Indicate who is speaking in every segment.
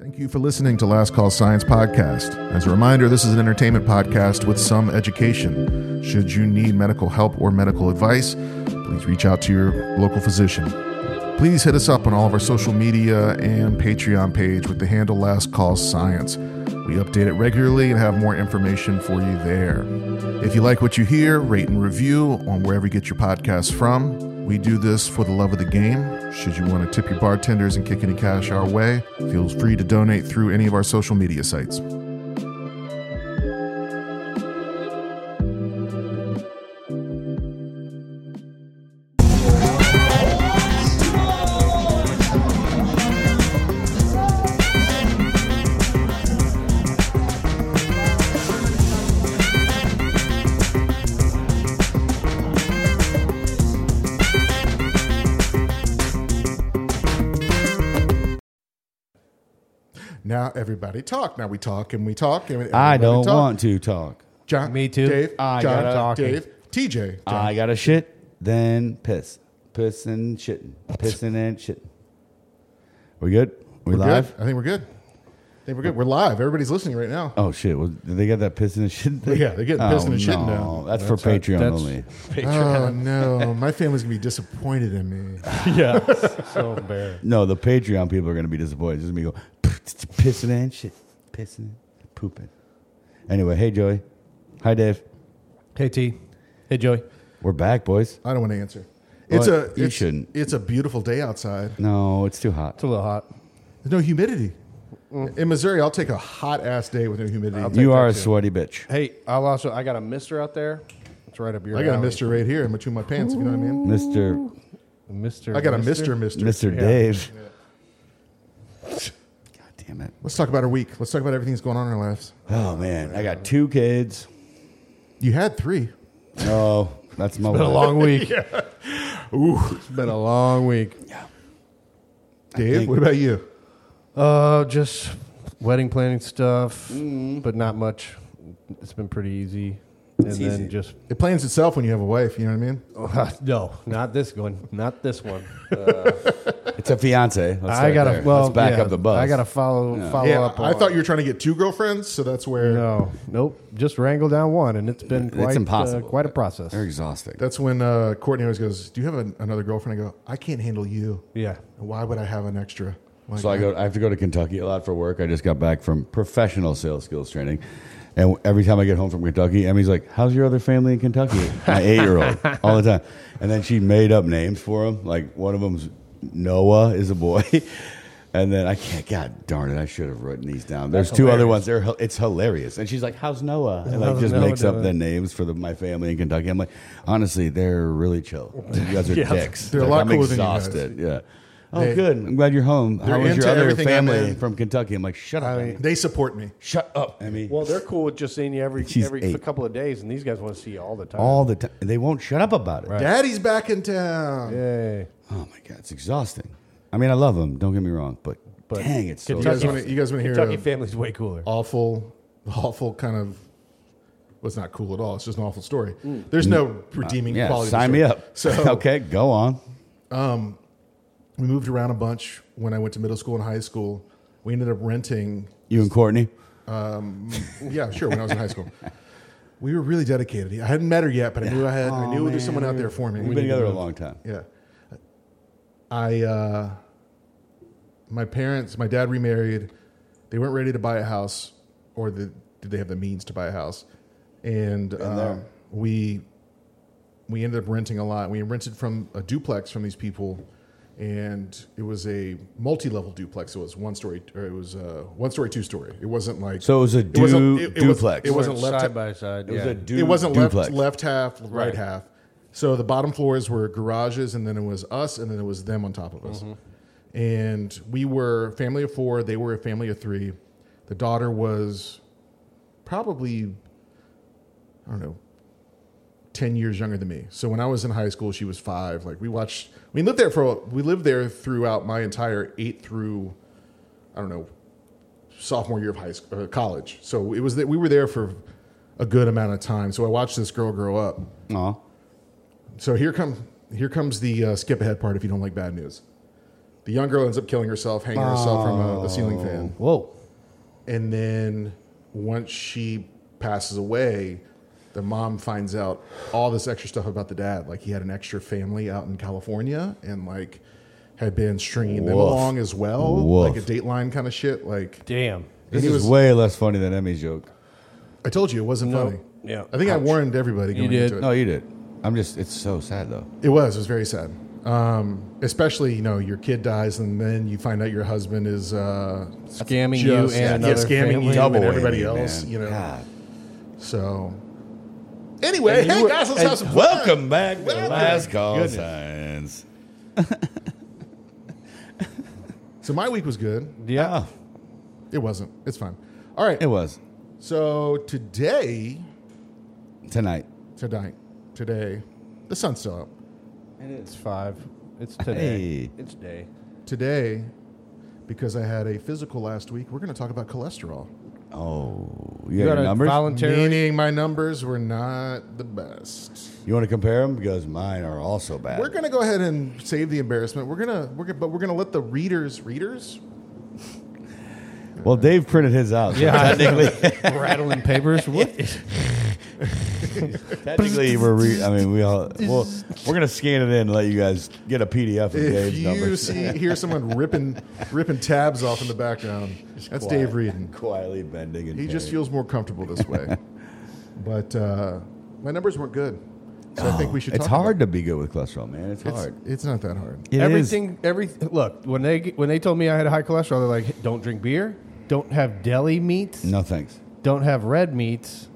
Speaker 1: Thank you for listening to Last Call Science Podcast. As a reminder, this is an entertainment podcast with some education. Should you need medical help or medical advice, please reach out to your local physician. Please hit us up on all of our social media and Patreon page with the handle Last Call Science. We update it regularly and have more information for you there. If you like what you hear, rate and review on wherever you get your podcasts from. We do this for the love of the game. Should you want to tip your bartenders and kick any cash our way, feel free to donate through any of our social media sites. Now everybody talk. Now we talk and we talk and
Speaker 2: I
Speaker 1: everybody
Speaker 2: don't
Speaker 1: talk.
Speaker 2: want to talk.
Speaker 1: John,
Speaker 3: Me too.
Speaker 1: Dave,
Speaker 2: I
Speaker 1: John,
Speaker 2: gotta talk.
Speaker 1: Dave, TJ. John.
Speaker 2: I got a shit, then piss. Piss and shitting. Pissing and shitting. We good? We
Speaker 1: We're
Speaker 2: live?
Speaker 1: Good. I think we're good. I think we're good. We're live. Everybody's listening right now.
Speaker 2: Oh, shit. Well, did they got that pissing and shitting thing? Oh,
Speaker 1: Yeah, they're getting pissing and shitting now.
Speaker 2: That's, for Patreon
Speaker 3: that's-
Speaker 2: only.
Speaker 1: Oh no, my family's gonna be disappointed in me.
Speaker 3: yeah. So embarrassed.
Speaker 2: No, the Patreon people are going to be disappointed. It's going to be go, pissing and shit. Pissing, pooping. Anyway, hey, Joey. Hi, Dave.
Speaker 3: Hey, T. Hey, Joey.
Speaker 2: We're back, boys.
Speaker 1: I don't want to answer.
Speaker 2: Well,
Speaker 1: It's a
Speaker 2: you
Speaker 1: it's,
Speaker 2: shouldn't.
Speaker 1: It's a beautiful day outside.
Speaker 2: No, it's too hot.
Speaker 3: It's a little hot.
Speaker 1: There's no humidity. In Missouri, I'll take a hot ass day with no humidity.
Speaker 2: You are a
Speaker 1: sweat.
Speaker 2: sweaty bitch.
Speaker 3: Hey, I also I got a mister out there. It's right up your.
Speaker 1: I got a
Speaker 3: alley.
Speaker 1: mister right here in between my pants. If you know what I mean.
Speaker 2: Mr.
Speaker 3: Mister.
Speaker 1: I got a mister, mister.
Speaker 2: Mr.
Speaker 3: Yeah.
Speaker 2: Dave. God damn it.
Speaker 1: Let's talk about our week. Let's talk about everything that's going on in our lives.
Speaker 2: Oh man, I got two kids.
Speaker 1: You had three.
Speaker 2: Oh, that's my
Speaker 3: Been a
Speaker 2: wife.
Speaker 3: long week.
Speaker 1: Ooh,
Speaker 3: It's been a long week.
Speaker 1: Dave,
Speaker 2: think-
Speaker 1: what about you?
Speaker 3: Uh, just wedding planning stuff, but not much. It's been pretty easy. And then
Speaker 2: easy.
Speaker 3: just
Speaker 1: It plans itself when you have a wife. You know what I mean?
Speaker 3: no, not this one, not this one.
Speaker 2: It's a fiance. Let's
Speaker 3: I gotta well
Speaker 2: Let's back
Speaker 3: yeah,
Speaker 2: up the bus.
Speaker 3: I gotta follow follow
Speaker 1: yeah.
Speaker 3: up.
Speaker 1: I
Speaker 3: on-
Speaker 1: thought you were trying to get two girlfriends, so that's where.
Speaker 3: no, nope. Just wrangle down one, and it's been quite,
Speaker 2: impossible.
Speaker 3: Uh, quite a process.
Speaker 2: They're exhausted.
Speaker 1: That's when uh, Courtney always goes, "Do you have an, another girlfriend?" I go, "I can't handle you.
Speaker 3: Yeah,
Speaker 1: Why would I have an extra?" Like,
Speaker 2: So I go. I have to go to Kentucky a lot for work. I just got back from professional sales skills training, and every time I get home from Kentucky, Emmy's like, "How's your other family in Kentucky?" My eight-year-old all the time, and then she made up names for them. Like one of them's Noah is a boy, and then I can't. God darn it! I should have written these down. There's two other ones. They're hi- it's hilarious, and she's like, "How's Noah?" And like
Speaker 3: Noah,
Speaker 2: just
Speaker 3: Noah,
Speaker 2: makes up
Speaker 3: Noah.
Speaker 2: the names for the, my family in Kentucky. I'm like, honestly, they're really chill. You guys are
Speaker 3: Yeah.
Speaker 2: dicks.
Speaker 1: They're a
Speaker 2: Like,
Speaker 1: lot
Speaker 2: I'm
Speaker 1: cooler than you guys.
Speaker 2: exhausted. Yeah. Oh,
Speaker 1: They-
Speaker 2: good. I'm glad you're home.
Speaker 1: They're
Speaker 2: How was your
Speaker 1: into
Speaker 2: other
Speaker 1: everything I'm
Speaker 2: family
Speaker 1: in.
Speaker 2: from Kentucky? I'm like, shut up, Emmy.
Speaker 1: They support me.
Speaker 2: Shut up, Emmy.
Speaker 3: Well, they're cool with just seeing you every
Speaker 2: She's
Speaker 3: every
Speaker 2: eight.
Speaker 3: couple of days, and these guys want to see you all the time.
Speaker 2: All the time. They won't shut up about it.
Speaker 1: Daddy's back in town.
Speaker 3: Yay.
Speaker 2: Oh, my God. It's exhausting. I mean, I love them. Don't get me wrong, but,
Speaker 3: But
Speaker 2: dang, it's so
Speaker 1: You guys
Speaker 3: Kentucky-
Speaker 1: want to? You guys want to hear
Speaker 4: uh,
Speaker 3: Kentucky
Speaker 1: an
Speaker 3: family's way cooler.
Speaker 1: awful, awful kind of? Well, it's not cool at all. It's just an awful story. There's no redeeming
Speaker 2: Mm. Uh, Yeah,
Speaker 1: quality. to the
Speaker 2: sign me
Speaker 1: story.
Speaker 2: up.
Speaker 1: So
Speaker 2: okay, go on.
Speaker 1: we moved around a bunch when I went to middle school and high school. We ended up renting
Speaker 2: You and Courtney?
Speaker 1: Yeah, sure. When I was in high school, we were really dedicated. I hadn't met her yet, but I knew I had. I knew there's someone out there for me.
Speaker 2: We've been together a long time.
Speaker 1: Yeah. I, uh, my parents, my dad remarried. They weren't ready to buy a house, or the, did they have the means to buy a house? And uh, we, we ended up renting a lot. We rented from a duplex from these people, and it was a multi-level duplex. It was one story, or it was uh, one story, two story. It wasn't like
Speaker 2: So it was a
Speaker 1: It wasn't-
Speaker 2: du-
Speaker 1: it- it was-
Speaker 2: duplex.
Speaker 1: It wasn't left.
Speaker 3: side by side.
Speaker 2: It was
Speaker 3: yeah.
Speaker 2: a du-
Speaker 1: it wasn't
Speaker 2: duplex.
Speaker 1: left left half, right,
Speaker 3: Right.
Speaker 1: half. So the bottom floors were garages, and then it was us, and then it was them on top of us. And we were a family of four. They were a family of three. The daughter was probably, I don't know, ten years younger than me. So when I was in high school, she was five. Like we watched, we lived there for a- we lived there throughout my entire eight through, I don't know, sophomore year of high school, or college. So it was that we were there for a good amount of time. So I watched this girl grow up.
Speaker 2: Aw.
Speaker 1: So here come here comes the uh, skip ahead part. If you don't like bad news, The young girl ends up killing herself, hanging herself from a, a ceiling fan.
Speaker 4: Whoa.
Speaker 2: Oh.
Speaker 1: And then once she passes away, the mom finds out all this extra stuff about the dad. Like he had an extra family out in California and like had been stringing them
Speaker 2: Woof.
Speaker 1: along as well,
Speaker 2: Woof.
Speaker 1: like a Dateline kind of shit. Like
Speaker 4: Damn.
Speaker 2: This
Speaker 1: he
Speaker 2: is
Speaker 1: was-
Speaker 2: way less funny than Emmy's joke.
Speaker 1: I told you, it wasn't
Speaker 4: No.
Speaker 1: funny.
Speaker 4: Yeah.
Speaker 1: I think I warned everybody. Going
Speaker 4: did.
Speaker 1: Into it.
Speaker 2: No, you did. I'm just. It's so sad though.
Speaker 1: It was. It was very sad. Um, especially, you know, your kid dies, and then you find out your husband is uh,
Speaker 4: Scamming you and
Speaker 1: just- yeah,
Speaker 4: another
Speaker 1: scamming
Speaker 4: family.
Speaker 1: you and
Speaker 2: whammy,
Speaker 1: everybody else.
Speaker 2: man.
Speaker 1: You know.
Speaker 2: God.
Speaker 1: So, anyway,
Speaker 4: And you
Speaker 1: hey
Speaker 4: were-
Speaker 1: guys, let's
Speaker 4: and-
Speaker 1: have some fun.
Speaker 2: Welcome back to
Speaker 1: Welcome.
Speaker 2: Last Call
Speaker 4: Goodness.
Speaker 2: Science.
Speaker 1: So my week was good.
Speaker 2: Yeah,
Speaker 1: It wasn't. It's fine. All right.
Speaker 2: it was
Speaker 1: So today,
Speaker 2: tonight.
Speaker 1: tonight, today, the sun's still up.
Speaker 4: And it's five. It's today.
Speaker 2: Hey.
Speaker 4: It's day.
Speaker 1: Today, because I had a physical last week, we're going to talk about cholesterol.
Speaker 2: Oh, you, got
Speaker 4: gotta
Speaker 2: your numbers.
Speaker 4: voluntarily-
Speaker 1: Meaning my numbers were not the best.
Speaker 2: you want to compare them because mine are also bad.
Speaker 1: We're gonna go ahead and save the embarrassment. We're gonna, we're gonna, but we're gonna let the readers, readers,
Speaker 2: well, Dave printed his out. So
Speaker 4: Yeah.
Speaker 2: technically,
Speaker 4: Rattling papers. What?
Speaker 2: technically, we're. Re- I mean, we all. Well, we're gonna scan it in and let you guys get a PDF of
Speaker 1: if
Speaker 2: Dave's
Speaker 1: you
Speaker 2: numbers.
Speaker 1: see hear someone ripping, ripping tabs off in the background, that's
Speaker 2: Quiet-
Speaker 1: Dave reading.
Speaker 2: Quietly bending and
Speaker 1: He just
Speaker 2: tearing.
Speaker 1: feels more comfortable this way. but uh, my numbers weren't good, so I think we should.
Speaker 2: It's
Speaker 1: talk
Speaker 2: hard
Speaker 1: about
Speaker 2: to be good with cholesterol, man. It's,
Speaker 1: it.
Speaker 2: hard.
Speaker 1: It's, it's not that hard.
Speaker 2: It is.
Speaker 4: everything. Every look when they when they told me I had high cholesterol, they're like, "Don't drink beer. Don't have deli meats.
Speaker 2: No thanks.
Speaker 4: Don't have red meats."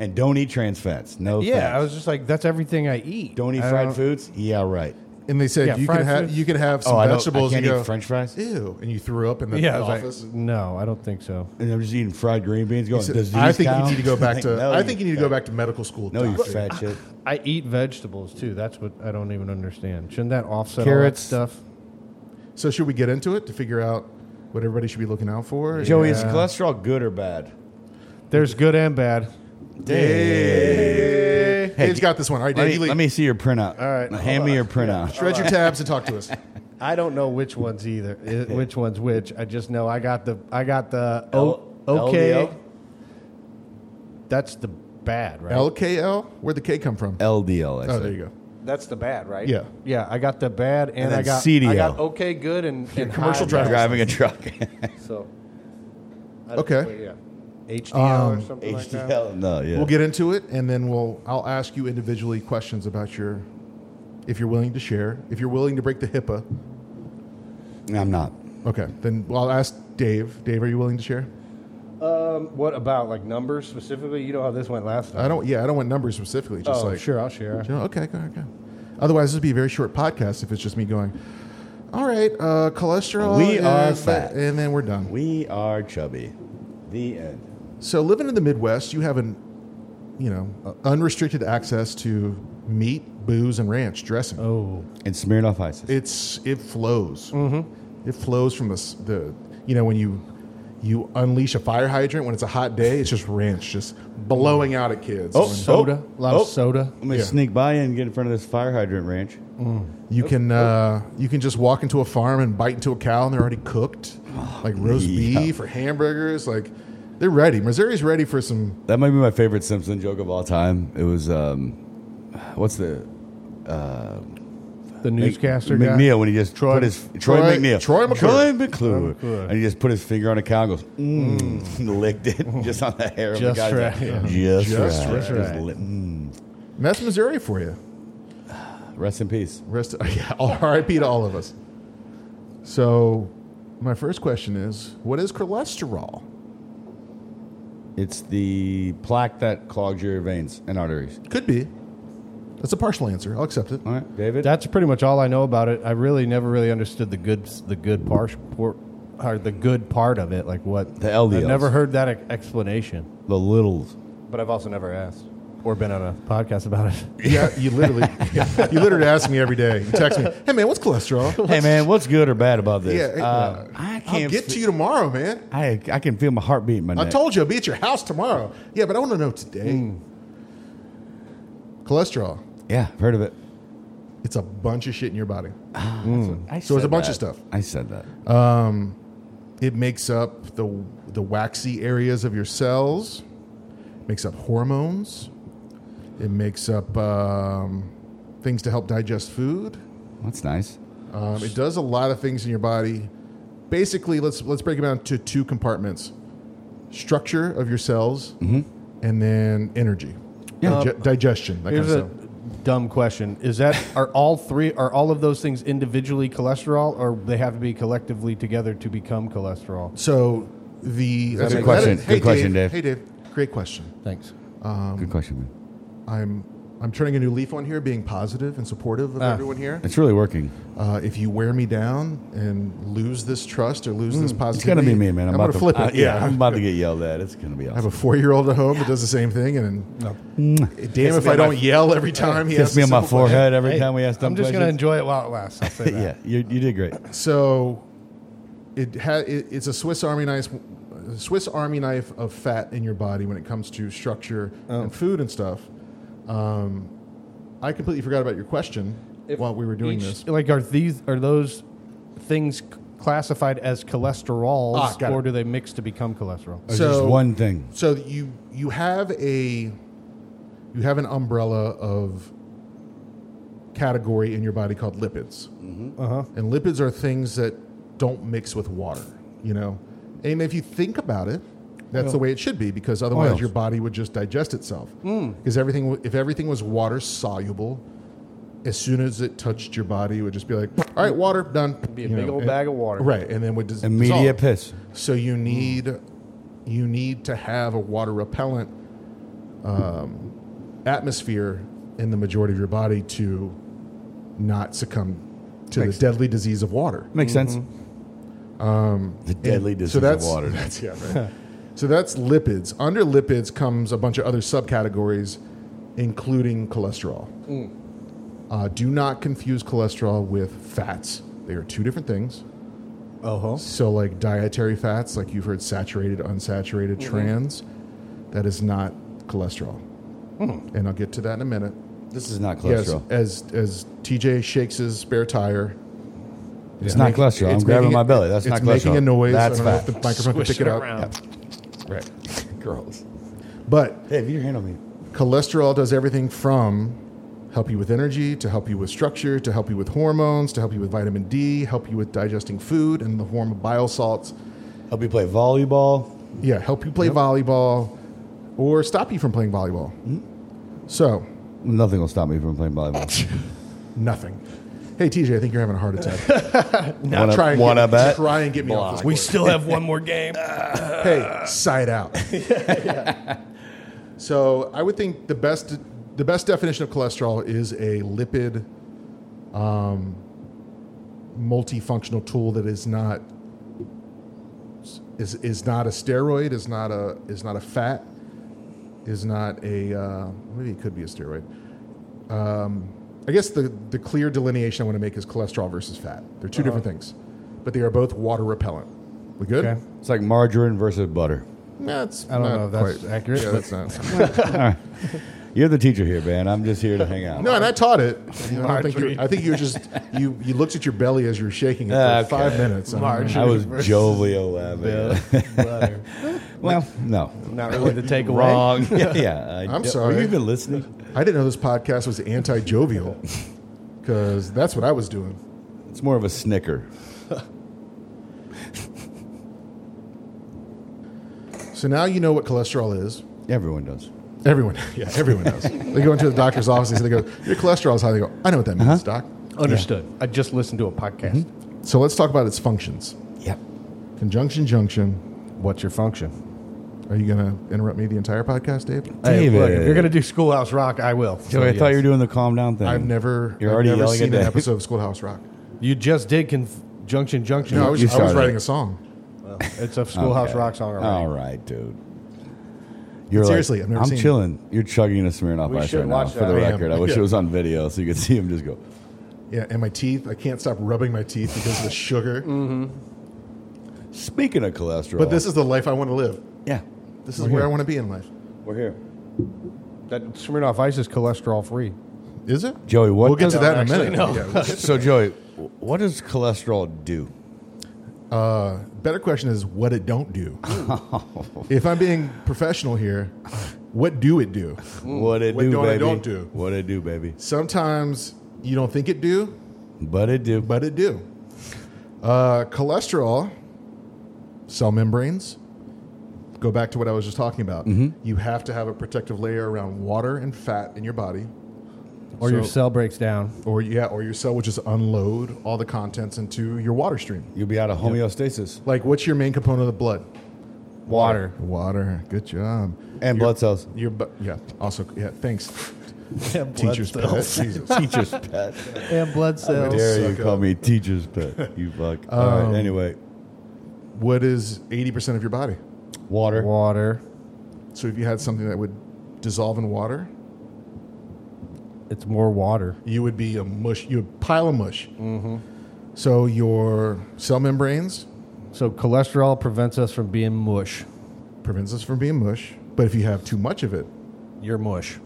Speaker 2: And don't eat trans fats. No.
Speaker 4: Yeah,
Speaker 2: thanks.
Speaker 4: I was just like, "That's everything I eat."
Speaker 2: Don't eat
Speaker 4: I
Speaker 2: fried
Speaker 4: don't-
Speaker 2: foods. Yeah, right.
Speaker 1: And they said
Speaker 4: Yeah,
Speaker 1: you
Speaker 4: fried
Speaker 1: could have
Speaker 4: food.
Speaker 1: you could have some
Speaker 2: oh, I don't-
Speaker 1: vegetables.
Speaker 2: I can't
Speaker 1: and go,
Speaker 2: eat French fries.
Speaker 1: Ew! And you threw up in the
Speaker 4: Yeah, I was
Speaker 1: office.
Speaker 4: like, "No, I don't think so."
Speaker 2: And I'm just eating fried green beans. Going. Does
Speaker 1: I
Speaker 2: these
Speaker 1: think
Speaker 2: count?"
Speaker 1: you need to go back
Speaker 2: Like,
Speaker 1: to.
Speaker 2: no,
Speaker 1: I think you need to go back to medical school.
Speaker 2: No, you
Speaker 1: doctor.
Speaker 2: fat shit.
Speaker 4: I eat vegetables too. That's what I don't even understand. Shouldn't that offset
Speaker 2: Carrots.
Speaker 4: all that stuff?
Speaker 1: So should we get into it to figure out what everybody should be looking out for?
Speaker 2: Joey, is
Speaker 4: Yeah.
Speaker 2: cholesterol good or bad?
Speaker 4: There's good and bad.
Speaker 1: Hey,
Speaker 2: Hey,
Speaker 1: Dave's got this one. All right,
Speaker 2: Let
Speaker 1: Dave,
Speaker 2: me,
Speaker 1: you leave.
Speaker 2: let me see your printout.
Speaker 4: All right,
Speaker 2: hand
Speaker 4: hold
Speaker 2: me
Speaker 4: on.
Speaker 2: your printout.
Speaker 1: shred your tabs and talk to us.
Speaker 4: I don't know which ones either. i- which ones which? I just know I got the I got the
Speaker 2: L-
Speaker 4: o- okay.
Speaker 2: LDL?
Speaker 4: That's the bad, right?
Speaker 1: LKL, where'd the K come from?
Speaker 2: LDL. I
Speaker 1: Oh,
Speaker 2: said.
Speaker 1: there you go.
Speaker 4: That's the bad, right?
Speaker 1: Yeah.
Speaker 4: Yeah, I got the bad and,
Speaker 2: And
Speaker 4: I
Speaker 2: then
Speaker 4: got
Speaker 2: CDL.
Speaker 4: I got okay good and, and
Speaker 1: commercial
Speaker 4: high
Speaker 1: driver.
Speaker 2: Driving a truck.
Speaker 4: bad, So I-
Speaker 1: Okay.
Speaker 4: but yeah. HDL
Speaker 1: Um,
Speaker 4: or something like that.
Speaker 2: HDL. No, yeah.
Speaker 1: We'll get into it, and then we'll. I'll ask you individually questions about your, if you're willing to share, if you're willing to break the HIPAA.
Speaker 2: I'm not.
Speaker 1: Okay, then I'll ask Dave. Dave, are you willing to share?
Speaker 4: Um, what about like numbers specifically? You know how this went last time.
Speaker 1: I don't. Yeah, I don't want numbers specifically. Just
Speaker 4: oh,
Speaker 1: like
Speaker 4: sure, I'll share.
Speaker 1: You know, okay, go ahead, go ahead. Otherwise, this would be a very short podcast if it's just me going. All right, uh, cholesterol.
Speaker 2: We are
Speaker 1: is-
Speaker 2: fat.
Speaker 1: and then we're done.
Speaker 2: We are chubby. The end.
Speaker 1: So living in the Midwest, you have an, you know, uh, unrestricted access to meat, booze, and ranch dressing.
Speaker 4: Oh.
Speaker 2: And Smirnoff Isis.
Speaker 1: It's it flows.
Speaker 2: Mm-hmm.
Speaker 1: It flows from the s- the you know when you you unleash a fire hydrant when it's a hot day, it's just ranch just blowing out at kids.
Speaker 2: Oh,
Speaker 1: When
Speaker 4: Soda. a lot
Speaker 2: oh.
Speaker 4: of soda.
Speaker 2: Let me
Speaker 1: yeah.
Speaker 2: sneak by and get in front of this fire hydrant ranch.
Speaker 1: you can uh, you can just walk into a farm and bite into a cow and they're already cooked, like roast
Speaker 2: Oh, yeah.
Speaker 1: beef or hamburgers. Like they're ready. Missouri's ready for some.
Speaker 2: That might be my favorite Simpson joke of all time. It was, um, what's the
Speaker 4: The newscaster guy.
Speaker 2: McNeil when he just
Speaker 4: Troy-
Speaker 2: put his Troy,
Speaker 1: Troy-
Speaker 2: McNeil
Speaker 1: Troy McClure.
Speaker 2: Troy McClure.
Speaker 4: McClure.
Speaker 2: and he just put his finger on a cow and goes mm, licked it just on the hair
Speaker 4: Just
Speaker 2: of the
Speaker 4: right.
Speaker 2: guy's head. just,
Speaker 1: Just
Speaker 2: right,
Speaker 1: right.
Speaker 2: Just li- mm.
Speaker 1: And that's Missouri for you.
Speaker 2: rest in peace
Speaker 1: Rest, yeah, RIP to all of us. So, my first question is what is cholesterol?
Speaker 2: it's the plaque that clogs your veins and arteries
Speaker 1: Could be. That's a partial answer. I'll accept it.
Speaker 2: all right David
Speaker 4: That's pretty much all I know about it. I really never really understood the good the good part or the good part of it, like what
Speaker 2: The LDLs.
Speaker 4: I've never heard that e- explanation,
Speaker 2: the little
Speaker 4: but I've also never asked or been on a podcast about it.
Speaker 1: Yeah, you literally, you literally ask me every day. You text me, hey man, what's cholesterol?
Speaker 2: hey man what's good or bad about this
Speaker 1: Yeah,
Speaker 2: Uh,
Speaker 1: uh,
Speaker 2: I can't
Speaker 1: I'll get
Speaker 2: fe-
Speaker 1: to you tomorrow, man.
Speaker 2: I, I can feel my heartbeat in my
Speaker 1: I
Speaker 2: neck
Speaker 1: told you I'll be at your house tomorrow. Yeah, but I want to know today.
Speaker 3: Hmm.
Speaker 1: Cholesterol,
Speaker 2: yeah I've heard of it
Speaker 1: it's a bunch of shit in your body.
Speaker 2: I
Speaker 1: Hmm. So it's a
Speaker 2: said
Speaker 1: bunch
Speaker 2: that.
Speaker 1: of stuff.
Speaker 2: I said that.
Speaker 1: It makes up the the waxy areas of your cells. Makes up hormones. It makes up um, things to help digest food.
Speaker 2: That's nice.
Speaker 1: Um, it does a lot of things in your body. Basically, let's let's break it down to two compartments: structure of your cells,
Speaker 3: Mm-hmm.
Speaker 1: and then energy, Dig- digestion. That kind of
Speaker 3: Here's a
Speaker 1: stuff.
Speaker 3: dumb question: Is that are all three are all of those things individually cholesterol, or they have to be collectively together to become cholesterol?
Speaker 1: So the that's
Speaker 2: Good question.
Speaker 1: hey,
Speaker 2: Good question, Dave.
Speaker 1: Hey, Dave. Great question.
Speaker 3: Thanks.
Speaker 2: Good question, man.
Speaker 1: I'm I'm turning a new leaf on here, being positive and supportive
Speaker 2: Ah.
Speaker 1: of everyone here.
Speaker 2: It's really working.
Speaker 1: Uh, if you wear me down and lose this trust or lose this
Speaker 2: Hmm. It's gonna
Speaker 1: positivity,
Speaker 2: be me, man.
Speaker 1: I'm,
Speaker 2: I'm,
Speaker 1: gonna
Speaker 2: about to Ah,
Speaker 1: flip
Speaker 2: I-
Speaker 1: it. yeah,
Speaker 2: I'm about to get yelled at. It's gonna be
Speaker 1: I have
Speaker 2: awesome.
Speaker 1: a four-year-old at home that does the same thing, and damn if I don't yell every time he
Speaker 2: Kiss
Speaker 1: has
Speaker 2: me on my forehead every time we ask them
Speaker 3: I'm just going to
Speaker 2: questions.
Speaker 3: enjoy it while it lasts. I'll say that.
Speaker 2: Yeah, you, you did great.
Speaker 1: So it, ha- it it's a Swiss Army knife, Swiss Army knife of fat in your body when it comes to structure and food and stuff. Um, I completely forgot about your question while we were doing
Speaker 3: Each-
Speaker 1: this.
Speaker 3: Like, are these are those things c- classified as cholesterol,
Speaker 1: Ah, got
Speaker 3: or
Speaker 1: it.
Speaker 3: do they mix to become cholesterol?
Speaker 2: It's just one thing.
Speaker 1: so you you have a you have an umbrella of category in your body called lipids
Speaker 3: Mm-hmm.
Speaker 1: and lipids are things that don't mix with water you know and if you think about it that's the way it should be because otherwise
Speaker 2: Oils.
Speaker 1: your body would just digest itself
Speaker 3: Mm.
Speaker 1: because everything w- if everything was water soluble as soon as it touched your body it would just be like all right water done
Speaker 3: be a big old
Speaker 1: and-
Speaker 3: bag of water.
Speaker 1: right and then would dis-
Speaker 2: Immediate
Speaker 1: dissolve.
Speaker 2: piss.
Speaker 1: So you need you need to have a water repellent um, atmosphere in the majority of your body to not succumb to
Speaker 2: Makes-
Speaker 1: the deadly disease of water.
Speaker 2: Makes sense. Um, the deadly disease
Speaker 1: so that's
Speaker 2: of water.
Speaker 1: That's, yeah, right. so that's lipids. Under lipids comes a bunch of other subcategories, including cholesterol.
Speaker 2: Mm.
Speaker 1: Uh, do not confuse cholesterol with fats. They are two different things.
Speaker 3: Uh
Speaker 2: Uh-huh.
Speaker 3: huh.
Speaker 1: So, like dietary fats, like you've heard saturated, unsaturated,
Speaker 2: Mm-hmm.
Speaker 1: trans, that is not cholesterol. And I'll get to that in a minute.
Speaker 2: This is not
Speaker 1: Yes,
Speaker 2: Hmm. cholesterol.
Speaker 1: as as TJ shakes his spare tire,
Speaker 2: It's not
Speaker 1: making-
Speaker 2: cholesterol. I'm
Speaker 1: it's
Speaker 2: grabbing
Speaker 1: making
Speaker 2: my
Speaker 1: it-
Speaker 2: belly. That's
Speaker 1: it's
Speaker 2: not cholesterol.
Speaker 1: making a noise.
Speaker 2: That's
Speaker 1: I don't
Speaker 2: fat.
Speaker 1: know if the microphone can pick it up. Right.
Speaker 2: Girls.
Speaker 1: But
Speaker 2: Hey, have your hand on me.
Speaker 1: cholesterol does everything from help you with energy to help you with structure to help you with hormones to help you with vitamin D, help you with digesting food in the form of bile salts.
Speaker 2: Help you play volleyball.
Speaker 1: Yeah, help you play volleyball or stop you from playing volleyball.
Speaker 2: Mm-hmm.
Speaker 1: So,
Speaker 2: Nothing will stop me from playing volleyball.
Speaker 1: nothing. Hey, TJ, I think you're having a heart attack.
Speaker 2: Wanna-
Speaker 1: try, and
Speaker 2: wanna
Speaker 1: get,
Speaker 2: bet?
Speaker 1: try and get me off this
Speaker 3: We
Speaker 1: board.
Speaker 3: still have one more game.
Speaker 1: hey, side out. So, I would think the best the best definition of cholesterol is a lipid um, multifunctional tool that is not is is not a steroid, is not a is not a fat, is not a uh, maybe it could be a steroid. Um, I guess the the clear delineation I want to make is cholesterol versus fat. They're 2 different things, but they are both water repellent. We good?
Speaker 3: Okay.
Speaker 2: It's like margarine versus butter.
Speaker 1: That's
Speaker 3: I don't
Speaker 1: not
Speaker 3: know if that's
Speaker 1: quite-
Speaker 3: accurate,
Speaker 1: Yeah,
Speaker 3: but-
Speaker 1: that's not.
Speaker 2: You're the teacher here, man. I'm just here to hang out.
Speaker 1: No, and I taught it. I, don't think you,
Speaker 3: Margarine.
Speaker 1: I think you were just you. You looked at your belly as you were shaking it for
Speaker 3: Ah,
Speaker 2: Okay.
Speaker 1: five minutes. I don't know.
Speaker 2: I
Speaker 3: Margarine
Speaker 2: was
Speaker 3: versus
Speaker 2: jovial. uh, man.
Speaker 3: butter.
Speaker 2: Well, no.
Speaker 3: Not really the takeaway.
Speaker 2: Wrong. yeah, yeah. I
Speaker 1: I'm
Speaker 2: d-
Speaker 1: sorry.
Speaker 2: Were you even listening?
Speaker 1: I didn't know this podcast was anti-jovial because that's what I was doing.
Speaker 2: It's more of a snicker.
Speaker 1: So now you know what cholesterol is.
Speaker 2: Everyone does.
Speaker 1: Everyone, yeah, everyone knows. they go into the doctor's office and they go, "Your cholesterol is high." They go, "I know what that means,
Speaker 3: Uh-huh.
Speaker 1: doc."
Speaker 3: Understood. I just listened to a podcast.
Speaker 1: So let's talk about its functions.
Speaker 2: Yep.
Speaker 1: Conjunction junction.
Speaker 3: What's your function?
Speaker 1: Are you going to interrupt me the entire podcast, Dave?
Speaker 3: Hey, look,
Speaker 2: David.
Speaker 3: if you're going to do Schoolhouse Rock, I will.
Speaker 2: Joey, I thought you were doing the calm down thing.
Speaker 1: I've never,
Speaker 2: You're
Speaker 1: I've
Speaker 2: already
Speaker 1: never
Speaker 2: yelling at
Speaker 1: seen an
Speaker 2: Dave.
Speaker 1: episode of Schoolhouse Rock.
Speaker 3: You just did Conjunction Junction. Uh,
Speaker 1: No, I was,
Speaker 2: You
Speaker 1: I was
Speaker 2: started
Speaker 1: writing
Speaker 2: it.
Speaker 1: a song.
Speaker 3: it's a Schoolhouse Rock song already.
Speaker 2: All right, dude. You're
Speaker 1: Seriously,
Speaker 2: like,
Speaker 1: I've never
Speaker 2: I'm
Speaker 1: seen it.
Speaker 2: chilling. You're chugging a Smirnoff
Speaker 3: We
Speaker 2: Ice
Speaker 3: should
Speaker 2: right now.
Speaker 3: watch
Speaker 2: For
Speaker 3: that.
Speaker 2: the
Speaker 1: I am.
Speaker 2: record, I wish
Speaker 1: Yeah.
Speaker 2: it was on video so you could see him just go.
Speaker 1: Yeah, and my teeth, I can't stop rubbing my teeth because of the sugar.
Speaker 2: Speaking of cholesterol,
Speaker 1: But this is the life I want to live.
Speaker 2: yeah,
Speaker 1: This is where I want to be in life.
Speaker 2: we're here.
Speaker 3: That Smirnoff Ice is cholesterol free.
Speaker 1: Is it?
Speaker 2: Joey, what
Speaker 1: We'll get to
Speaker 2: does-
Speaker 1: that in a
Speaker 3: actually,
Speaker 1: minute.
Speaker 3: no.
Speaker 1: Yeah, we'll get to
Speaker 2: So Joey, what does cholesterol do?
Speaker 1: Uh, better question is what it don't do. if I'm being professional here, what do it do?
Speaker 2: What it
Speaker 1: Hmm. What
Speaker 2: do,
Speaker 1: don't it
Speaker 2: baby?
Speaker 1: don't do.
Speaker 2: What it do, baby?
Speaker 1: Sometimes you don't think it do,
Speaker 2: But it do.
Speaker 1: but it do. Uh, cholesterol, cell membranes. Go back to what I was just talking about. You have to have a protective layer around water and fat in your body,
Speaker 3: Or your
Speaker 1: So-
Speaker 3: cell breaks down.
Speaker 1: or yeah, or your cell will just unload all the contents into your water stream.
Speaker 2: You'll be out of homeostasis
Speaker 1: Like, what's your main component of the blood?
Speaker 3: Water.
Speaker 1: Water. Good job.
Speaker 2: and blood cells.
Speaker 1: Your bu- yeah. Also yeah. Thanks,
Speaker 2: And
Speaker 1: teachers. pet. Jesus.
Speaker 2: teacher's pet.
Speaker 3: And blood
Speaker 2: How
Speaker 3: cells.
Speaker 2: dare you
Speaker 1: suck
Speaker 2: call
Speaker 1: up. Um,
Speaker 2: me teacher's pet? You fuck. All right. Anyway,
Speaker 1: What is eighty percent of your body?
Speaker 2: water.
Speaker 3: Water.
Speaker 1: So if you had something that would dissolve in water,
Speaker 3: It's more water.
Speaker 1: you would be a mush. You would pile of mush. So your cell membranes
Speaker 3: So cholesterol prevents us from being mush.
Speaker 1: prevents us from being mush, but if you have too much of it,
Speaker 3: You're mush.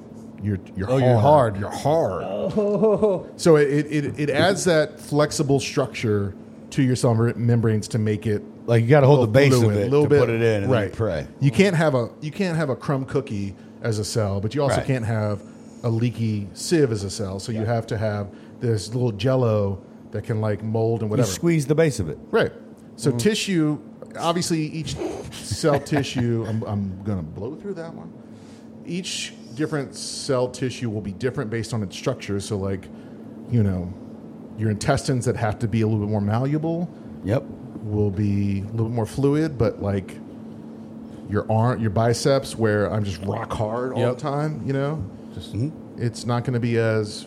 Speaker 1: you're you're
Speaker 3: Oh,
Speaker 1: hard.
Speaker 3: you're hard.
Speaker 1: You're hard. So it, it, it, it adds that flexible structure to your cell mem- membranes to make it
Speaker 2: Like you got to hold the base of
Speaker 1: fluid,
Speaker 2: it
Speaker 1: little
Speaker 2: to
Speaker 1: bit,
Speaker 2: put it in and
Speaker 1: right.
Speaker 2: then pray.
Speaker 1: You can't have a you can't have a crumb cookie as a cell, but you also
Speaker 2: Right.
Speaker 1: can't have a leaky sieve as a cell. So you have to have this little jello that can like mold and
Speaker 2: You
Speaker 1: whatever.
Speaker 2: squeeze the base of it.
Speaker 1: right. So tissue, obviously, each cell tissue. I'm, I'm gonna blow through that one. Each different cell tissue will be different based on its structure. So like, you know, your intestines that have to be a little bit more malleable
Speaker 2: Yep.
Speaker 1: will be a little bit more fluid, but like your arm, your biceps, where I'm just rock hard all
Speaker 3: Yep.
Speaker 1: the time, you know, just it's not going to be as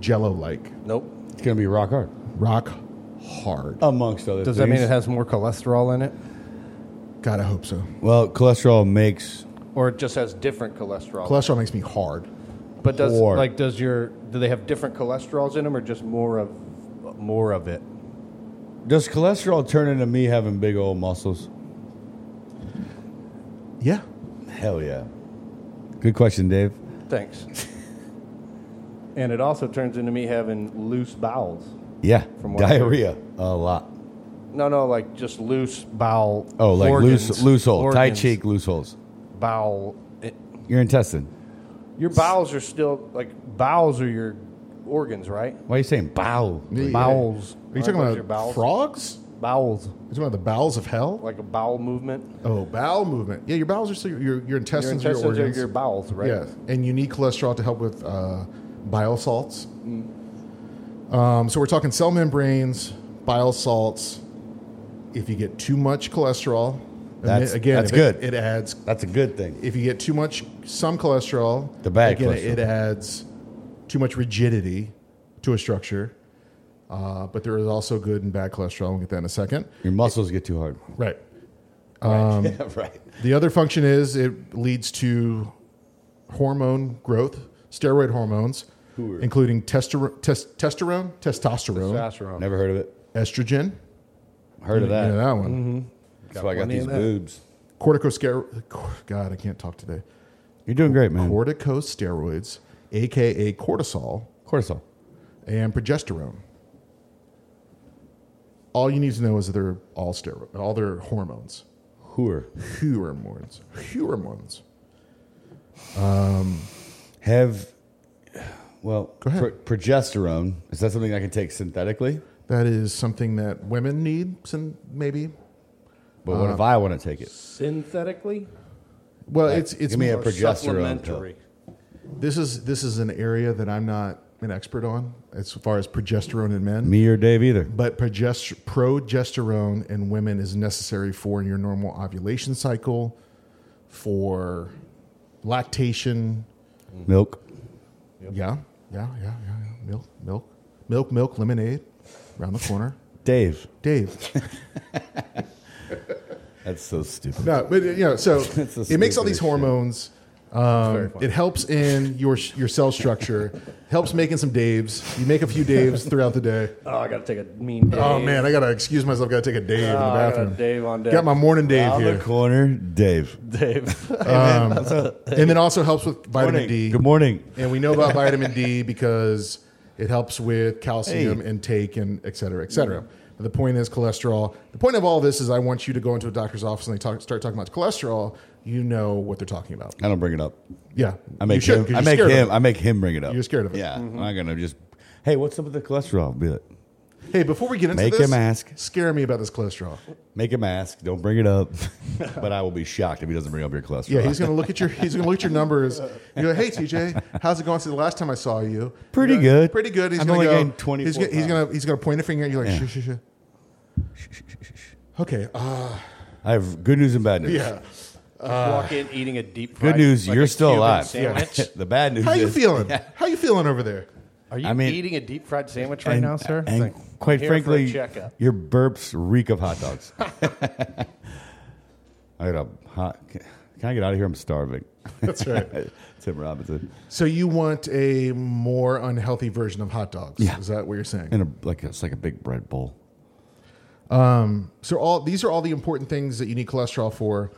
Speaker 1: jello like,
Speaker 3: Nope.
Speaker 2: It's gonna be rock hard.
Speaker 1: rock hard.
Speaker 2: Amongst other
Speaker 3: Does
Speaker 2: things.
Speaker 3: that mean it has more cholesterol in it?
Speaker 1: God, I hope so.
Speaker 2: Well, cholesterol makes
Speaker 3: Or it just has different cholesterol?
Speaker 1: Cholesterol makes me hard.
Speaker 3: but does
Speaker 2: Or-
Speaker 3: like does your do they have different cholesterols in them or just more of more of it?
Speaker 2: does cholesterol turn into me having big old muscles?
Speaker 1: Yeah,
Speaker 2: Hell yeah. Good question, Dave.
Speaker 3: Thanks. and it also turns into me having loose bowels.
Speaker 2: Yeah.
Speaker 3: From what I heard.
Speaker 2: Diarrhea. A lot.
Speaker 3: No, no, like just loose bowel.
Speaker 2: Oh, like loose
Speaker 3: organs-
Speaker 2: loose hole. Tight
Speaker 3: organs,
Speaker 2: cheek, loose holes.
Speaker 3: bowel. It-
Speaker 2: Your intestine.
Speaker 3: your bowels are still like bowels are your organs, right?
Speaker 2: Why are you saying bow?
Speaker 3: Bowels.
Speaker 1: Are you talking
Speaker 3: Aren't those
Speaker 1: about
Speaker 3: your bowels?
Speaker 1: frogs?
Speaker 3: Bowels,
Speaker 1: Are you talking about the bowels of hell?
Speaker 3: like a bowel movement.
Speaker 1: Oh, bowel movement. Yeah, your bowels are still your your
Speaker 3: Your
Speaker 1: intestines,
Speaker 3: intestines
Speaker 1: are
Speaker 3: are
Speaker 1: organs.
Speaker 3: your bowels, right?
Speaker 1: Yeah, and you need cholesterol to help with uh, bile salts.
Speaker 3: Mm.
Speaker 1: Um, so we're talking cell membranes, bile salts. If you get too much cholesterol, and
Speaker 2: That's-
Speaker 1: it- again,
Speaker 2: that's
Speaker 1: if it- It,
Speaker 2: good.
Speaker 1: adds.
Speaker 2: That's a good thing.
Speaker 1: If you get too much some cholesterol,
Speaker 2: The bad
Speaker 1: again,
Speaker 2: cholesterol.
Speaker 1: it adds too much rigidity to a structure. Uh, but there is also good and bad cholesterol. We'll get that in a second.
Speaker 2: Your muscles get too hard.
Speaker 1: Right.
Speaker 2: yeah, right.
Speaker 1: The other function is it leads to hormone growth, steroid hormones, including testosterone, test, testosterone, testosterone,
Speaker 3: Testosterone.
Speaker 2: Never heard of it.
Speaker 1: estrogen.
Speaker 2: Heard
Speaker 1: You
Speaker 2: of that.
Speaker 1: know that one.
Speaker 2: That's why I got
Speaker 3: plenty
Speaker 2: these
Speaker 3: of that.
Speaker 2: boobs.
Speaker 1: Corticoster- God, I can't talk today.
Speaker 2: You're doing great, man.
Speaker 1: Corticosteroids, aka cortisol
Speaker 2: Cortisol.
Speaker 1: and progesterone. All you need to know is that they're all steroid, all their hormones.
Speaker 2: Hooer.
Speaker 1: Hormones. Hormones.
Speaker 2: Have, well,
Speaker 1: Go ahead.
Speaker 2: pro- progesterone. Is that something I can take synthetically?
Speaker 1: That is something that women need, some, maybe.
Speaker 2: But what if I want to take it?
Speaker 3: Synthetically,
Speaker 1: Well, it's it's
Speaker 2: give me a
Speaker 1: more-
Speaker 2: progesterone pill.
Speaker 3: supplementary.
Speaker 1: Um, This is this is an area that I'm not an expert on as far as progesterone in men,
Speaker 2: Me or Dave either.
Speaker 1: but progest- progesterone in women is necessary for your normal ovulation cycle, for lactation.
Speaker 2: Milk.
Speaker 1: Yeah, yeah, yeah, yeah, yeah. Milk, milk, milk, milk, lemonade, around the corner.
Speaker 2: Dave.
Speaker 1: Dave,
Speaker 2: That's so stupid.
Speaker 1: no, but you know, so
Speaker 2: That's the
Speaker 1: it makes all
Speaker 2: stupidest
Speaker 1: these
Speaker 2: shit.
Speaker 1: hormones. Um, it helps in your your cell structure. helps making some Daves. You make a few Daves throughout the day.
Speaker 3: Oh, I gotta take a mean. Dave.
Speaker 1: Oh man, I gotta excuse myself. Gotta take a Dave in
Speaker 3: Oh,
Speaker 1: the
Speaker 3: I got a
Speaker 1: bathroom.
Speaker 3: Dave on deck.
Speaker 1: Got my Uh, morning Dave
Speaker 2: Out the
Speaker 1: here,
Speaker 2: corner, Dave.
Speaker 3: Dave.
Speaker 1: and then also helps with vitamin D.
Speaker 2: Good morning.
Speaker 1: And we know about vitamin D because It helps with calcium intake and et cetera, et cetera. But the point is cholesterol. The point of all this is I want you to go into a doctor's office and they talk, start talking about cholesterol. You know what they're talking about.
Speaker 2: I don't bring it up.
Speaker 1: Yeah.
Speaker 2: I make
Speaker 1: you should, 'cause
Speaker 2: him.
Speaker 1: you're
Speaker 2: I make
Speaker 1: scared of
Speaker 2: him.
Speaker 1: it.
Speaker 2: I make him bring it up.
Speaker 1: You're scared of Mm-hmm. it.
Speaker 2: Yeah, I'm not gonna just. Hey, what's up with the cholesterol? Be like,
Speaker 1: Hey, before we get into
Speaker 2: Make
Speaker 1: this,
Speaker 2: him ask.
Speaker 1: Scare me about this cholesterol.
Speaker 2: make him ask. Don't bring it up. but I will be shocked if he doesn't bring up your cholesterol.
Speaker 1: Yeah, he's gonna look at your he's gonna look at your numbers. You go, hey TJ, how's it going? Since the last time I saw you,
Speaker 2: Pretty
Speaker 1: You go,
Speaker 2: good.
Speaker 1: pretty good. He's
Speaker 2: I've
Speaker 1: gonna
Speaker 2: only
Speaker 1: go,
Speaker 2: gained 24
Speaker 1: He's gonna, he's gonna he's gonna point a finger at you like, shh, shh, shh. Okay, uh,
Speaker 2: I have good news and bad news.
Speaker 1: yeah.
Speaker 4: walk in eating a deep.
Speaker 2: Good
Speaker 4: fried,
Speaker 2: news,
Speaker 4: like
Speaker 2: you're
Speaker 4: a
Speaker 2: still
Speaker 4: Cuban
Speaker 2: alive.
Speaker 4: Sandwich.
Speaker 2: the bad news
Speaker 1: How you
Speaker 2: is-
Speaker 1: feeling? How you feeling over there?
Speaker 4: Are you
Speaker 2: I mean-
Speaker 4: eating a deep fried sandwich right
Speaker 2: and-
Speaker 4: now, sir?
Speaker 2: And
Speaker 4: Like,
Speaker 2: quite
Speaker 4: here for a
Speaker 2: frankly,
Speaker 4: checkup.
Speaker 2: your burps reek of hot dogs. I got a hot. Can I get out of here? I'm starving.
Speaker 1: That's right.
Speaker 2: Tim Robinson
Speaker 1: So you want a more unhealthy version of hot dogs?
Speaker 2: Yeah.
Speaker 1: Is that what you're saying?
Speaker 2: in a like it's like a big bread bowl.
Speaker 1: So all these are all the important things that you need cholesterol for.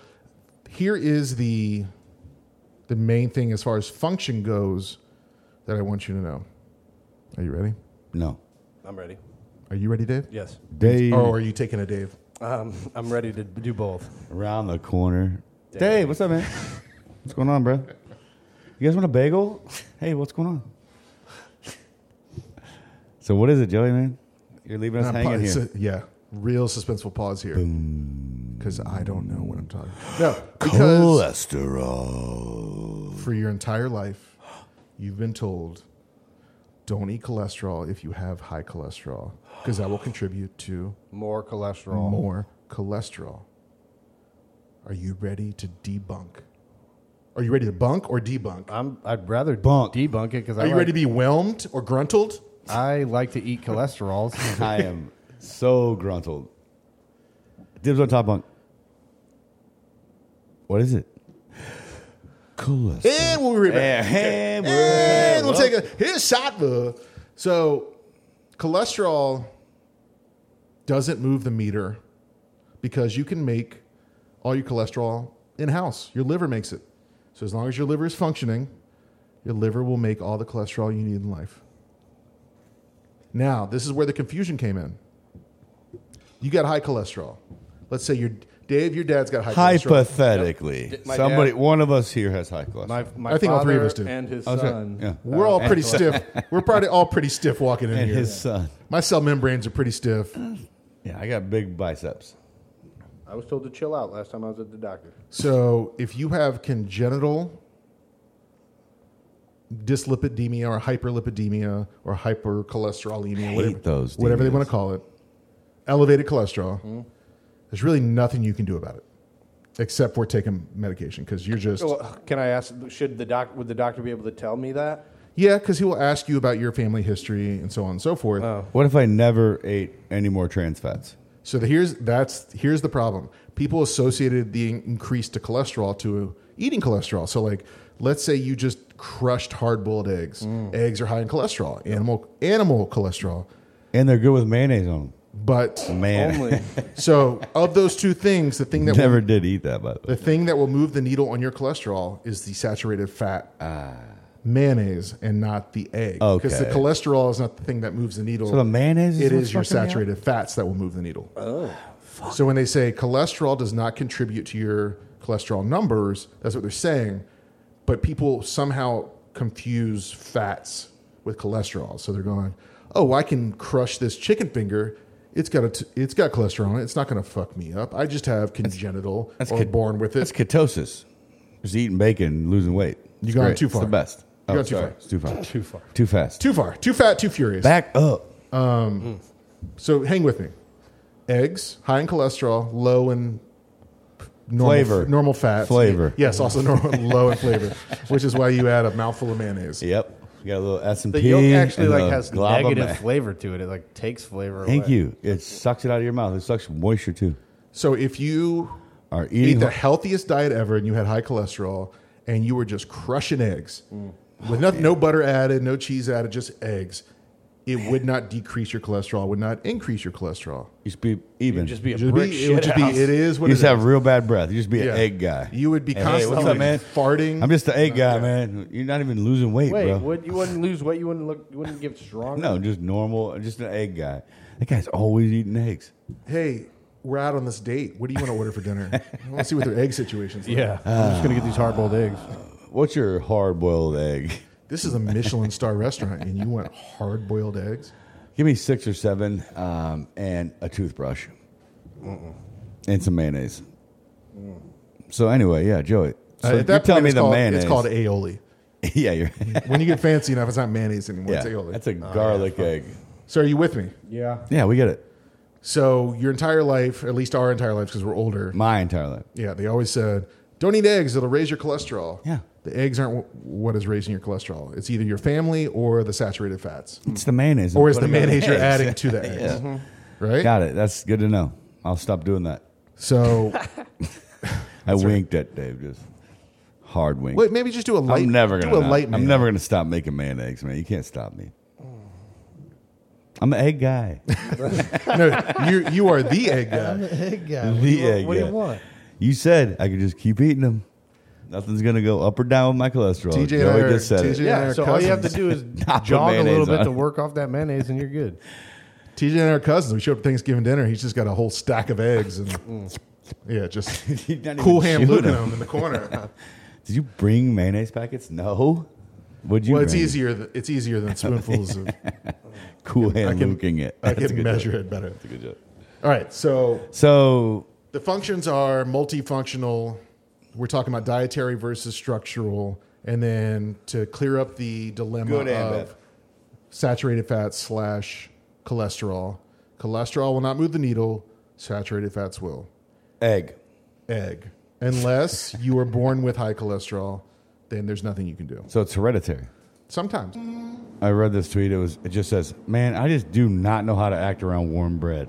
Speaker 1: Here is the the main thing as far as function goes that I want you to know. Are you ready?
Speaker 2: No,
Speaker 4: I'm ready.
Speaker 1: Are you ready, Dave?
Speaker 4: Yes,
Speaker 2: Dave
Speaker 1: Or are you taking a Dave?
Speaker 4: um, I'm ready to do both.
Speaker 2: around the corner.
Speaker 4: Dave.
Speaker 2: Dave. what's up, man? what's going on, bro? You guys want a bagel? Hey, what's going on? so what is it, Joey? Man, you're leaving us
Speaker 1: Not
Speaker 2: hanging
Speaker 1: pause.
Speaker 2: here.
Speaker 1: It's a- yeah, real suspenseful pause here. Because I don't know what I'm talking. No, because
Speaker 2: Cholesterol.
Speaker 1: for your entire life, you've been told, don't eat cholesterol if you have high cholesterol, because that will contribute to
Speaker 3: More cholesterol.
Speaker 1: more cholesterol. Are you ready to debunk? Are you ready to bunk or debunk?
Speaker 3: I'm, I'd rather
Speaker 2: Bunk.
Speaker 3: debunk it because I,
Speaker 1: Are you
Speaker 3: like,
Speaker 1: ready to be whelmed or gruntled?
Speaker 3: I like to eat cholesterols.
Speaker 2: I am so gruntled. Dibs on top bunk. What is it? Coolest.
Speaker 1: And Eh, we'll be right back.
Speaker 2: And
Speaker 1: And
Speaker 2: we're-
Speaker 1: we'll take a here's Satva. So cholesterol doesn't move the meter because you can make all your cholesterol in house. Your liver makes it. So as long as your liver is functioning, your liver will make all the cholesterol you need in life. Now, this is where the confusion came in. You got high cholesterol. Let's say your Dave, your dad's got high cholesterol.
Speaker 2: Hypothetically,
Speaker 4: Yep. My
Speaker 2: somebody,
Speaker 4: dad-
Speaker 2: one of us here has high cholesterol.
Speaker 4: My, my
Speaker 1: I think all three of
Speaker 4: father
Speaker 1: us do.
Speaker 4: And his
Speaker 2: Oh, sorry.
Speaker 4: son.
Speaker 2: Yeah.
Speaker 1: We're all pretty stiff. We're probably all pretty stiff walking in
Speaker 2: and
Speaker 1: here.
Speaker 2: his son.
Speaker 1: My cell membranes are pretty stiff.
Speaker 2: Yeah, I got big biceps.
Speaker 4: I was told to chill out last time I was at the doctor.
Speaker 1: So if you have congenital dyslipidemia or hyperlipidemia or hypercholesterolemia, whatever,
Speaker 2: those
Speaker 1: whatever they
Speaker 2: demias.
Speaker 1: want to call it, elevated cholesterol, there's really nothing you can do about it except for taking medication because you're just
Speaker 4: Well, can I ask? Should the doc? Would the doctor be able to tell me that?
Speaker 1: yeah because he will ask you about your family history and so on and so forth
Speaker 2: What if I never ate any more trans fats?
Speaker 1: So the, here's that's here's the problem. People associated the in- increase to cholesterol to eating cholesterol. So like, let's say you just crushed hard boiled eggs. Eggs are high in cholesterol, animal animal cholesterol.
Speaker 2: And they're good with mayonnaise on
Speaker 1: But
Speaker 2: them. Man,
Speaker 4: Only
Speaker 1: so of those two things, the thing that will,
Speaker 2: never did eat that, by the way.
Speaker 1: the thing that will move the needle on your cholesterol is the saturated fat. uh, Mayonnaise and not the egg, because the
Speaker 2: Okay.
Speaker 1: cholesterol is not the thing that moves the needle.
Speaker 2: So the mayonnaise is
Speaker 1: it
Speaker 2: what's
Speaker 1: is your
Speaker 2: fucking me up? Oh,
Speaker 1: saturated fats that will move the needle. So when they say cholesterol does not contribute to your cholesterol numbers, that's what they're saying. But people somehow confuse fats with cholesterol. So they're going, "Oh, I can crush this chicken finger. It's got a t- it's got cholesterol in it. It's not going to fuck me up. I just have congenital
Speaker 2: that's
Speaker 1: or
Speaker 2: con-
Speaker 1: born with
Speaker 2: That's
Speaker 1: it."
Speaker 2: ketosis. Just eating bacon, and losing weight.
Speaker 1: You
Speaker 2: It's
Speaker 1: gone
Speaker 2: great.
Speaker 1: too
Speaker 2: It's
Speaker 1: far.
Speaker 2: the best.
Speaker 1: You
Speaker 2: Oh,
Speaker 1: gone too
Speaker 2: sorry.
Speaker 1: far.
Speaker 2: It's too far.
Speaker 3: Too far.
Speaker 2: Too fast.
Speaker 1: Too far, too fat, too furious.
Speaker 2: Back up.
Speaker 1: So hang with me. Eggs, high in cholesterol, low in normal,
Speaker 2: Flavor.
Speaker 1: normal fats.
Speaker 2: Flavor.
Speaker 1: Yes, also normal, low in flavor, which is why you add a mouthful of mayonnaise.
Speaker 2: Yep. You got a little S and P.
Speaker 3: the yolk actually like has negative flavor to it. It like takes flavor.
Speaker 2: Thank
Speaker 3: away.
Speaker 2: you. It sucks it out of your mouth. It sucks moisture too.
Speaker 1: So if you
Speaker 2: Are
Speaker 1: eat
Speaker 2: eating
Speaker 1: the healthiest diet ever and you had high cholesterol and
Speaker 2: Oh,
Speaker 1: you were just crushing eggs with no, no butter added, no cheese added, just eggs, it would not decrease your cholesterol, would not increase your cholesterol.
Speaker 2: You just be even.
Speaker 4: Just be a
Speaker 1: It would
Speaker 4: brick
Speaker 1: be,
Speaker 4: shit
Speaker 1: it would just be,
Speaker 4: house.
Speaker 1: it is
Speaker 2: you
Speaker 1: what
Speaker 2: just
Speaker 1: it
Speaker 2: have
Speaker 1: is.
Speaker 2: real bad breath. You just be
Speaker 1: Yeah.
Speaker 2: an egg guy.
Speaker 1: You would be
Speaker 2: Hey, what's
Speaker 1: constantly
Speaker 2: up, man?
Speaker 1: farting.
Speaker 2: I'm just the egg guy, man. You're not even losing weight,
Speaker 4: Wait,
Speaker 2: bro.
Speaker 4: would, you wouldn't lose weight. You wouldn't look. You wouldn't get strong.
Speaker 2: No, just normal, just an egg guy. That guy's always eating eggs.
Speaker 1: hey, we're out on this date. What do you want to order for dinner? I want to see what their egg situation's like.
Speaker 3: Yeah, I'm just gonna get these hard boiled eggs.
Speaker 2: What's your hard boiled egg?
Speaker 1: This is a Michelin star restaurant, and you want hard boiled eggs?
Speaker 2: Give me six or seven um, and a toothbrush and some mayonnaise.
Speaker 1: Mm.
Speaker 2: So, anyway, yeah, Joey. So
Speaker 1: Uh,
Speaker 2: you're telling me
Speaker 1: it's
Speaker 2: the
Speaker 1: called,
Speaker 2: mayonnaise.
Speaker 1: It's called aioli.
Speaker 2: yeah, you're.
Speaker 1: When you get fancy enough, it's not mayonnaise anymore.
Speaker 2: yeah,
Speaker 1: It's aioli.
Speaker 2: that's a garlic egg.
Speaker 1: so, are you with me?
Speaker 4: Yeah.
Speaker 2: Yeah, we get it.
Speaker 1: So, your entire life, at least our entire lives, because we're older,
Speaker 2: My entire life.
Speaker 1: yeah, they always said, don't eat eggs, it'll raise your cholesterol.
Speaker 2: Yeah.
Speaker 1: The eggs aren't wh- what is raising your cholesterol. It's either your family or the saturated fats.
Speaker 2: It's the mayonnaise. I'm
Speaker 1: Or is the
Speaker 2: putting on
Speaker 1: mayonnaise you're
Speaker 2: eggs.
Speaker 1: adding Mm-hmm. to the eggs? Right?
Speaker 2: Got it. That's good to know. I'll stop doing that.
Speaker 1: So,
Speaker 2: I winked at Dave just hard wink.
Speaker 1: wait, maybe just do a light.
Speaker 2: I'm never gonna.
Speaker 1: do a
Speaker 2: not-
Speaker 1: light.
Speaker 2: I'm
Speaker 1: meal.
Speaker 2: never gonna stop making man eggs, man. You can't stop me.
Speaker 1: Mm.
Speaker 2: I'm an egg guy.
Speaker 1: no, you you are the egg guy.
Speaker 3: Egg guy.
Speaker 2: The egg guy. You said I could just keep eating them. Nothing's gonna go up or down with my cholesterol.
Speaker 1: TJ and I
Speaker 2: Joey
Speaker 1: are-
Speaker 2: just said
Speaker 1: TJ
Speaker 2: it.
Speaker 1: and I
Speaker 3: Yeah,
Speaker 1: are
Speaker 3: so all you have to
Speaker 1: cousins.
Speaker 3: do is
Speaker 2: Not
Speaker 3: jog
Speaker 2: put
Speaker 3: a little
Speaker 2: mayonnaise
Speaker 3: bit
Speaker 2: on.
Speaker 3: to work off that mayonnaise, and you're good.
Speaker 1: TJ and I are cousins. We showed up at Thanksgiving dinner. He's just got a whole stack of eggs and yeah, just
Speaker 2: He's not
Speaker 1: cool
Speaker 2: Mm. even
Speaker 1: hand looking
Speaker 2: chewing
Speaker 1: at
Speaker 2: 'em.
Speaker 1: him in the corner.
Speaker 2: Did you bring mayonnaise packets? No. Would you?
Speaker 1: well, it's
Speaker 2: bring?
Speaker 1: easier. th- It's easier than spoonfuls. Of,
Speaker 2: Cool
Speaker 1: I
Speaker 2: hand
Speaker 1: can-
Speaker 2: looking it.
Speaker 1: I
Speaker 2: That's a
Speaker 1: can
Speaker 2: good
Speaker 1: measure
Speaker 2: joke.
Speaker 1: it better.
Speaker 2: That's a good joke.
Speaker 1: All right, so
Speaker 2: So
Speaker 1: the functions are multifunctional. We're talking about dietary versus structural, and then to clear up the dilemma
Speaker 2: Good and
Speaker 1: of
Speaker 2: bad.
Speaker 1: saturated fats slash cholesterol. Cholesterol will not move the needle. Saturated fats will.
Speaker 2: egg.
Speaker 1: egg. Unless you were born with high cholesterol, then there's nothing you can do.
Speaker 2: So it's hereditary.
Speaker 1: Sometimes.
Speaker 2: I read this tweet. It was. It just says, "Man, I just do not know how to act around warm bread."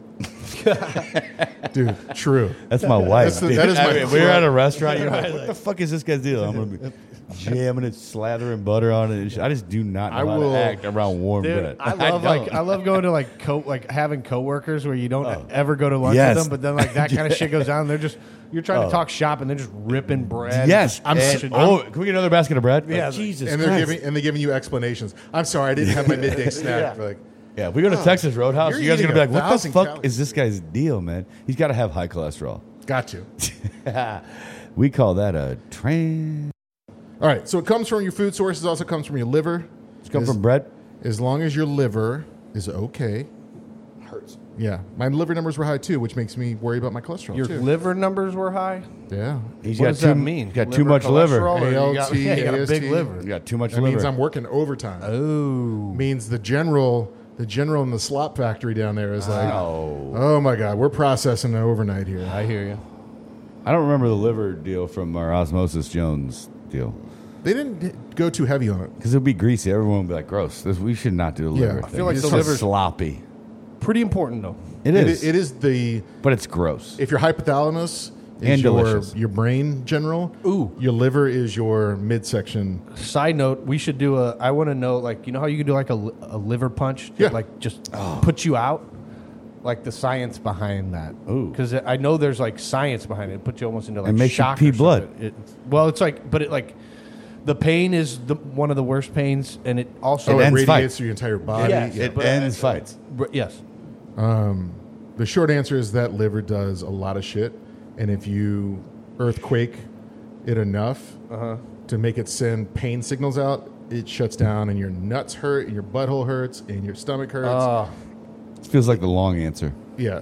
Speaker 1: Dude, true.
Speaker 2: That's my wife.
Speaker 1: That's the-
Speaker 2: dude.
Speaker 1: that is
Speaker 2: I
Speaker 1: my
Speaker 2: mean, we were
Speaker 1: crutch.
Speaker 2: at a restaurant. You're like, what the fuck is this guy's deal? I'm gonna be jamming it, slathering butter on it. And shit. I just do not know
Speaker 1: I
Speaker 2: how
Speaker 1: will-
Speaker 2: to act around warm
Speaker 3: Dude,
Speaker 2: bread.
Speaker 3: I love like
Speaker 2: don't.
Speaker 3: I love going to like co like having coworkers where you don't ever go to lunch
Speaker 2: Oh. Yes. Oh.
Speaker 3: with them, but then like that kind of shit goes down. and They're just you're trying to talk shop and they're just ripping bread.
Speaker 2: yes.
Speaker 3: I'm,
Speaker 2: I'm.
Speaker 3: s-
Speaker 2: oh, can we get another basket of bread?
Speaker 3: Yeah.
Speaker 2: Jesus.
Speaker 1: And they're
Speaker 2: Christ.
Speaker 1: giving and they're giving you explanations. I'm sorry, I didn't have my midday snack. Like,
Speaker 2: Yeah, if we go to Texas Roadhouse.
Speaker 1: Oh, You're
Speaker 2: You guys are
Speaker 1: eating
Speaker 2: gonna be like,
Speaker 1: a
Speaker 2: what the
Speaker 1: thousand
Speaker 2: fuck
Speaker 1: calories,
Speaker 2: is this guy's deal, man? He's got to have high cholesterol.
Speaker 1: got to.
Speaker 2: we call that a trans.
Speaker 1: All right. So it comes from your food sources, also comes from your liver.
Speaker 2: It's come
Speaker 1: as,
Speaker 2: from bread.
Speaker 1: as long as your liver is okay.
Speaker 4: Hurts.
Speaker 1: Yeah. My liver numbers were high too, which makes me worry about my cholesterol
Speaker 4: Your
Speaker 1: too.
Speaker 4: liver numbers were high.
Speaker 1: yeah.
Speaker 2: He's
Speaker 4: what
Speaker 2: got
Speaker 4: does
Speaker 2: too,
Speaker 4: that mean?
Speaker 2: He's Oh, got too much liver.
Speaker 4: cholesterol, or you got-
Speaker 1: ALT,
Speaker 3: yeah, you got a big
Speaker 1: AST.
Speaker 3: liver.
Speaker 2: He's got too much
Speaker 1: That
Speaker 2: liver.
Speaker 1: means I'm working overtime.
Speaker 3: oh,
Speaker 1: means the general the general in the slop factory down there is like
Speaker 2: Oh.
Speaker 1: oh my god we're processing it overnight here
Speaker 3: I hear you.
Speaker 2: I don't remember the liver deal from our Osmosis Jones deal.
Speaker 1: they didn't go too heavy on it
Speaker 2: Because it would be greasy. Everyone would be like, gross. This, we should not do the
Speaker 1: Yeah.
Speaker 2: liver.
Speaker 1: I
Speaker 2: thing.
Speaker 1: feel like
Speaker 2: It's
Speaker 1: the
Speaker 2: so
Speaker 1: liver's-
Speaker 2: sloppy.
Speaker 3: Pretty important though.
Speaker 2: It
Speaker 1: it
Speaker 2: is.
Speaker 1: is, it is the
Speaker 2: But it's gross.
Speaker 1: if your hypothalamus is
Speaker 2: And
Speaker 1: your
Speaker 2: delicious.
Speaker 1: your brain general
Speaker 3: Ooh.
Speaker 1: your liver is your midsection
Speaker 3: Side note: We should do a. I want to know like you know how you can do like a, li- a liver punch, that,
Speaker 1: Yeah.
Speaker 3: like just
Speaker 2: Oh.
Speaker 3: puts you out. Like the science behind that,
Speaker 2: Ooh.
Speaker 3: because I know there's like science behind it. It puts you almost into like
Speaker 2: It makes you
Speaker 3: shock
Speaker 2: pee
Speaker 3: or
Speaker 2: blood.
Speaker 3: something. It, well, it's like, but it like the pain is the one of the worst pains, and it also
Speaker 1: oh it
Speaker 2: ends
Speaker 1: radiates
Speaker 2: fights.
Speaker 1: through your entire body
Speaker 3: Yeah.
Speaker 1: Yeah.
Speaker 2: it
Speaker 3: but-
Speaker 2: ends fights.
Speaker 3: r- yes,
Speaker 1: the short answer is that liver does a lot of shit and if you earthquake it enough
Speaker 3: Uh-huh.
Speaker 1: to make it send pain signals out it shuts down and your nuts hurt and your butthole hurts and your stomach hurts
Speaker 3: Ah.
Speaker 2: It feels like the long answer.
Speaker 1: Yeah.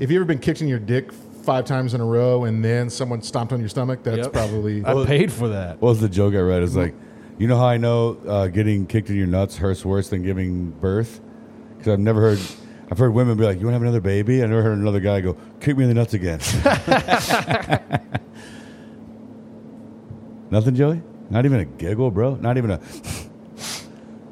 Speaker 1: If you ever been kicked in your dick five times in a row and then someone stomped on your stomach, that's
Speaker 3: Yep.
Speaker 1: probably
Speaker 3: I paid for that.
Speaker 2: What was the joke I read? It's like, you know how I know uh, getting kicked in your nuts hurts worse than giving birth? Because I've never heard. I've heard women be like, "You want to have another baby?" I never heard another guy go, "Kick me in the nuts again." Nothing, Joey. Not even a giggle, bro. Not even a.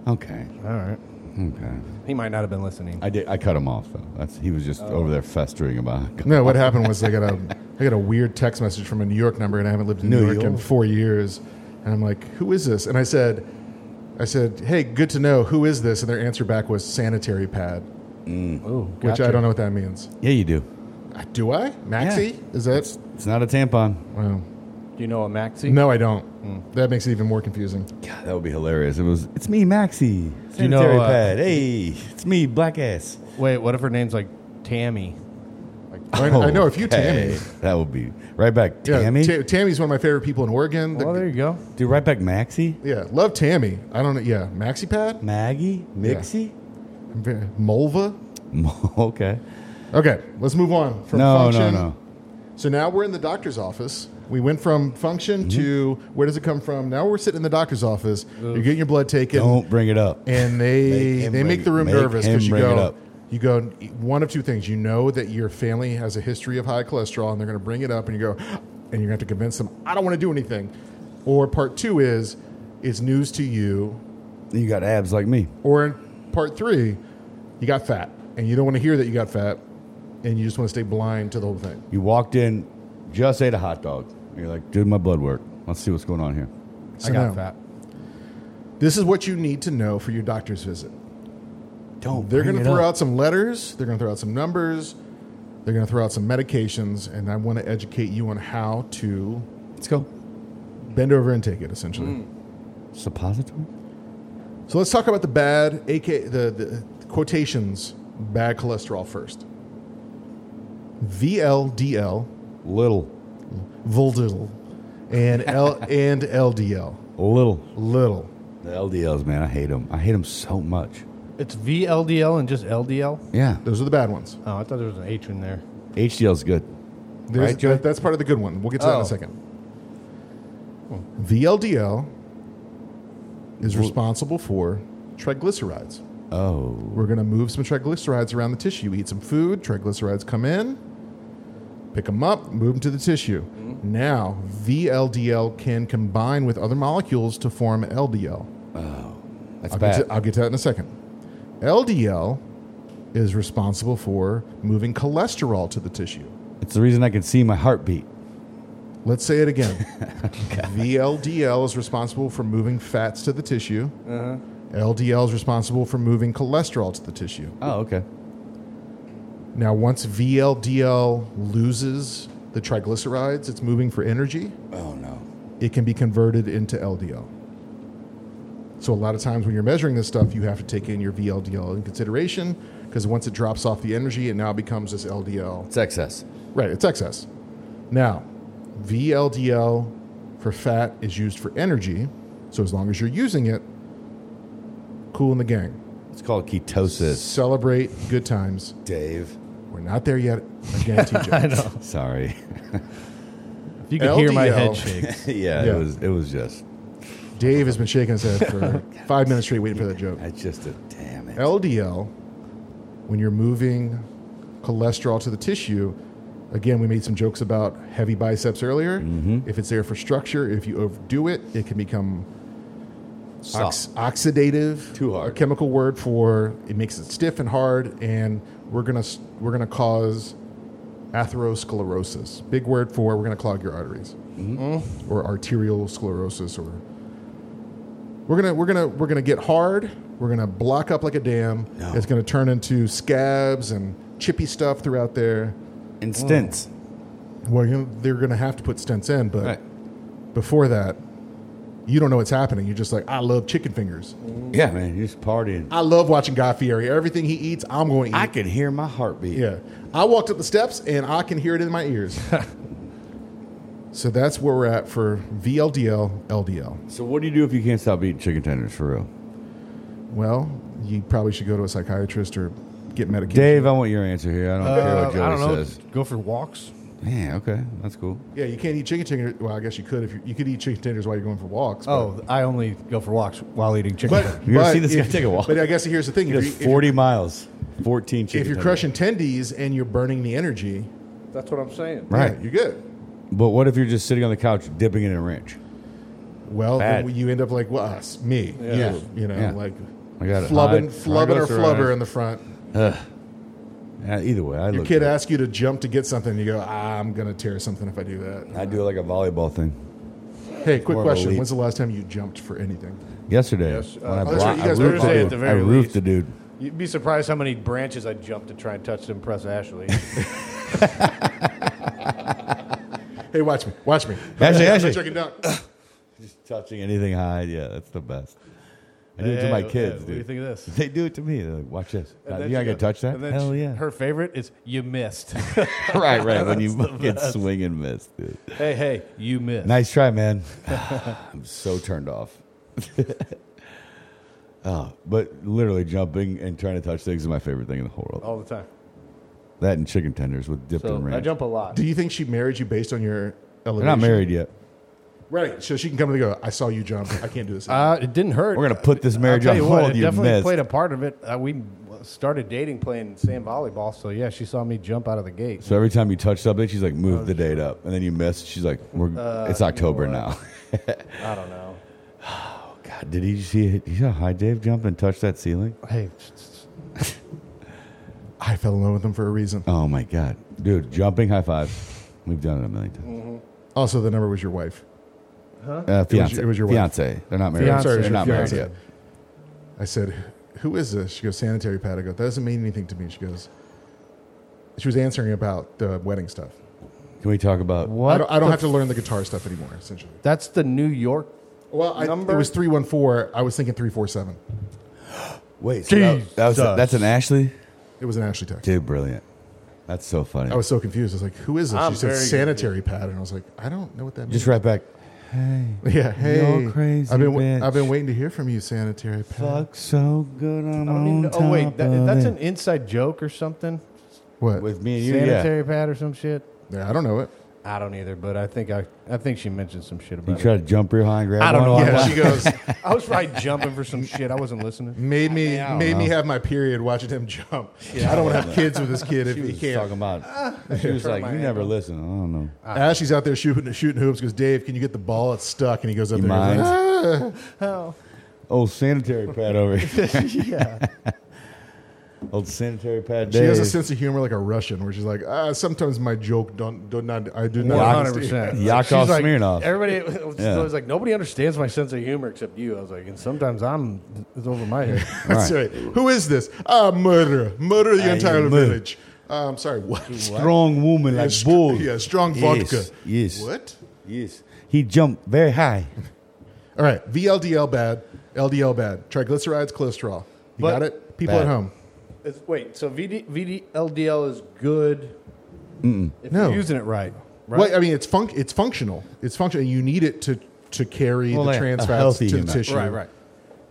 Speaker 2: okay,
Speaker 3: All right,
Speaker 2: okay.
Speaker 3: he might not have been listening.
Speaker 2: I did. I cut him off though. That's he was just over there festering about.
Speaker 1: No, what happened was I got a I got a weird text message from a New York number and I haven't lived in New,
Speaker 2: New
Speaker 1: York, in
Speaker 2: York.
Speaker 1: four years. And I'm like, who is this? And I said, I said, "Hey, good to know. Who is this?" And their answer back was sanitary pad,
Speaker 3: Ooh,
Speaker 1: which I
Speaker 3: gotcha.
Speaker 1: don't know what that means.
Speaker 2: Yeah, you do.
Speaker 1: Do I? Maxi? Is that?
Speaker 2: It's not a tampon.
Speaker 1: Well,
Speaker 4: Do you know a maxi?
Speaker 1: no, I don't. That makes it even more confusing.
Speaker 2: God, that would be hilarious. It was. It's me, Maxie. Sanitary
Speaker 3: You know, uh,
Speaker 2: pad. Hey, it's me, black ass.
Speaker 3: Wait, what if her name's like Tammy?
Speaker 1: I, I know a few
Speaker 2: Hey,
Speaker 1: Tammys.
Speaker 2: That would be right back.
Speaker 1: Yeah,
Speaker 2: Tammy.
Speaker 1: Ta- Tammy's one of my favorite people in Oregon. The-
Speaker 3: Well, there you go.
Speaker 2: Dude, right back, Maxie.
Speaker 1: yeah, love Tammy. I don't know. Yeah, Maxi Pad,
Speaker 2: Maggie. Mixie.
Speaker 1: Mulva.
Speaker 2: okay.
Speaker 1: Okay, let's move on from
Speaker 2: no, no,
Speaker 1: function.
Speaker 2: no.
Speaker 1: So now we're in the doctor's office. We went from function
Speaker 2: Mm-hmm.
Speaker 1: to where does it come from? Now we're sitting in the doctor's office. You're getting your blood taken.
Speaker 2: Don't bring it up.
Speaker 1: and they
Speaker 2: Make him
Speaker 1: they
Speaker 2: bring
Speaker 1: make the
Speaker 2: it-
Speaker 1: room
Speaker 2: make
Speaker 1: nervous
Speaker 2: him
Speaker 1: because you
Speaker 2: bring it
Speaker 1: go
Speaker 2: up.
Speaker 1: you go one of two things you know that your family has a history of high cholesterol and they're going to bring it up and you go and you're going to have to convince them I don't want to do anything or part 2 is it's news to you
Speaker 2: You got abs like me.
Speaker 1: or in part 3 you got fat and you don't want to hear that you got fat and you just want to stay blind to the whole thing
Speaker 2: You walked in, just ate a hot dog. You're like, did my blood work? Let's see what's going on here.
Speaker 1: So
Speaker 3: I got
Speaker 1: now,
Speaker 3: fat.
Speaker 1: this is what you need to know for your doctor's visit
Speaker 2: Don't.
Speaker 1: They're going to throw out some letters. They're going to throw out some numbers. They're going to throw out some medications, and I want to educate you on how to
Speaker 2: Let's go.
Speaker 1: bend over and take it, essentially.
Speaker 2: Suppository.
Speaker 1: So let's talk about the bad, aka the, the quotations, bad cholesterol first. VLDL,
Speaker 2: Little.
Speaker 1: VLDL, and L and LDL,
Speaker 2: Little.
Speaker 1: little.
Speaker 2: The LDLs, man. I hate them. I hate them so much.
Speaker 3: It's VLDL and just LDL.
Speaker 2: Yeah.
Speaker 1: Those are the bad ones.
Speaker 3: Oh, I thought there was an H in there.
Speaker 2: HDL's good.
Speaker 1: There's-
Speaker 2: Right, Joey?
Speaker 1: that- that's part of the good one. We'll get to that in
Speaker 3: Oh.
Speaker 1: a second. VLDL is responsible for triglycerides.
Speaker 2: Oh.
Speaker 1: We're going to move some triglycerides around the tissue. You eat some food, triglycerides come in, pick them up, move them to the tissue.
Speaker 2: Mm-hmm.
Speaker 1: Now, VLDL can combine with other molecules to form LDL.
Speaker 2: That's
Speaker 1: I'll
Speaker 2: bad.
Speaker 1: get, to, I'll get to that in a second. LDL is responsible for moving cholesterol to the tissue.
Speaker 2: it's the reason I can see my heartbeat.
Speaker 1: Let's say it again. VLDL is responsible for moving fats to the tissue. LDL is responsible for moving cholesterol to the tissue.
Speaker 2: Oh, okay.
Speaker 1: Now, once VLDL loses the triglycerides it's moving for energy,
Speaker 2: Oh no.
Speaker 1: it can be converted into LDL. So, a lot of times when you're measuring this stuff, you have to take in your VLDL in consideration because once it drops off the energy, it now becomes this LDL.
Speaker 2: It's excess.
Speaker 1: Right, it's excess. Now, VLDL for fat is used for energy. So, as long as you're using it, cool in the gang.
Speaker 2: It's called ketosis.
Speaker 1: Celebrate good times.
Speaker 2: Dave.
Speaker 1: We're not there yet. Again, TJ. I know.
Speaker 2: Sorry.
Speaker 3: If you can hear my
Speaker 1: LDL.
Speaker 3: head shakes.
Speaker 2: yeah,
Speaker 1: Yeah.
Speaker 2: It was. It was just.
Speaker 1: Dave has been shaking his head for five minutes straight waiting for that joke.
Speaker 2: I just a damn it.
Speaker 1: LDL, when you're moving cholesterol to the tissue, again, we made some jokes about heavy biceps earlier. If it's there for structure, if you overdo it, it can become ox- oxidative.
Speaker 2: Too hard.
Speaker 1: A chemical word for it makes it stiff and hard, and we're gonna s- we're gonna cause atherosclerosis. Big word for we're gonna clog your arteries,
Speaker 2: Mm-hmm.
Speaker 1: or arterial sclerosis, or we're gonna we're gonna we're gonna get hard. We're gonna block up like a dam.
Speaker 2: No.
Speaker 1: It's gonna turn into scabs and chippy stuff throughout there.
Speaker 2: and stints.
Speaker 1: Well, you know, they're gonna have to put stents in, but
Speaker 2: Right.
Speaker 1: before that, you don't know what's happening. You're just like, I love chicken fingers.
Speaker 2: Yeah, man. You're just partying.
Speaker 1: I love watching Guy Fieri. Everything he eats, I'm going to eat.
Speaker 2: I can hear my heartbeat.
Speaker 1: yeah. I walked up the steps and I can hear it in my ears. so that's where we're at for VLDL, LDL.
Speaker 2: So what do you do if you can't stop eating chicken tenders for real?
Speaker 1: Well, you probably should go to a psychiatrist or get medication.
Speaker 2: Dave, I want your answer here. I don't care
Speaker 3: Uh,
Speaker 2: what Joey
Speaker 3: I don't know.
Speaker 2: says.
Speaker 3: Go for walks.
Speaker 2: Yeah, okay. That's cool.
Speaker 1: Yeah, you can't eat chicken tenders. Well, I guess you could if you, you could eat chicken tenders while you're going for walks. but-
Speaker 3: Oh, I only go for walks while eating chicken.
Speaker 1: but
Speaker 2: You ever
Speaker 1: but
Speaker 2: see this guy
Speaker 1: if-
Speaker 2: take a walk?
Speaker 1: But I guess here's the thing:
Speaker 2: He
Speaker 1: if,
Speaker 2: does
Speaker 1: you, if, you're,
Speaker 2: 40 miles, 14 chicken
Speaker 1: if you're
Speaker 2: tenders.
Speaker 1: crushing tendies and you're burning the energy,
Speaker 4: That's what I'm saying.
Speaker 1: yeah,
Speaker 2: Right.
Speaker 1: you're good.
Speaker 2: But what if you're just sitting on the couch dipping it in ranch?
Speaker 1: Well, then
Speaker 2: Bad.
Speaker 1: you end up like well, us, me,
Speaker 4: Yeah.
Speaker 1: you, you know,
Speaker 2: Yeah.
Speaker 1: like
Speaker 2: I got it.
Speaker 1: flubbing,
Speaker 2: Hide
Speaker 1: flubbing or flubber
Speaker 2: triglycerides.
Speaker 1: in the front.
Speaker 2: Yeah, Uh, either way, I
Speaker 1: Your
Speaker 2: look
Speaker 1: kid
Speaker 2: at it.
Speaker 1: asks you to jump to get something, and you go, "Ah, "I'm gonna tear something if I do that."
Speaker 2: I do it like a volleyball thing.
Speaker 1: Hey, quick
Speaker 2: more of a
Speaker 1: question:
Speaker 2: leap.
Speaker 1: When's the last time you jumped for anything?
Speaker 2: yesterday.
Speaker 4: Yes, uh,
Speaker 2: when I,
Speaker 4: that's
Speaker 2: blo-
Speaker 1: right, you guys
Speaker 2: I roofed
Speaker 1: Thursday
Speaker 2: the
Speaker 1: at
Speaker 2: dude.
Speaker 4: the very
Speaker 2: I roofed
Speaker 4: least.
Speaker 2: the dude.
Speaker 4: You'd be surprised how many branches I jumped to try and touch to impress Ashley.
Speaker 1: Hey, watch me. Watch me.
Speaker 2: Actually, actually.
Speaker 1: Check it out.
Speaker 2: Touching anything high, yeah, that's the best. I do it to
Speaker 4: Hey,
Speaker 2: my
Speaker 4: what-
Speaker 2: kids,
Speaker 4: What do you
Speaker 2: dude.
Speaker 4: think of this?
Speaker 2: They do it to me. They're like, watch this.
Speaker 4: And
Speaker 2: Uh,
Speaker 4: then
Speaker 2: you
Speaker 4: she
Speaker 2: gotta
Speaker 4: goes-
Speaker 2: touch that?
Speaker 4: and then
Speaker 2: Hell
Speaker 4: she-
Speaker 2: yeah.
Speaker 4: Her favorite is you missed.
Speaker 2: right, right. When you get swing and miss, dude.
Speaker 4: hey, hey, you missed.
Speaker 2: Nice try, man. I'm so turned off. oh, but literally jumping and trying to touch things is my favorite thing in the whole world.
Speaker 4: All the time.
Speaker 2: That and chicken tenders with dipped in
Speaker 4: Oh. So I
Speaker 2: ranch.
Speaker 4: jump a lot.
Speaker 1: Do you think she married you based on your elevation?
Speaker 2: They're not married yet.
Speaker 1: Right. So she can come and go, I saw you jump. I can't do this.
Speaker 3: Uh, it didn't hurt.
Speaker 2: We're gonna put this
Speaker 3: I'll
Speaker 2: marriage
Speaker 3: tell
Speaker 2: on
Speaker 3: you what,
Speaker 2: hold.
Speaker 3: it
Speaker 2: You
Speaker 3: definitely
Speaker 2: missed.
Speaker 3: played
Speaker 2: Played
Speaker 3: a part of it.
Speaker 4: Uh, we started dating playing sand volleyball, so yeah, she saw me jump out of the gate.
Speaker 2: so every time you touch something, she's like, "Move the date up," and then you miss. She's like, "We're
Speaker 4: Uh,
Speaker 2: it's October now." Oh,
Speaker 4: I don't know.
Speaker 2: God, did he see? Did you see how high Dave jumped and touched that ceiling?
Speaker 3: Hey,
Speaker 1: I fell in love with him for a reason.
Speaker 2: Oh my God, dude! Jumping high five. We've done it a million times.
Speaker 1: Also, the number was your wife.
Speaker 2: Uh, fiance.
Speaker 1: your- it was your wife.
Speaker 2: fiance. They're not married.
Speaker 3: Fiance. Sorry, it was
Speaker 2: They're
Speaker 3: your
Speaker 2: not married
Speaker 1: fiance.
Speaker 2: yet.
Speaker 1: I said, Who is this? She goes, Sanitary pad. I go, That doesn't mean anything to me. She goes, She was answering about the wedding stuff.
Speaker 2: Can we talk about
Speaker 1: I
Speaker 3: what?
Speaker 1: don't, I don't
Speaker 3: the
Speaker 1: have to learn the guitar stuff anymore, essentially.
Speaker 3: f- That's the New York.
Speaker 1: Well, I,
Speaker 4: Number-
Speaker 1: it was 314. I was thinking 347.
Speaker 2: Wait, so that, that was,
Speaker 3: Jesus.
Speaker 2: that's an Ashley?
Speaker 1: It was an Ashley text.
Speaker 2: Dude, brilliant. That's so funny.
Speaker 4: Oh,
Speaker 1: I was so confused. I was like, Who is this?
Speaker 4: I'm
Speaker 1: she said,
Speaker 4: very
Speaker 1: Sanitary pad. And I was like, I don't know what that means.
Speaker 2: Just right back.
Speaker 1: Yeah, hey,
Speaker 2: You're crazy,
Speaker 1: I've been wa-
Speaker 2: bitch.
Speaker 1: I've been waiting to hear from you, sanitary pad.
Speaker 2: Fuck so good on
Speaker 4: I don't even know.
Speaker 2: top
Speaker 4: Oh wait, that,
Speaker 2: of
Speaker 4: that's
Speaker 2: it.
Speaker 4: an inside joke or something.
Speaker 1: What?
Speaker 2: With me and you,
Speaker 4: Sanitary pad or some shit.
Speaker 1: yeah, I don't know it.
Speaker 4: I don't either, but I think I, I think she mentioned some shit
Speaker 2: yeah.
Speaker 4: about
Speaker 2: You
Speaker 4: it.
Speaker 2: try to jump real high and grab
Speaker 4: I don't
Speaker 2: one
Speaker 4: know.
Speaker 2: while
Speaker 4: Yeah,
Speaker 2: I'm
Speaker 1: Yeah,
Speaker 2: out?
Speaker 1: she goes,
Speaker 4: I was probably jumping for some shit. I wasn't listening.
Speaker 1: made me made me have my period watching him jump. I don't want to have kids with this kid if
Speaker 2: She
Speaker 1: he
Speaker 2: was
Speaker 1: can't. Ah,
Speaker 2: talking about. She was like, "You never listen." I don't know.
Speaker 1: Ashley's out there shooting shooting hoops. Goes, Dave, can you get the ball? It's stuck. And he goes up
Speaker 2: You
Speaker 1: there. and
Speaker 2: mind?
Speaker 1: goes, "Ah."
Speaker 2: Old sanitary pad over here. yeah. Old sanitary pad.
Speaker 1: She has a
Speaker 2: Dave.
Speaker 1: sense of humor like a Russian, where she's like, ah, sometimes my joke don't do not I do not.
Speaker 2: Well,
Speaker 1: understand."
Speaker 4: 100%.
Speaker 2: Yakov
Speaker 4: She's like,
Speaker 2: Smirnoff.
Speaker 4: Everybody was
Speaker 2: Yeah.
Speaker 4: was like, nobody understands my sense of humor except you. I was like, and sometimes I'm it's over my head.
Speaker 1: That's right. Who is this? Ah, murderer, murder the
Speaker 2: Ah,
Speaker 1: entire
Speaker 2: you murder.
Speaker 1: village. Uh, I'm sorry. What?
Speaker 2: Strong woman
Speaker 1: Yeah,
Speaker 2: like
Speaker 1: str-
Speaker 2: bull.
Speaker 1: Yeah, strong
Speaker 2: Yes,
Speaker 1: vodka.
Speaker 2: yes.
Speaker 1: What?
Speaker 2: Yes. He jumped very high.
Speaker 1: All right, VLDL bad, LDL bad, triglycerides, cholesterol. You
Speaker 4: But-
Speaker 1: got it? People
Speaker 2: Bad.
Speaker 1: at home.
Speaker 4: It's- wait, so VD, VD LDL is good if
Speaker 1: No.
Speaker 4: you're using it right, right?
Speaker 1: Well, I mean, it's func- it's functional. It's functional. You need it to to carry
Speaker 2: Well,
Speaker 1: the
Speaker 2: like
Speaker 1: trans fats
Speaker 2: a
Speaker 1: to
Speaker 2: healthy
Speaker 1: the
Speaker 2: human.
Speaker 1: tissue.
Speaker 4: right, right.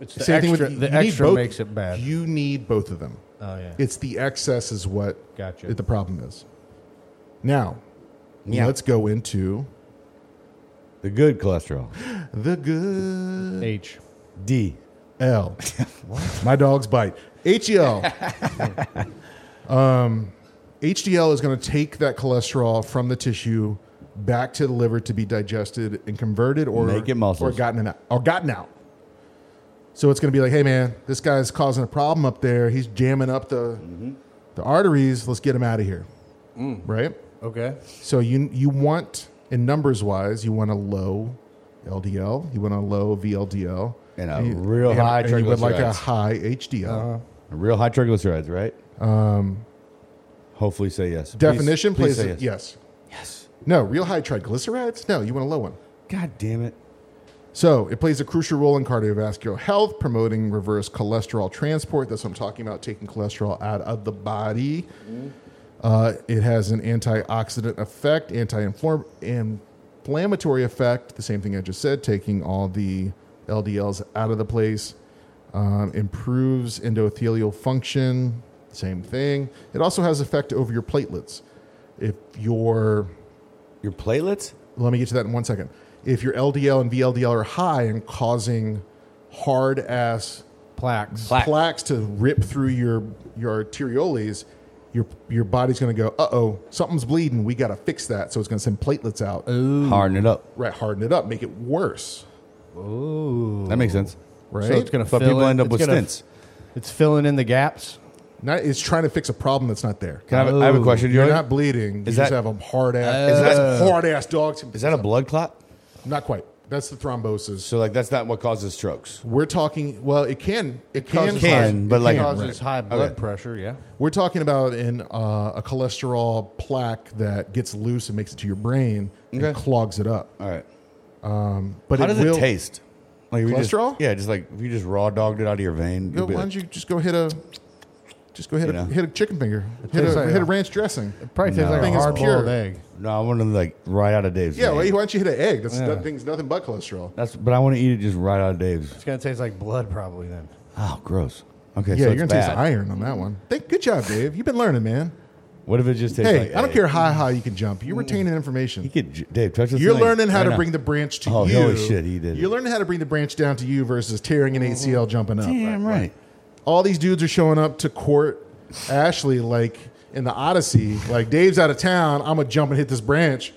Speaker 4: It's the
Speaker 1: Same
Speaker 4: extra,
Speaker 1: thing with
Speaker 4: the
Speaker 1: you need
Speaker 4: extra
Speaker 1: both-
Speaker 4: makes it bad.
Speaker 1: You need both of them.
Speaker 4: Oh, yeah.
Speaker 1: It's the excess is what
Speaker 4: Gotcha.
Speaker 1: the problem is. Now,
Speaker 2: Yeah.
Speaker 1: let's go into
Speaker 2: The good cholesterol.
Speaker 1: the good
Speaker 4: H.
Speaker 2: D.
Speaker 1: L. My dogs bite. HDL. um, HDL is going to take that cholesterol from the tissue back to the liver to be digested and converted or
Speaker 2: Make it muscles.
Speaker 1: or gotten out or gotten out. So it's going to be like, hey man, this guy's causing a problem up there. He's jamming up the the arteries. Let's get him out of here, right?
Speaker 4: Okay.
Speaker 1: So you you want in numbers wise, you want a low LDL, you want a low VLDL,
Speaker 2: And a
Speaker 1: you-
Speaker 2: real
Speaker 1: and-
Speaker 2: high
Speaker 1: and you would like a
Speaker 2: triglycerides.
Speaker 1: high
Speaker 2: Uh-huh.
Speaker 1: HDL.
Speaker 2: Real high triglycerides, right? Um, Hopefully, say yes. Please-
Speaker 1: Definition
Speaker 2: please
Speaker 1: plays
Speaker 2: say
Speaker 1: it. Yes. Yes. No, real high triglycerides. No, you want a low one.
Speaker 2: God damn it!
Speaker 1: So it plays a crucial role in cardiovascular health, promoting reverse cholesterol transport. That's what I'm talking about, taking cholesterol out of the body. Uh, it has an antioxidant effect, anti-inflammatory effect. The same thing I just said, taking all the LDLs out of the place. Um, improves endothelial function. Same thing. It also has effect over your platelets. If your
Speaker 2: Your platelets?
Speaker 1: let me get to that in one second. If your LDL and VLDL are high and causing hard ass
Speaker 3: Plaques.
Speaker 2: Plaque.
Speaker 1: plaques to rip through your your arterioles, your your body's going to go, uh oh, something's bleeding. We got to fix that. So it's going to send platelets out,
Speaker 2: Harden it up.
Speaker 1: right? Harden it up, make it worse,
Speaker 2: That makes sense.
Speaker 1: right?
Speaker 3: So it's going to
Speaker 2: But
Speaker 3: fill
Speaker 2: people
Speaker 3: in-
Speaker 2: end up
Speaker 3: it's
Speaker 2: with
Speaker 3: gonna-
Speaker 2: stints.
Speaker 3: It's filling in the gaps.
Speaker 1: Not- it's trying to fix a problem that's not there.
Speaker 2: Can I, have a- I have a
Speaker 3: Oh.
Speaker 2: question.
Speaker 1: You're
Speaker 2: Joey?
Speaker 1: not bleeding. You
Speaker 2: Is
Speaker 1: just
Speaker 2: that- Oh.
Speaker 1: have a hard ass.
Speaker 2: Is that-
Speaker 1: hard ass dogs?
Speaker 2: Is that a blood clot?
Speaker 1: Not quite. That's the thrombosis.
Speaker 2: So like that's not what causes strokes.
Speaker 1: We're talking. Well, it can. It can.
Speaker 2: causes Can, high- but,
Speaker 1: it
Speaker 2: like-
Speaker 1: can.
Speaker 3: causes high blood
Speaker 2: Okay.
Speaker 3: pressure. Yeah.
Speaker 1: We're talking about in uh, a cholesterol plaque that gets loose and makes it to your brain
Speaker 2: Okay.
Speaker 1: and clogs it up.
Speaker 2: All right.
Speaker 1: But
Speaker 2: How
Speaker 1: it
Speaker 2: does
Speaker 1: will,
Speaker 2: it taste? Like if you just-
Speaker 1: Cholesterol?
Speaker 2: yeah, just like if you just raw dogged it out of your vein.
Speaker 1: Go,
Speaker 2: you'd be
Speaker 1: why
Speaker 2: like-
Speaker 1: don't you just go hit a, just go hit
Speaker 2: You
Speaker 1: a
Speaker 2: know.
Speaker 1: hit a chicken finger, hit
Speaker 3: tastes
Speaker 1: a,
Speaker 3: like
Speaker 1: hit
Speaker 3: a-
Speaker 1: a ranch dressing.
Speaker 3: Probably tastes
Speaker 2: No.
Speaker 3: like
Speaker 1: Thing
Speaker 3: a
Speaker 1: is
Speaker 3: hard
Speaker 1: pure.
Speaker 3: boiled egg.
Speaker 2: no, I want to like right out of Dave's.
Speaker 1: Yeah,
Speaker 2: vein.
Speaker 1: why why don't you hit an egg? That's
Speaker 3: Yeah.
Speaker 1: that thing's nothing but cholesterol.
Speaker 2: that's. But I want to eat it just right out of Dave's.
Speaker 3: It's gonna taste like blood probably then.
Speaker 2: Oh, gross. Okay,
Speaker 1: Yeah,
Speaker 2: so
Speaker 1: you're
Speaker 2: it's
Speaker 1: gonna taste
Speaker 2: bad.
Speaker 1: iron on that one. Thank, good job, Dave. You've been learning, man.
Speaker 2: What if it just tastes
Speaker 1: Hey,
Speaker 2: like?
Speaker 1: I don't
Speaker 2: egg?
Speaker 1: care how high you can jump. You're retaining information.
Speaker 2: He could, j- Dave. Touch this
Speaker 1: You're
Speaker 2: thing
Speaker 1: learning how
Speaker 2: right
Speaker 1: to
Speaker 2: now.
Speaker 1: bring the branch to
Speaker 2: Oh,
Speaker 1: you.
Speaker 2: holy shit, he did it.
Speaker 1: You're learning how to bring the branch down to you versus tearing an ACL jumping up.
Speaker 2: Damn right.
Speaker 1: All these dudes are showing up to court Ashley like in the Odyssey. Like Dave's out of town. I'm gonna jump and hit this branch,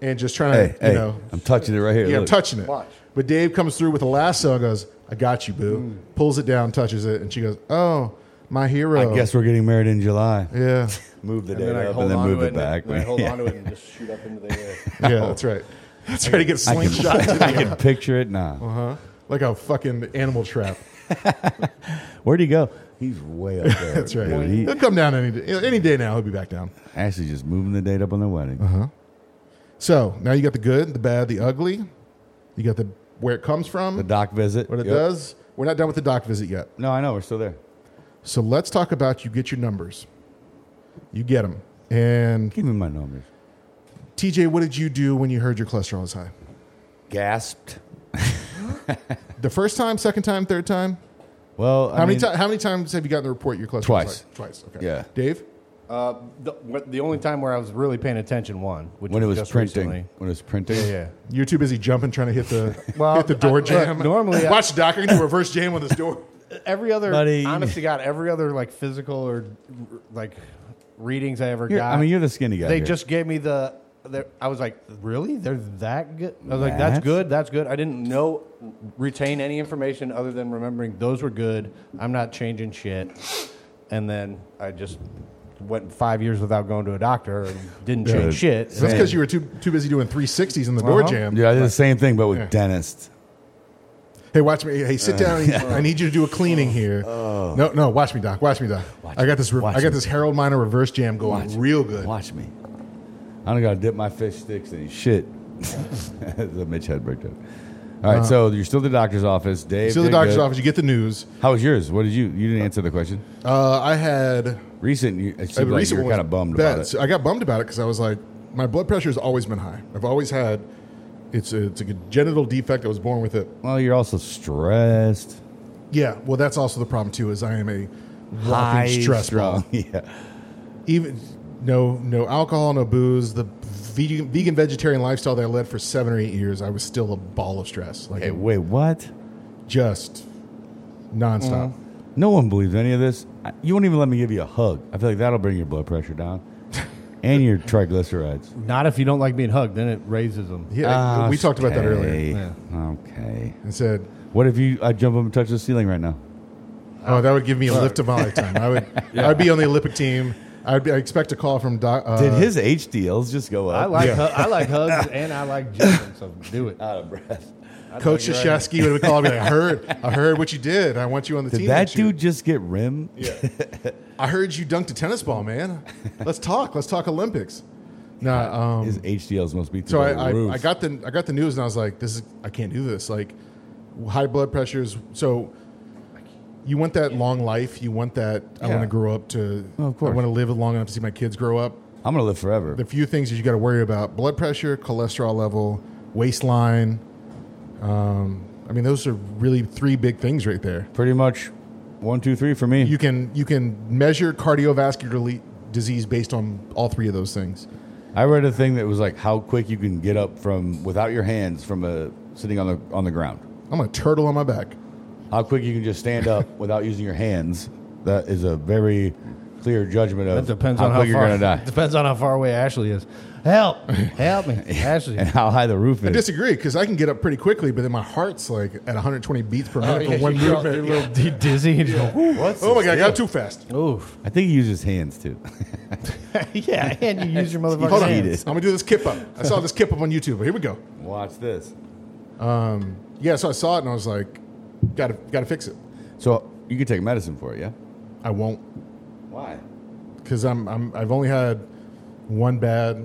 Speaker 1: and just trying
Speaker 2: Hey,
Speaker 1: to
Speaker 2: hey,
Speaker 1: you know,
Speaker 2: I'm touching it right here.
Speaker 1: yeah, I'm
Speaker 2: look.
Speaker 1: touching it.
Speaker 4: Watch.
Speaker 1: But Dave comes through with a lasso and goes, "I got you, boo." Pulls it down, touches it, and she goes, "Oh, my hero."
Speaker 2: I guess we're getting married in July.
Speaker 1: Yeah,
Speaker 2: Move the
Speaker 4: And
Speaker 2: date
Speaker 4: then I
Speaker 2: up
Speaker 4: hold
Speaker 2: and then
Speaker 4: on
Speaker 2: move
Speaker 4: to
Speaker 2: it back.
Speaker 4: And then I hold on to it and just shoot up into the air.
Speaker 1: yeah, that's right. That's right. He gets
Speaker 2: I
Speaker 1: slingshot
Speaker 2: can, I can picture it now.
Speaker 1: Uh-huh. like a fucking animal trap.
Speaker 2: Where'd he go? He's way up there.
Speaker 1: That's right.
Speaker 2: dude. He-
Speaker 1: He'll come down any day, any day now. He'll be back down.
Speaker 2: Ashley's just moving the date up on the wedding.
Speaker 1: Uh-huh. So now you got the good, the bad, the ugly. You got the where it comes from,
Speaker 2: The doc visit.
Speaker 1: what it
Speaker 2: Yep.
Speaker 1: does. We're not done with the doc visit yet.
Speaker 2: No, I know. We're still there.
Speaker 1: So let's talk about you get your numbers. You get them. And
Speaker 2: Give me my numbers.
Speaker 1: TJ, what did you do when you heard your cholesterol was high?
Speaker 2: Gasped.
Speaker 1: The first time, second time, third time?
Speaker 2: Well, I
Speaker 1: How many
Speaker 2: mean,
Speaker 1: ti- how many times have you gotten the report your cholesterol? was
Speaker 2: Twice.
Speaker 1: high? Twice. Okay.
Speaker 2: Yeah.
Speaker 1: Dave,
Speaker 4: Uh, the, what- the only time where I was really paying attention, one, which
Speaker 2: When it was
Speaker 4: just
Speaker 2: printing.
Speaker 4: recently.
Speaker 2: When it was printing.
Speaker 4: Yeah, yeah.
Speaker 1: you're too busy jumping trying to hit the
Speaker 4: Well,
Speaker 1: hit the door
Speaker 4: I- look,
Speaker 1: jam.
Speaker 4: normally I-
Speaker 1: watch the doc. I can do a reverse jam on this door.
Speaker 4: every other
Speaker 2: Buddy.
Speaker 4: honest to God, every other like physical or r- like readings I ever
Speaker 2: You're-
Speaker 4: got.
Speaker 2: I mean, you're the skinny guy.
Speaker 4: they
Speaker 2: here.
Speaker 4: just gave me the. the- I was like, really? They're that good? I was like,
Speaker 2: That's-
Speaker 4: that's good. That's good. I didn't know retain any information other than remembering those were good. I'm not changing shit. And then I just went five years without going to a doctor and didn't change shit.
Speaker 1: That's
Speaker 2: Man.
Speaker 1: because you were too too busy doing 360s in the door
Speaker 4: Uh-huh.
Speaker 1: jam.
Speaker 2: Yeah, I did the same thing, but with
Speaker 1: Yeah.
Speaker 2: dentists.
Speaker 1: Hey, watch me. Hey, sit
Speaker 2: Uh.
Speaker 1: down. I need you to do a cleaning here. No, no, watch me, Doc. Watch me, Doc. I got this. Re-
Speaker 2: Oh. Watch
Speaker 1: I got
Speaker 2: me.
Speaker 1: this Harold Miner reverse jam going real good.
Speaker 2: Watch me. I don't gotta dip my fish sticks in shit. the Mitch Hedberg joke. All right, so you're still at the doctor's office, Dave.
Speaker 1: So Uh-huh. the
Speaker 2: did
Speaker 1: doctor's
Speaker 2: good.
Speaker 1: office, you get the news.
Speaker 2: How was yours? What did you? You didn't answer the question.
Speaker 1: Uh, I had
Speaker 2: Recent. You, it
Speaker 1: a
Speaker 2: seemed like
Speaker 1: Uh, recent
Speaker 2: you're
Speaker 1: one
Speaker 2: kind of bummed
Speaker 1: bad.
Speaker 2: about it.
Speaker 1: So I got bummed about it because I was like, my blood pressure has always been high. I've always had. It's a, it's a congenital defect. I was born with it.
Speaker 2: Well, you're also stressed.
Speaker 1: Yeah. Well, that's also the problem too. Is I am a
Speaker 2: High
Speaker 1: walking stress ball.
Speaker 2: strung. Yeah.
Speaker 1: even no no alcohol, no booze. The vegan, vegan vegetarian lifestyle that I led for seven or eight years, I was still a ball of stress, like
Speaker 2: Hey, wait, what?
Speaker 1: just nonstop.
Speaker 2: No one believes any of this. I- You won't even let me give you a hug. I feel like that'll bring your blood pressure down, and your triglycerides.
Speaker 4: Not if you don't like being hugged, then it raises them.
Speaker 1: Yeah,
Speaker 2: Ah,
Speaker 1: we talked about that earlier.
Speaker 2: Okay.
Speaker 4: Yeah.
Speaker 2: Okay.
Speaker 1: And said,
Speaker 2: What if you? I jump up and touch the ceiling right now.
Speaker 1: "Oh, that would give me a lift of my lifetime. I would, I'd be on the Olympic team. I'd be, I expect a call from doc, uh,
Speaker 2: Did his HDLs just go up?
Speaker 4: I like
Speaker 1: Yeah.
Speaker 4: hu- I like hugs and I like jumping, so do it.
Speaker 2: out of breath.
Speaker 1: coach
Speaker 4: I'd like you right
Speaker 1: Shashevsky. Would have called me. I heard, I heard what you did. I want you on the
Speaker 2: Did
Speaker 1: team.
Speaker 2: that
Speaker 1: next year.
Speaker 2: dude just get rim?
Speaker 1: I heard you dunked a tennis ball, man. Let's talk. Let's talk Olympics. Nah, um,
Speaker 2: His HDLs must be through
Speaker 1: So
Speaker 2: the
Speaker 1: I,
Speaker 2: roof.
Speaker 1: I, I got the I got the news and I was like, this is I can't do this. Like high blood pressures. So you want that long life. You want that. I want
Speaker 2: Yeah.
Speaker 1: to grow up to.
Speaker 2: Oh, of course.
Speaker 1: I want to live long enough to see my kids grow up.
Speaker 2: I'm gonna live forever.
Speaker 1: The few things that you got to worry about: blood pressure, cholesterol level, waistline. Um, I mean, those are really three big things right there.
Speaker 2: Pretty much, one, two, three for me.
Speaker 1: You can you can measure cardiovascular le- disease based on all three of those things.
Speaker 2: I read a thing that was like how quick you can get up from without your hands from a sitting on the on the ground.
Speaker 1: I'm a turtle on my back.
Speaker 2: How quick you can just stand up without using your hands. That is a very clear judgment of
Speaker 4: That depends on how
Speaker 2: quick
Speaker 4: far.
Speaker 2: you're gonna die
Speaker 4: Depends on how far away Ashley is. Help! Help me, Ashley.
Speaker 2: and how high the roof is.
Speaker 1: I disagree because I can get up pretty quickly, but then my heart's like at 120 beats
Speaker 2: Oh,
Speaker 1: per minute
Speaker 4: Oh, yeah,
Speaker 1: for one
Speaker 4: you feel-
Speaker 1: movement.
Speaker 4: D- dizzy. And you go,
Speaker 2: What's
Speaker 1: Oh my
Speaker 2: this
Speaker 1: god, I got up too fast.
Speaker 4: Oof.
Speaker 2: I think he uses hands too.
Speaker 4: yeah, and you use your motherfucking
Speaker 1: Hold on,
Speaker 2: Eat
Speaker 1: I'm
Speaker 2: it.
Speaker 1: gonna do this kip up. I saw this kip up on YouTube. Here we go.
Speaker 2: Watch this.
Speaker 1: Um, yeah, so I saw it and I was like, gotta gotta fix it.
Speaker 2: So you could take medicine for it, yeah?
Speaker 1: I won't
Speaker 2: Why?
Speaker 1: because I'm, I'm I've only had one bad.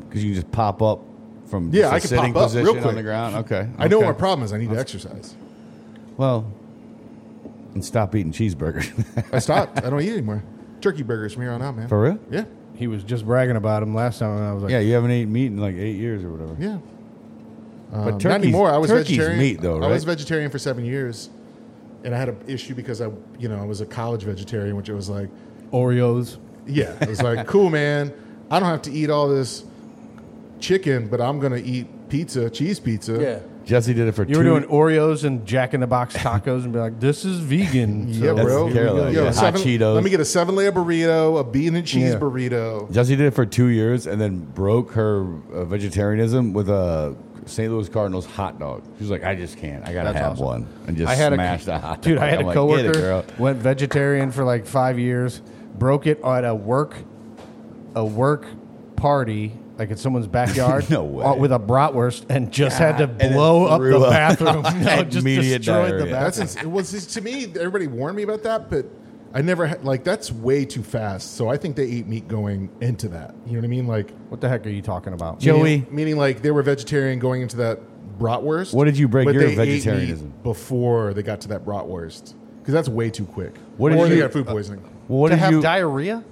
Speaker 2: Because you can just pop up from
Speaker 1: Yeah,
Speaker 2: just a
Speaker 1: I can
Speaker 2: sitting
Speaker 1: pop up real
Speaker 2: position on
Speaker 1: quick.
Speaker 2: the ground. Okay.
Speaker 1: I know
Speaker 2: okay.
Speaker 1: what my problem is. I need to exercise.
Speaker 2: Well, and stop eating cheeseburgers.
Speaker 1: I stopped. I don't eat anymore. Turkey burgers from here on out, man.
Speaker 2: for real?
Speaker 1: Yeah,
Speaker 4: He was just bragging about him last time, and I was like,
Speaker 2: Yeah, you haven't eaten meat in like eight years or whatever.
Speaker 1: yeah.
Speaker 2: But
Speaker 1: Uh, Not anymore. I was
Speaker 2: turkey's
Speaker 1: vegetarian.
Speaker 2: meat though, right?
Speaker 1: I was vegetarian for seven years, and I had an issue because I, you know, I was a college vegetarian, which it was like,
Speaker 4: Oreos.
Speaker 1: yeah, it was like, cool, man. I don't have to eat all this chicken, but I'm gonna eat pizza, cheese pizza.
Speaker 2: Jesse did it for
Speaker 4: You
Speaker 2: two.
Speaker 4: were doing Oreos and Jack in the Box tacos, and be like, "This is vegan."
Speaker 1: Yeah,
Speaker 2: That's
Speaker 1: bro.
Speaker 2: Carolina,
Speaker 1: Yo,
Speaker 2: yeah. Hot
Speaker 1: seven-
Speaker 2: Cheetos.
Speaker 1: Let me get a seven layer burrito, a bean and cheese
Speaker 4: Yeah.
Speaker 1: burrito.
Speaker 2: Jesse did it for two years and then broke her uh, vegetarianism with a St. Louis Cardinals hot dog. She was like, I just can't. I gotta
Speaker 4: That's
Speaker 2: have
Speaker 4: awesome.
Speaker 2: one and just
Speaker 4: I had
Speaker 2: smashed
Speaker 4: a
Speaker 2: a hot dog.
Speaker 4: dude. I had
Speaker 2: I'm
Speaker 4: a
Speaker 2: like, "Get it,
Speaker 4: coworker
Speaker 2: girl."
Speaker 4: went vegetarian for like five years, broke it at a work, a work party, like at someone's backyard.
Speaker 2: No way.
Speaker 4: uh, With a bratwurst, and just had to
Speaker 2: then
Speaker 4: blow up
Speaker 2: threw
Speaker 4: the
Speaker 2: up.
Speaker 4: bathroom. no, just
Speaker 2: Immediate
Speaker 4: destroyed the
Speaker 2: diarrhea.
Speaker 4: bathroom.
Speaker 1: That's ins- it was it's- to me. Everybody warned me about that, but I never had, like that's way too fast. So I think they ate meat going into that. You know what I mean? Like
Speaker 4: What the heck are you talking about?
Speaker 2: Joey.
Speaker 1: meaning, meaning like they were vegetarian going into that bratwurst.
Speaker 2: What did you break
Speaker 1: but
Speaker 2: your
Speaker 1: they ate meat
Speaker 2: vegetarianism?
Speaker 1: before they got to that bratwurst? Because that's way too quick.
Speaker 2: What did
Speaker 1: or they
Speaker 2: you-
Speaker 1: got food poisoning?
Speaker 2: What
Speaker 4: to
Speaker 2: did
Speaker 4: have
Speaker 2: you?
Speaker 4: diarrhea?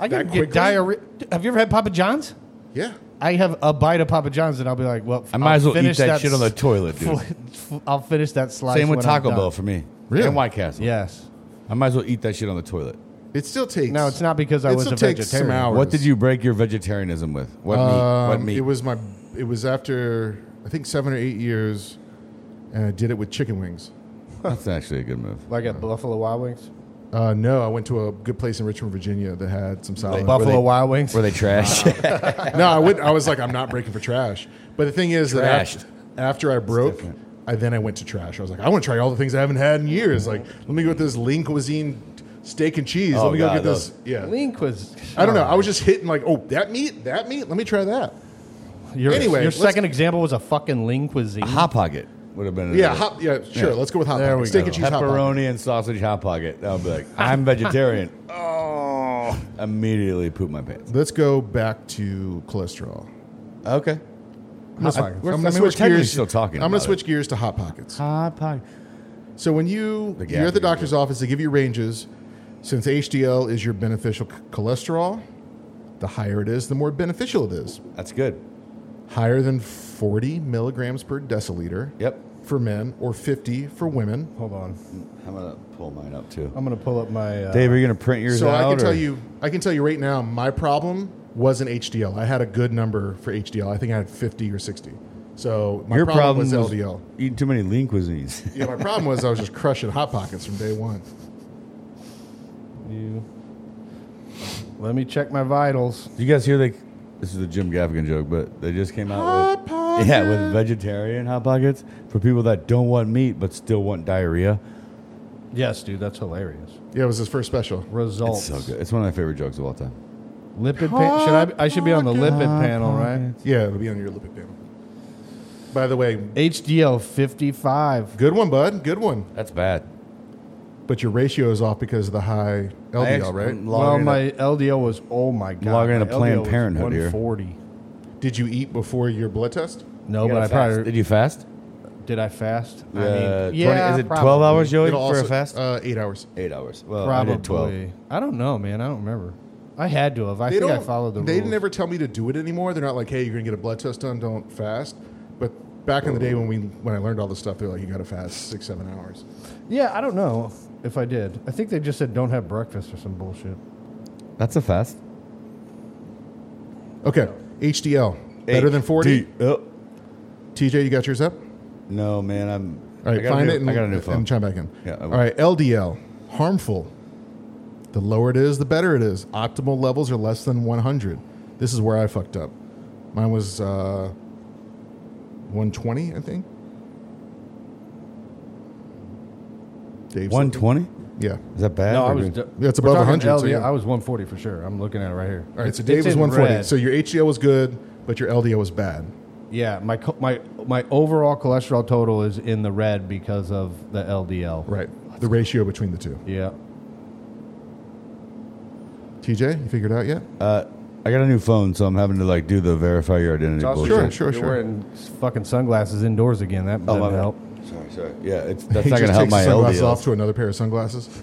Speaker 4: I
Speaker 1: That
Speaker 4: can get
Speaker 1: quickly?
Speaker 4: diarrhea. Have you ever had Papa John's?
Speaker 1: yeah,
Speaker 4: I have a bite of Papa John's, and I'll be like, "Well,
Speaker 2: I might as well eat
Speaker 4: finish
Speaker 2: that shit on the
Speaker 4: s-
Speaker 2: toilet, dude.
Speaker 4: f- I'll finish that slice."
Speaker 2: Same with
Speaker 4: when I'm
Speaker 2: Taco
Speaker 4: done.
Speaker 2: Bell for me.
Speaker 1: Really?
Speaker 2: And White Castle.
Speaker 4: Yes.
Speaker 2: I might as well eat that shit on the toilet.
Speaker 1: it still takes.
Speaker 4: No, it's not because I
Speaker 1: it
Speaker 4: was
Speaker 1: still
Speaker 4: a
Speaker 1: takes some
Speaker 4: vegetarian.
Speaker 1: hours.
Speaker 2: What did you break your vegetarianism with? What meat? What
Speaker 1: Um,
Speaker 2: meat?
Speaker 1: It was my. It was after I think seven or eight years, and I did it with chicken wings.
Speaker 2: That's actually a good move.
Speaker 4: Like at Buffalo Wild Wings.
Speaker 1: Uh, no, I went to a good place in Richmond, Virginia that had some salad.
Speaker 4: Buffalo
Speaker 2: they-
Speaker 4: Wild Wings.
Speaker 2: Were they trash?
Speaker 1: no, I would. I was like, I'm not breaking for trash. But the thing is that
Speaker 2: Trashed.
Speaker 1: after, after I broke,
Speaker 2: different.
Speaker 1: I then I went to trash. I was like, I want to try all the things I haven't had in years. Like, let me go with this lean cuisine steak and cheese.
Speaker 2: Oh,
Speaker 1: let me go
Speaker 2: God,
Speaker 1: get
Speaker 2: those-
Speaker 1: this. Yeah,
Speaker 4: Link was.
Speaker 1: I don't know. I was just hitting like, oh, that meat, that meat. Let me try that.
Speaker 4: Oh, Your,
Speaker 1: Anyway,
Speaker 4: your
Speaker 1: let's-
Speaker 4: second example was a fucking Lean cuisine.
Speaker 2: hot pocket would have been. another-
Speaker 1: Yeah, hot, yeah, sure. Let's go with hot
Speaker 4: There
Speaker 1: pocket.
Speaker 4: we
Speaker 1: steak
Speaker 4: go.
Speaker 1: and cheese hot pocket.
Speaker 2: Pepperoni and sausage hot pocket. I'll be like, I'm vegetarian. oh, immediately poop my pants.
Speaker 1: Let's go back to cholesterol.
Speaker 2: Okay.
Speaker 1: I'm
Speaker 2: I-
Speaker 1: gonna,
Speaker 2: we're-
Speaker 1: I'm
Speaker 2: I
Speaker 1: gonna
Speaker 2: mean, we're
Speaker 1: switch
Speaker 2: technically
Speaker 1: gears.
Speaker 2: still talking
Speaker 1: I'm gonna
Speaker 2: about
Speaker 1: switch gears to hot pockets.
Speaker 2: Hot pocket.
Speaker 1: So when you
Speaker 2: The gap
Speaker 1: you're at the
Speaker 2: is
Speaker 1: doctor's office, they give you ranges. Since HDL is your beneficial c- cholesterol, the higher it is, the more beneficial it is.
Speaker 2: That's good.
Speaker 1: Higher than 40 milligrams per deciliter
Speaker 2: Yep.
Speaker 1: for men, or 50 for women.
Speaker 4: Hold on.
Speaker 2: I'm gonna pull mine up too.
Speaker 4: I'm going to pull up my. Uh,
Speaker 2: Dave, are you gonna print yours
Speaker 1: So
Speaker 2: out?
Speaker 1: I can
Speaker 2: or-
Speaker 1: tell you, I can tell you right now, my problem wasn't HDL. I had a good number for HDL. I think I had 50 or 60. So my
Speaker 2: your
Speaker 1: problem,
Speaker 2: problem
Speaker 1: was
Speaker 2: was
Speaker 1: LDL.
Speaker 2: eating too many lean cuisines.
Speaker 1: yeah, my problem was I was just crushing hot pockets from day one.
Speaker 4: you- let me check my vitals.
Speaker 2: Did you guys hear they? This is a Jim Gaffigan joke, but they just came out with yeah with vegetarian hot pockets for people that don't want meat but still want diarrhea.
Speaker 4: Yes, dude, that's hilarious.
Speaker 1: Yeah, it was his first special.
Speaker 4: Results.
Speaker 2: It's so good. It's one of my favorite jokes of all time.
Speaker 4: Lipid pan- should I? be- I should be on the lipid panel, right?
Speaker 1: Yeah, it'll be on your lipid panel. By the way,
Speaker 4: HDL 55.
Speaker 1: good one, bud. Good one.
Speaker 2: That's bad.
Speaker 1: But your ratio is off because of the high
Speaker 2: I
Speaker 1: LDL,
Speaker 2: actually-
Speaker 1: right?
Speaker 4: well,
Speaker 2: Logging
Speaker 4: my LDL was oh my god.
Speaker 2: Logging
Speaker 4: my
Speaker 2: into Planned
Speaker 4: LDL was
Speaker 2: Parenthood here.
Speaker 4: 140.
Speaker 1: Did you eat before your blood test?
Speaker 4: No, but I probably
Speaker 2: did you fast?
Speaker 4: did. I fast. I
Speaker 2: Uh, 20
Speaker 4: yeah,
Speaker 2: is it
Speaker 4: probably.
Speaker 2: twelve hours, Joey, for
Speaker 1: It'll also-
Speaker 2: a fast?
Speaker 1: Uh, eight hours.
Speaker 2: Eight hours. Well,
Speaker 4: Probably.
Speaker 2: I did twelve.
Speaker 4: I don't know, man. I don't remember. I had to have. I think I followed the
Speaker 1: They
Speaker 4: rules.
Speaker 1: never tell me to do it anymore. They're not like, hey, you're gonna get a blood test done. Don't fast. But back in the day when we when I learned all this stuff, they're like, you gotta fast six seven hours.
Speaker 4: Yeah, I don't know if I did. I think they just said don't have breakfast or some bullshit.
Speaker 2: That's a fast.
Speaker 1: Okay, HDL better than forty.
Speaker 2: Oh.
Speaker 1: TJ, you got yours up.
Speaker 2: No, man. I'm.
Speaker 1: All
Speaker 2: I
Speaker 1: right,
Speaker 2: got a
Speaker 1: find
Speaker 2: new-
Speaker 1: it and,
Speaker 2: I got a new phone.
Speaker 1: and chime back in.
Speaker 2: Yeah, I
Speaker 1: All
Speaker 2: will.
Speaker 1: right, LDL, harmful. The lower it is, the better it is. Optimal levels are less than 100. This is where I fucked up. Mine was uh, 120, I think. Dave's
Speaker 2: One twenty.
Speaker 1: looking. Yeah.
Speaker 2: Is that bad?
Speaker 4: No, I
Speaker 2: Or
Speaker 4: was.
Speaker 2: good?
Speaker 1: Yeah, it's
Speaker 4: we're
Speaker 1: above
Speaker 4: talking
Speaker 1: 100, so
Speaker 4: LDL.
Speaker 1: yeah.
Speaker 4: I was 140 for sure. I'm looking at it right here.
Speaker 1: All right, so
Speaker 4: It's-
Speaker 1: Dave
Speaker 4: it's
Speaker 1: was
Speaker 4: in
Speaker 1: 140.
Speaker 4: red.
Speaker 1: So your HDL was good, but your LDL was bad.
Speaker 4: yeah, my co- my my overall cholesterol total is in the red because of the LDL.
Speaker 1: Right. The ratio between the two.
Speaker 4: Yeah.
Speaker 1: TJ, you figured it out yet?
Speaker 2: Uh, I got a new phone, so I'm having to like do the verify your identity bullshit.
Speaker 1: Sure, sure,
Speaker 4: You're
Speaker 1: sure.
Speaker 4: wearing s- fucking sunglasses indoors again. That
Speaker 2: Oh,
Speaker 4: doesn't
Speaker 2: my bad.
Speaker 4: help.
Speaker 2: Sorry, sorry. Yeah, it's, that's
Speaker 1: He
Speaker 2: not
Speaker 1: just
Speaker 2: gonna help
Speaker 1: takes
Speaker 2: my
Speaker 1: his sunglasses
Speaker 2: LDL.
Speaker 1: off to another pair of sunglasses.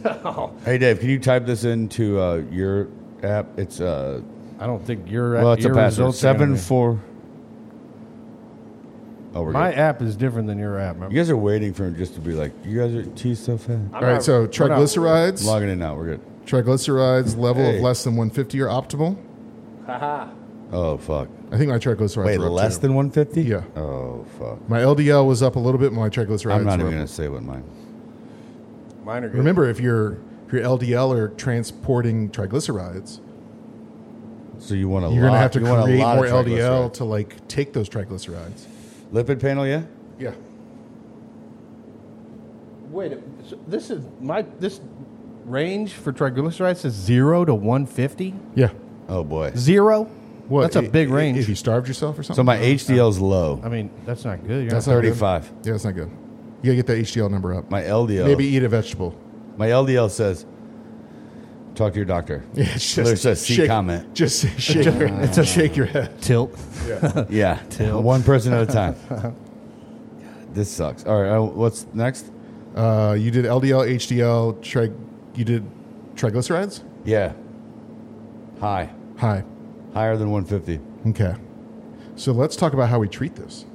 Speaker 2: Hey, Dave, can you type this into uh, your app? It's uh,
Speaker 4: I don't think your
Speaker 2: well, it's a
Speaker 4: your
Speaker 2: password.
Speaker 4: results are gonna
Speaker 2: Seven
Speaker 4: be-
Speaker 2: four. Oh, we're
Speaker 4: My
Speaker 2: good.
Speaker 4: app is different than your app.
Speaker 2: You guys are waiting for him just to be like, you guys are too so fat.
Speaker 1: All right, so triglycerides,
Speaker 2: Logging in now. We're good.
Speaker 1: triglycerides level
Speaker 2: Hey.
Speaker 1: of less than 150 are optimal.
Speaker 2: Oh fuck.
Speaker 1: I think my triglycerides
Speaker 2: Wait,
Speaker 1: were up
Speaker 2: less
Speaker 1: too.
Speaker 2: than 150?
Speaker 1: Yeah.
Speaker 2: Oh fuck.
Speaker 1: My LDL was up a little bit. My triglycerides
Speaker 2: I'm not
Speaker 1: were
Speaker 2: even
Speaker 1: up.
Speaker 2: gonna say what mine.
Speaker 4: Mine are good.
Speaker 1: Remember, if you're if your LDL are transporting triglycerides,
Speaker 2: So you want a
Speaker 1: you're
Speaker 2: lot?
Speaker 1: gonna have to
Speaker 2: you want a
Speaker 1: create
Speaker 2: lot
Speaker 1: more
Speaker 2: of
Speaker 1: LDL
Speaker 2: triglycerides.
Speaker 1: to like take those triglycerides.
Speaker 2: Lipid panel, yeah.
Speaker 1: Yeah.
Speaker 4: Wait, so this is my this range for triglycerides is zero to one fifty.
Speaker 1: Yeah.
Speaker 2: Oh boy.
Speaker 4: Zero.
Speaker 1: What?
Speaker 4: That's a
Speaker 1: i-
Speaker 4: big
Speaker 1: i-
Speaker 4: range.
Speaker 1: If you starved yourself or something.
Speaker 2: So my HDL's low.
Speaker 4: I mean, that's not good. You're
Speaker 1: That's
Speaker 4: not
Speaker 1: not good.
Speaker 2: 35.
Speaker 1: Yeah, that's not good. You gotta get that HDL number up.
Speaker 2: My LDL.
Speaker 1: Maybe eat a vegetable.
Speaker 2: My LDL says, talk to your doctor.
Speaker 1: Yeah, it's
Speaker 2: There's a C
Speaker 1: shake-
Speaker 2: comment.
Speaker 1: Just say- shake. your, it's a shake your head.
Speaker 4: tilt.
Speaker 2: Yeah, one person at a time. this sucks. All right, uh, what's next?
Speaker 1: Uh, you did LDL, HDL, trig. You did triglycerides.
Speaker 2: Yeah, high,
Speaker 1: High.
Speaker 2: higher than 150.
Speaker 1: Okay. So let's talk about how we treat this.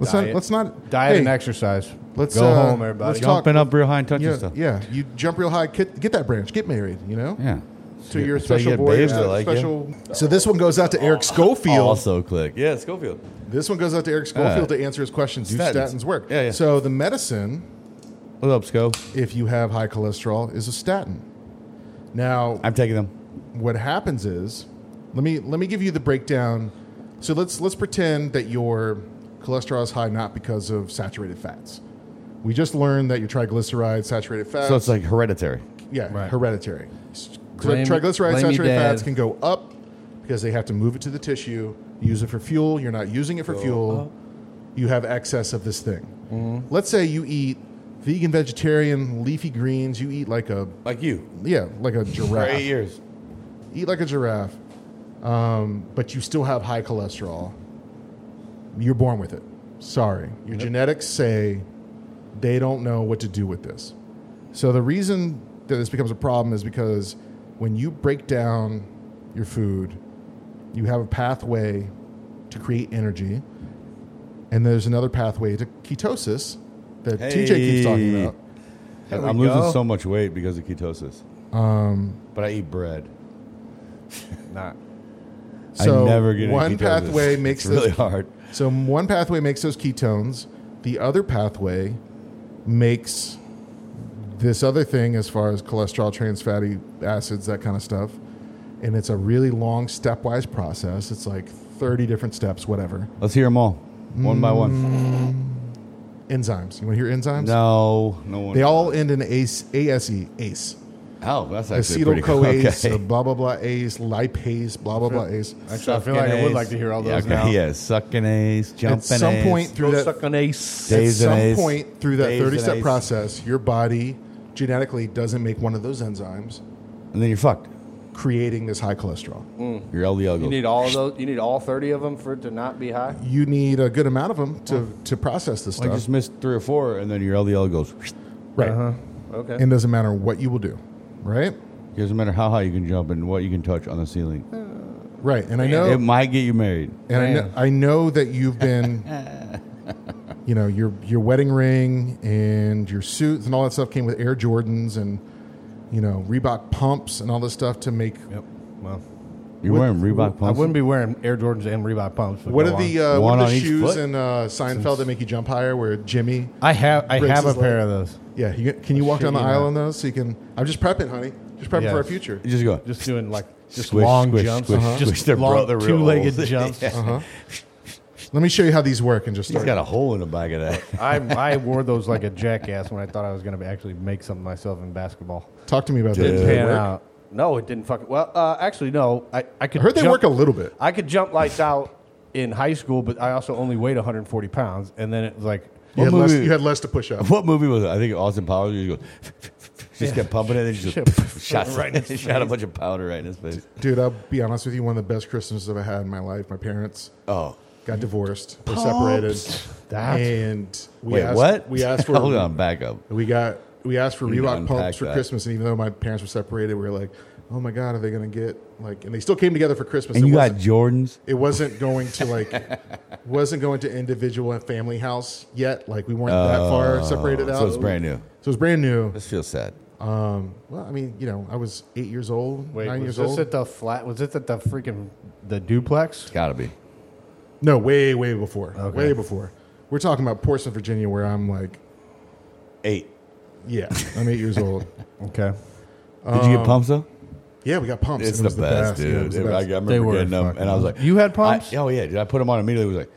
Speaker 1: Let's
Speaker 4: Diet.
Speaker 1: not. Let's not
Speaker 4: Diet
Speaker 1: hey,
Speaker 4: and exercise.
Speaker 1: Let's
Speaker 4: go
Speaker 1: uh,
Speaker 4: home, everybody.
Speaker 1: Let's talk,
Speaker 2: Jumping up real high and touching
Speaker 1: Yeah,
Speaker 2: stuff.
Speaker 1: yeah. You jump real high. Get, get that branch. Get married. You know.
Speaker 2: yeah.
Speaker 1: To your
Speaker 2: So you
Speaker 1: special
Speaker 2: get
Speaker 1: boy.
Speaker 2: babes
Speaker 1: uh,
Speaker 2: that like you. Oh,
Speaker 1: special. So this one goes out to Eric Schofield.
Speaker 2: Also click. Yeah, Schofield.
Speaker 1: This one goes out to Eric Schofield to answer his questions. Do
Speaker 2: Statins.
Speaker 1: statins work?
Speaker 2: Yeah, yeah.
Speaker 1: So the medicine,
Speaker 2: What up, Sco?
Speaker 1: if you have high cholesterol, is a statin. Now,
Speaker 2: I'm taking them.
Speaker 1: what happens is let me let me give you the breakdown so let's let's pretend that your cholesterol is high not because of saturated fats we just learned that your triglycerides saturated fats
Speaker 2: So it's like hereditary.
Speaker 1: yeah
Speaker 4: Right.
Speaker 1: hereditary
Speaker 4: Blame- blame
Speaker 1: triglycerides
Speaker 4: your
Speaker 1: saturated
Speaker 4: dad.
Speaker 1: fats can go up because they have to move it to the tissue use it for fuel you're not using it for fuel you have excess of this thing
Speaker 4: Mm-hmm.
Speaker 1: let's say you eat vegan vegetarian leafy greens you eat like a
Speaker 2: Like you.
Speaker 1: yeah like a
Speaker 2: For
Speaker 1: giraffe
Speaker 2: eight years.
Speaker 1: eat like a giraffe, um, but you still have high cholesterol. You're born with it. Sorry. Your genetics say they don't know what to do with this. So the reason that this becomes a problem is because when you break down your food, you have a pathway to create energy, and there's another pathway to ketosis that TJ keeps talking
Speaker 2: Hey.
Speaker 1: about.
Speaker 4: There
Speaker 2: I'm
Speaker 4: we
Speaker 2: losing
Speaker 4: go.
Speaker 2: so much weight because of ketosis. Um, but I eat bread.
Speaker 4: Not.
Speaker 1: So
Speaker 2: I never get into
Speaker 1: one
Speaker 2: ketosis.
Speaker 1: pathway makes
Speaker 2: it's really
Speaker 1: those
Speaker 2: hard.
Speaker 1: So one pathway makes those ketones. The other pathway makes this other thing as far as cholesterol, trans fatty acids, that kind of stuff. And it's a really long stepwise process. It's like 30 different steps, whatever.
Speaker 2: Let's hear them all, one by
Speaker 4: Mm.
Speaker 2: one.
Speaker 1: Enzymes. You want to hear enzymes?
Speaker 2: No, no one.
Speaker 1: They all end in ACE, ASE, E, ACE.
Speaker 2: Oh, that's actually
Speaker 1: Acetyl
Speaker 2: pretty cool.
Speaker 1: CoAce,
Speaker 2: Okay.
Speaker 1: blah, blah, blah, ACE, lipase, blah, blah, E. blah, ACE.
Speaker 4: Actually, I feel like I would like to hear all
Speaker 2: Yeah,
Speaker 4: those
Speaker 2: okay,
Speaker 4: now.
Speaker 2: Yeah, sucking ace, jumping
Speaker 1: At some
Speaker 2: ace.
Speaker 1: point through that
Speaker 4: an ace.
Speaker 1: at
Speaker 2: Days and
Speaker 1: some
Speaker 2: A's.
Speaker 1: point through that
Speaker 2: Days
Speaker 1: 30
Speaker 2: and
Speaker 1: step
Speaker 2: A's.
Speaker 1: process, your body genetically doesn't make one of those enzymes,
Speaker 2: and then you're fucked.
Speaker 1: creating this high cholesterol.
Speaker 2: Your LDL goes.
Speaker 4: You need all of those. You need all thirty of them for it to not be high.
Speaker 1: You need a good amount of them to, to process this
Speaker 2: I
Speaker 1: stuff.
Speaker 2: just missed three or four, and then your LDL goes.
Speaker 1: right.
Speaker 4: Okay.
Speaker 1: And it doesn't matter what you will do. Right?
Speaker 2: It doesn't matter how high you can jump and what you can touch on the ceiling.
Speaker 1: Right. And I
Speaker 4: Oh.
Speaker 1: know
Speaker 2: It might get you married.
Speaker 1: and I know,
Speaker 4: Man.
Speaker 1: I know that you've been you know, your your wedding ring and your suits and all that stuff came with Air Jordans and you know, Reebok pumps and all this stuff to make
Speaker 4: yep. Well,
Speaker 2: You're wearing Reebok pumps.
Speaker 4: I wouldn't be wearing Air Jordans and Reebok pumps. but
Speaker 1: What
Speaker 4: go
Speaker 1: are
Speaker 4: on.
Speaker 1: the uh, what
Speaker 2: One
Speaker 1: are
Speaker 2: on
Speaker 1: the
Speaker 2: each
Speaker 1: shoes
Speaker 2: foot?
Speaker 1: in uh, Seinfeld that make you jump higher? Where Jimmy,
Speaker 4: I have. I
Speaker 1: Briggs
Speaker 4: have a
Speaker 1: is
Speaker 4: pair of those.
Speaker 1: yeah, you, can
Speaker 2: Oh,
Speaker 1: you walk
Speaker 4: shit
Speaker 1: down the
Speaker 4: you
Speaker 1: aisle
Speaker 4: not.
Speaker 1: on those? So you can. I'm just prepping, honey. Just prepping
Speaker 4: Yes.
Speaker 1: for our future.
Speaker 2: You just go.
Speaker 4: Just doing like just
Speaker 2: Squish,
Speaker 4: long
Speaker 2: squish,
Speaker 4: jumps, Uh-huh.
Speaker 2: squish,
Speaker 4: just
Speaker 2: squish. They're bro-
Speaker 4: long
Speaker 2: they're real
Speaker 4: two-legged
Speaker 2: old.
Speaker 4: jumps.
Speaker 1: Let me show you how these work and just
Speaker 2: He's
Speaker 1: start.
Speaker 2: got a hole in the back of that.
Speaker 4: I, I wore those like a jackass when I thought I was going to actually make something myself in basketball.
Speaker 1: Talk to me about that.
Speaker 2: Didn't
Speaker 1: Did they
Speaker 4: Pan
Speaker 1: work?
Speaker 4: out. No, it didn't fucking. Well, uh, actually, no. I, I could
Speaker 1: I heard they
Speaker 4: jump-
Speaker 1: work a little bit.
Speaker 4: I could jump lights out in high school, but I also only weighed 140 pounds. And then it was like,
Speaker 1: You had,
Speaker 2: What
Speaker 1: less,
Speaker 2: movie-
Speaker 1: you had less to push up.
Speaker 2: What movie was it? I think Austin Powers. You go, she just kept pumping it, and she just shot right. shot a bunch of powder right in his face.
Speaker 1: Dude, I'll be honest with you. One of the best Christmases I've ever had in my life. My parents
Speaker 2: Oh,
Speaker 1: got divorced. Were separated.
Speaker 4: That's-
Speaker 1: and we
Speaker 2: wait,
Speaker 1: asked,
Speaker 2: what?
Speaker 1: We asked for
Speaker 2: Hold on, back up.
Speaker 1: We got we asked for
Speaker 2: need to
Speaker 1: Reebok
Speaker 2: unpack
Speaker 1: pumps for
Speaker 2: that.
Speaker 1: Christmas, and even though my parents were separated, we were like, "Oh my god, are they going to get like?" And they still came together for Christmas.
Speaker 2: And
Speaker 1: it
Speaker 2: you got
Speaker 1: wasn't,
Speaker 2: Jordans.
Speaker 1: it wasn't going to like wasn't going to individual and family house yet. Like we weren't that far separated out.
Speaker 2: Oh, so it's brand new.
Speaker 1: So it's brand new.
Speaker 2: This feels sad.
Speaker 1: Um, well, I mean, you know, I was eight years old,
Speaker 4: wait,
Speaker 1: nine years
Speaker 4: was this
Speaker 1: old.
Speaker 4: at the flat? Was this at the freaking the duplex?
Speaker 2: Gotta be.
Speaker 1: no, way, way before, way before. We're talking about Portsmouth, Virginia, where I'm like,
Speaker 2: Eight.
Speaker 1: yeah, I'm eight years old.
Speaker 4: Okay.
Speaker 2: Did you get pumps though?
Speaker 1: Yeah, we got pumps.
Speaker 2: It's
Speaker 1: and
Speaker 2: the,
Speaker 1: Um, it was
Speaker 2: best,
Speaker 1: Yeah,
Speaker 2: dude.
Speaker 1: it was the
Speaker 2: It- I, I
Speaker 1: best.
Speaker 2: remember
Speaker 4: They were
Speaker 2: getting them,
Speaker 4: fucking
Speaker 2: and I was like,
Speaker 4: You had
Speaker 2: I-
Speaker 4: pumps?
Speaker 2: oh yeah, dude. I put them on immediately. It was like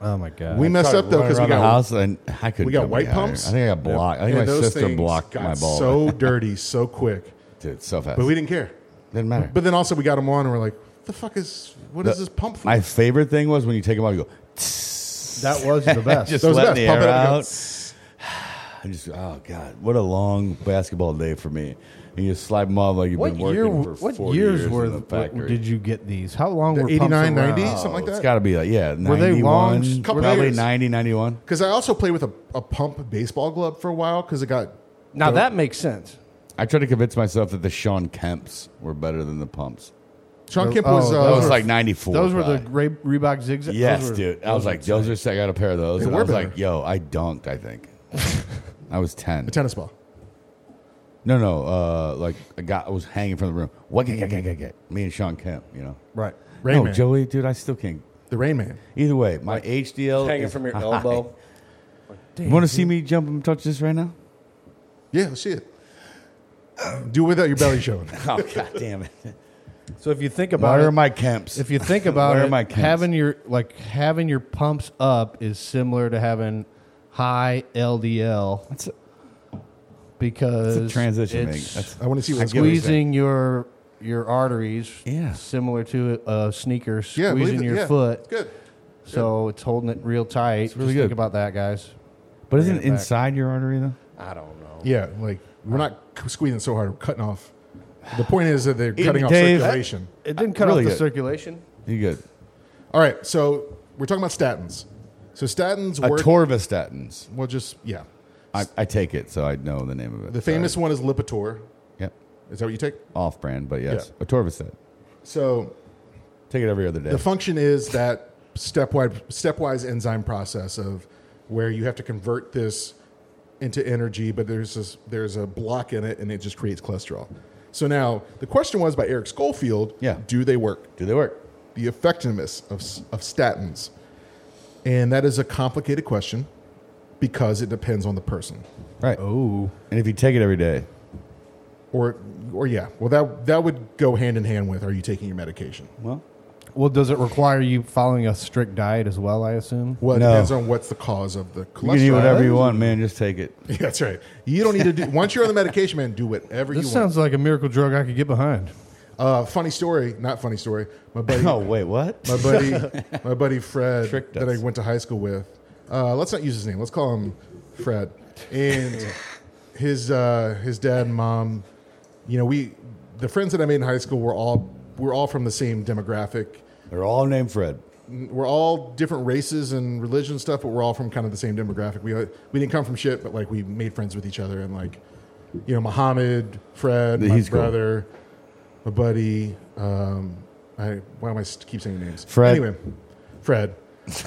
Speaker 4: Oh my god.
Speaker 1: we messed
Speaker 4: started
Speaker 1: up though
Speaker 4: running
Speaker 1: because we
Speaker 2: around the
Speaker 1: got
Speaker 2: house, and I couldn't.
Speaker 1: we got
Speaker 2: come
Speaker 1: white
Speaker 2: any higher.
Speaker 1: pumps.
Speaker 2: I think I got blocked. I think
Speaker 1: And
Speaker 2: my
Speaker 1: those
Speaker 2: sister
Speaker 1: things
Speaker 2: blocked
Speaker 1: got
Speaker 2: my ball.
Speaker 1: So dirty, so quick.
Speaker 2: dude, so fast.
Speaker 1: But we didn't care.
Speaker 2: didn't matter.
Speaker 1: But then also we got them on and we're like, the fuck is what is
Speaker 2: The-
Speaker 1: this pump for?
Speaker 2: my favorite thing was when you take them out, you go.
Speaker 4: That was the best.
Speaker 2: just
Speaker 1: That was the
Speaker 2: letting
Speaker 1: best.
Speaker 2: the
Speaker 1: Pump it
Speaker 2: air
Speaker 1: up and go,
Speaker 2: out. I just, oh god, what a long basketball day for me. And you slide them off like you've
Speaker 4: what
Speaker 2: been working
Speaker 4: year?
Speaker 2: for
Speaker 4: What
Speaker 2: 40
Speaker 4: years,
Speaker 2: years
Speaker 4: were
Speaker 2: in the factory. Oh,
Speaker 4: did you get these? How long
Speaker 1: The
Speaker 4: were
Speaker 1: 89, 90?
Speaker 4: pumps around?
Speaker 1: something like
Speaker 2: It's
Speaker 1: that?
Speaker 2: got to be like yeah,
Speaker 4: Were they long?
Speaker 2: 91,
Speaker 1: Couple
Speaker 2: probably
Speaker 1: years.
Speaker 2: 90, 91.
Speaker 1: Because I also played with a, a pump baseball glove for a while because it got
Speaker 4: Now that makes sense.
Speaker 2: I tried to convince myself that the Sean Kemps were better than the pumps.
Speaker 1: Sean Kemp
Speaker 4: oh,
Speaker 1: was, uh,
Speaker 2: That
Speaker 4: those
Speaker 2: was
Speaker 4: were-
Speaker 2: like 94.
Speaker 4: Those were the
Speaker 2: probably.
Speaker 4: Re- Reebok zigzag.
Speaker 2: Yes,
Speaker 4: those were-
Speaker 2: dude. I was like, those are sick. I got a pair of those.
Speaker 1: They
Speaker 2: And I
Speaker 1: were
Speaker 2: was like,
Speaker 1: better.
Speaker 2: yo, I dunked, I think. I was 10.
Speaker 1: a tennis ball.
Speaker 2: No, no. Uh, like, I got, I was hanging from the room. What get, get, get, get, get? Me and Sean Kemp, you know.
Speaker 4: right.
Speaker 1: Rain
Speaker 2: no,
Speaker 1: Man.
Speaker 2: Joey, dude, I still can't.
Speaker 1: The Rain Man.
Speaker 2: Either way, my HDL.
Speaker 4: Hanging
Speaker 2: is
Speaker 4: from your
Speaker 2: high.
Speaker 4: elbow.
Speaker 2: You want to see me jump and touch this right now?
Speaker 1: Yeah, let's see it. Do it without your belly showing.
Speaker 2: Oh, God damn it.
Speaker 4: So if you think about
Speaker 2: Where are
Speaker 4: it,
Speaker 2: my Kemps?
Speaker 4: if you think about
Speaker 2: Where are
Speaker 4: it,
Speaker 2: my Kemps?
Speaker 4: having your like having your pumps up is similar to having high LDL
Speaker 2: That's a,
Speaker 4: because
Speaker 2: that's a transition. man.
Speaker 4: it's
Speaker 2: That's-
Speaker 1: I want to see
Speaker 2: I
Speaker 1: what
Speaker 2: get what you're saying.
Speaker 4: squeezing your your arteries.
Speaker 2: Yeah.
Speaker 4: Similar to a sneaker
Speaker 1: Yeah, I believe
Speaker 4: squeezing
Speaker 1: it.
Speaker 4: your
Speaker 1: Yeah,
Speaker 4: foot.
Speaker 1: it's Good.
Speaker 4: So it's holding it real tight.
Speaker 2: really
Speaker 4: Just
Speaker 2: good.
Speaker 4: Think about that, guys.
Speaker 2: But isn't
Speaker 4: Bring
Speaker 2: it
Speaker 4: it back.
Speaker 2: inside your artery, though?
Speaker 4: I don't know.
Speaker 1: Yeah, like we're not squeezing so hard, we're cutting off. The point is that they're cutting off
Speaker 2: Dave.
Speaker 1: circulation.
Speaker 4: It didn't cut
Speaker 2: Uh, Really
Speaker 4: off the
Speaker 2: good.
Speaker 4: circulation.
Speaker 2: You good.
Speaker 1: All right, so we're talking about statins. So statins work.
Speaker 2: Atorvastatins.
Speaker 1: well, just yeah.
Speaker 2: I, I take it, so I know the name of it.
Speaker 1: The famous one is Lipitor.
Speaker 2: Sorry. Yep.
Speaker 1: Is that what you take?
Speaker 2: Off brand, but yes.
Speaker 1: Yeah.
Speaker 2: Atorvastatin.
Speaker 1: So
Speaker 2: Take it every other day.
Speaker 1: the function is that stepwise stepwise enzyme process of where you have to convert this into energy, but there's this, there's a block in it, and it just creates cholesterol. So now the question was by Eric Schofield,
Speaker 2: Yeah.
Speaker 1: do they work?
Speaker 2: Do they work?
Speaker 1: the effectiveness of, of statins? And that is a complicated question because it depends on the person.
Speaker 2: Right.
Speaker 4: Oh.
Speaker 2: And if you take it every day,
Speaker 1: Or, or yeah, well, that, that would go hand in hand with are you taking your medication?
Speaker 2: well,
Speaker 4: Well, does it require you following a strict diet as well? I assume.
Speaker 1: Well, it
Speaker 2: No.
Speaker 1: depends on what's the cause of the cholesterol.
Speaker 2: you can eat whatever you want, man. Just take it.
Speaker 1: Yeah, that's right. You don't need to do, once you're on the medication, man, do whatever
Speaker 4: This
Speaker 1: you
Speaker 4: sounds like a miracle drug I could get behind.
Speaker 1: want. Uh, funny story, not funny story. My buddy,
Speaker 2: Oh, wait, what?
Speaker 1: my buddy, my buddy Fred
Speaker 2: Tricked
Speaker 1: that I
Speaker 2: us.
Speaker 1: went to high school with. Uh, let's not use his name. Let's call him Fred. And his uh, his dad and mom. You know, we the friends that I made in high school were all we're all from the same demographic.
Speaker 2: They're all named Fred.
Speaker 1: We're all different races and religion and stuff, but we're all from kind of the same demographic. We uh, we didn't come from shit, but like we made friends with each other and like, you know, Muhammad, Fred, my
Speaker 2: He's cool.
Speaker 1: brother, my buddy. Um, I why am I st- keep saying names?
Speaker 2: Fred.
Speaker 1: Anyway, Fred.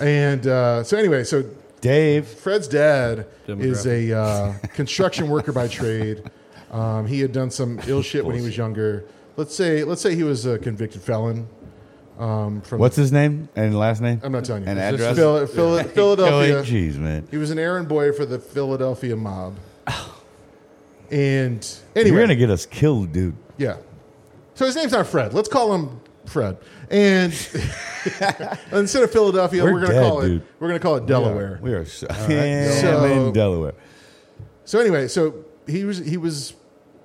Speaker 1: And uh, so anyway, so
Speaker 2: Dave.
Speaker 1: Fred's dad is a uh, construction worker by trade. Um, he had done some ill shit when he was younger. Let's say let's say he was a convicted felon. Um, from
Speaker 2: What's his name and last name?
Speaker 1: I'm not telling you.
Speaker 2: And
Speaker 1: It's just
Speaker 2: address?
Speaker 1: Phil- Phil- Philadelphia.
Speaker 2: Joey, jeez, man.
Speaker 1: He was an errand boy for the Philadelphia mob. And anyway,
Speaker 2: You're going to get us killed, dude.
Speaker 1: yeah. So his name's not Fred. Let's call him Fred. And instead of Philadelphia, we're,
Speaker 2: We're
Speaker 1: gonna
Speaker 2: dead,
Speaker 1: call it
Speaker 2: dude.
Speaker 1: we're gonna call it Delaware.
Speaker 2: We are so, Yeah,
Speaker 1: So-
Speaker 2: I'm in Delaware.
Speaker 1: So anyway, so he was he was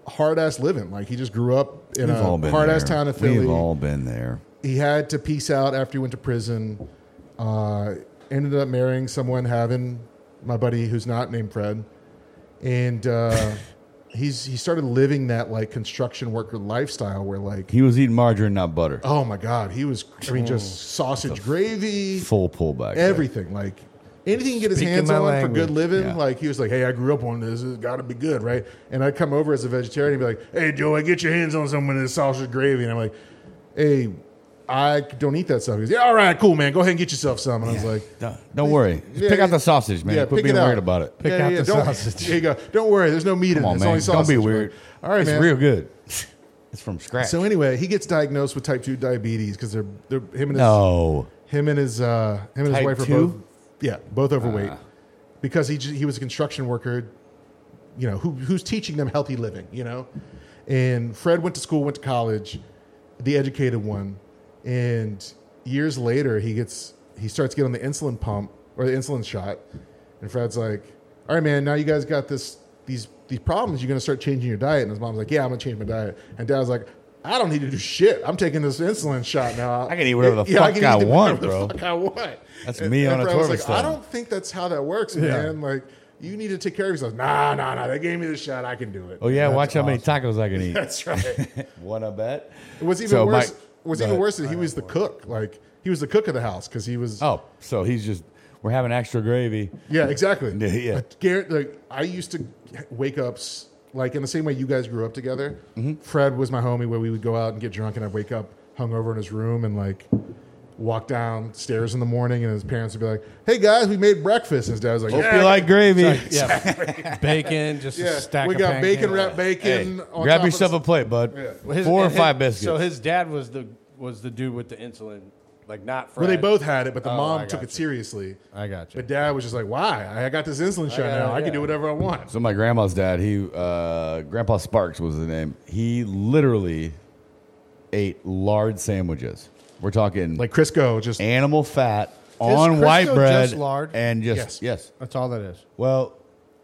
Speaker 1: hard ass living. Like he just grew up in
Speaker 2: We've
Speaker 1: a
Speaker 2: all been
Speaker 1: hard ass
Speaker 2: there.
Speaker 1: town of Philly.
Speaker 2: We've all been there.
Speaker 1: He had to peace out after he went to prison. Uh, ended up marrying someone, having my buddy who's not named Fred, and uh, he's he started living that like construction worker lifestyle where like.
Speaker 2: He was eating margarine, not butter.
Speaker 1: Oh my God, he was! I mean, just sausage gravy
Speaker 2: Full pullback.
Speaker 1: everything. Like anything he can get his
Speaker 4: Speaking
Speaker 1: hands
Speaker 4: my
Speaker 1: on for
Speaker 4: language.
Speaker 1: good living.
Speaker 2: Yeah.
Speaker 1: Like he was like, hey, I grew up on this. It's got to be good, right? And I'd come over as a vegetarian and be like, hey, Joey, get your hands on some of this sausage gravy. And I'm like, hey, I don't eat that stuff. He's yeah, all right, cool, man. Go ahead and get yourself some. And I was like,
Speaker 2: Don't, don't worry. Just
Speaker 1: Yeah,
Speaker 2: pick out
Speaker 1: yeah.
Speaker 2: the sausage, man.
Speaker 1: Yeah,
Speaker 2: Quit
Speaker 1: pick
Speaker 2: being
Speaker 1: it out.
Speaker 2: weird about it.
Speaker 4: Pick out the
Speaker 1: don't,
Speaker 4: sausage.
Speaker 1: There you go. Don't worry. There's no meat in
Speaker 2: Come
Speaker 1: it.
Speaker 2: on,
Speaker 1: It's
Speaker 2: man.
Speaker 1: only
Speaker 2: Don't
Speaker 1: sausage.
Speaker 2: be
Speaker 1: I'm like,
Speaker 2: weird.
Speaker 1: All right,
Speaker 2: it's
Speaker 1: man.
Speaker 2: real good. it's from scratch.
Speaker 1: So anyway, he gets diagnosed with type two diabetes because they're they're him and his
Speaker 2: no.
Speaker 1: Him and his uh, him and
Speaker 2: Type
Speaker 1: his wife are
Speaker 2: two? Ah.
Speaker 1: both yeah both overweight because he ju- he was a construction worker, you know who who's teaching them healthy living, you know, and Fred went to school, went to college, the educated one, and years later he gets he starts getting the insulin pump or the insulin shot, and Fred's like, all right man, now you guys got this these these problems, you're gonna start changing your diet, and his mom's like, yeah, I'm gonna change my diet, and Dad's like. I don't need to do shit. I'm taking this insulin shot now.
Speaker 2: I can eat whatever the fuck
Speaker 1: can
Speaker 2: I
Speaker 1: eat the-
Speaker 2: want,
Speaker 1: whatever the
Speaker 2: bro.
Speaker 1: fuck I want.
Speaker 2: That's me on a
Speaker 1: Fred was
Speaker 2: Torvis
Speaker 1: like, I
Speaker 2: time.
Speaker 1: don't think that's how that works, man. Like, you need to take care of yourself. Nah, nah, nah. They gave me the shot. I can do it.
Speaker 2: Oh yeah, watch how many tacos I can eat.
Speaker 1: That's right.
Speaker 2: what a bet.
Speaker 1: What's even
Speaker 2: So my-
Speaker 1: worse? What's
Speaker 2: go
Speaker 1: even
Speaker 2: ahead.
Speaker 1: worse is he was the cook. Like, he was the cook of the house because he was.
Speaker 2: Oh, so he's just we're having extra gravy.
Speaker 1: Yeah, exactly.
Speaker 2: Yeah, yeah.
Speaker 1: But Garrett, like, I used to wake up s- like in the same way you guys grew up together.
Speaker 2: Mm-hmm.
Speaker 1: Fred was my homie where we would go out and get drunk, and I'd wake up hungover in his room and like walk downstairs in the morning, and his parents would be like, "Hey guys, we made breakfast." And his dad was like,
Speaker 2: Hope
Speaker 1: "Yeah,
Speaker 2: you like gravy.
Speaker 4: Yeah, bacon, just a stack
Speaker 1: we
Speaker 4: of
Speaker 1: got bacon
Speaker 4: pancakes.
Speaker 1: wrapped bacon.
Speaker 2: Hey,
Speaker 1: on top
Speaker 2: grab
Speaker 1: of
Speaker 2: yourself
Speaker 1: the-
Speaker 2: a plate, bud.
Speaker 1: Yeah.
Speaker 2: Four
Speaker 5: His-
Speaker 2: or
Speaker 5: his-
Speaker 2: five biscuits.
Speaker 5: So his dad was the was the dude with the insulin, like not Fred.
Speaker 1: Well, they both had it, but the
Speaker 5: Oh, I
Speaker 1: mom
Speaker 5: got
Speaker 1: took
Speaker 5: you.
Speaker 1: it seriously.
Speaker 5: I got you.
Speaker 1: But dad was just like, "Why? I got this insulin shot
Speaker 5: got-
Speaker 1: now. I
Speaker 5: yeah.
Speaker 1: can do whatever I want."
Speaker 2: So my grandma's dad, he uh, Grandpa Sparks was the name. He literally ate lard sandwiches. We're talking
Speaker 1: Like Crisco, just
Speaker 2: animal fat on
Speaker 4: Crisco
Speaker 2: white
Speaker 4: just
Speaker 2: bread
Speaker 4: lard?
Speaker 2: and
Speaker 1: Yes.
Speaker 2: just yes.
Speaker 4: That's all that is.
Speaker 2: Well,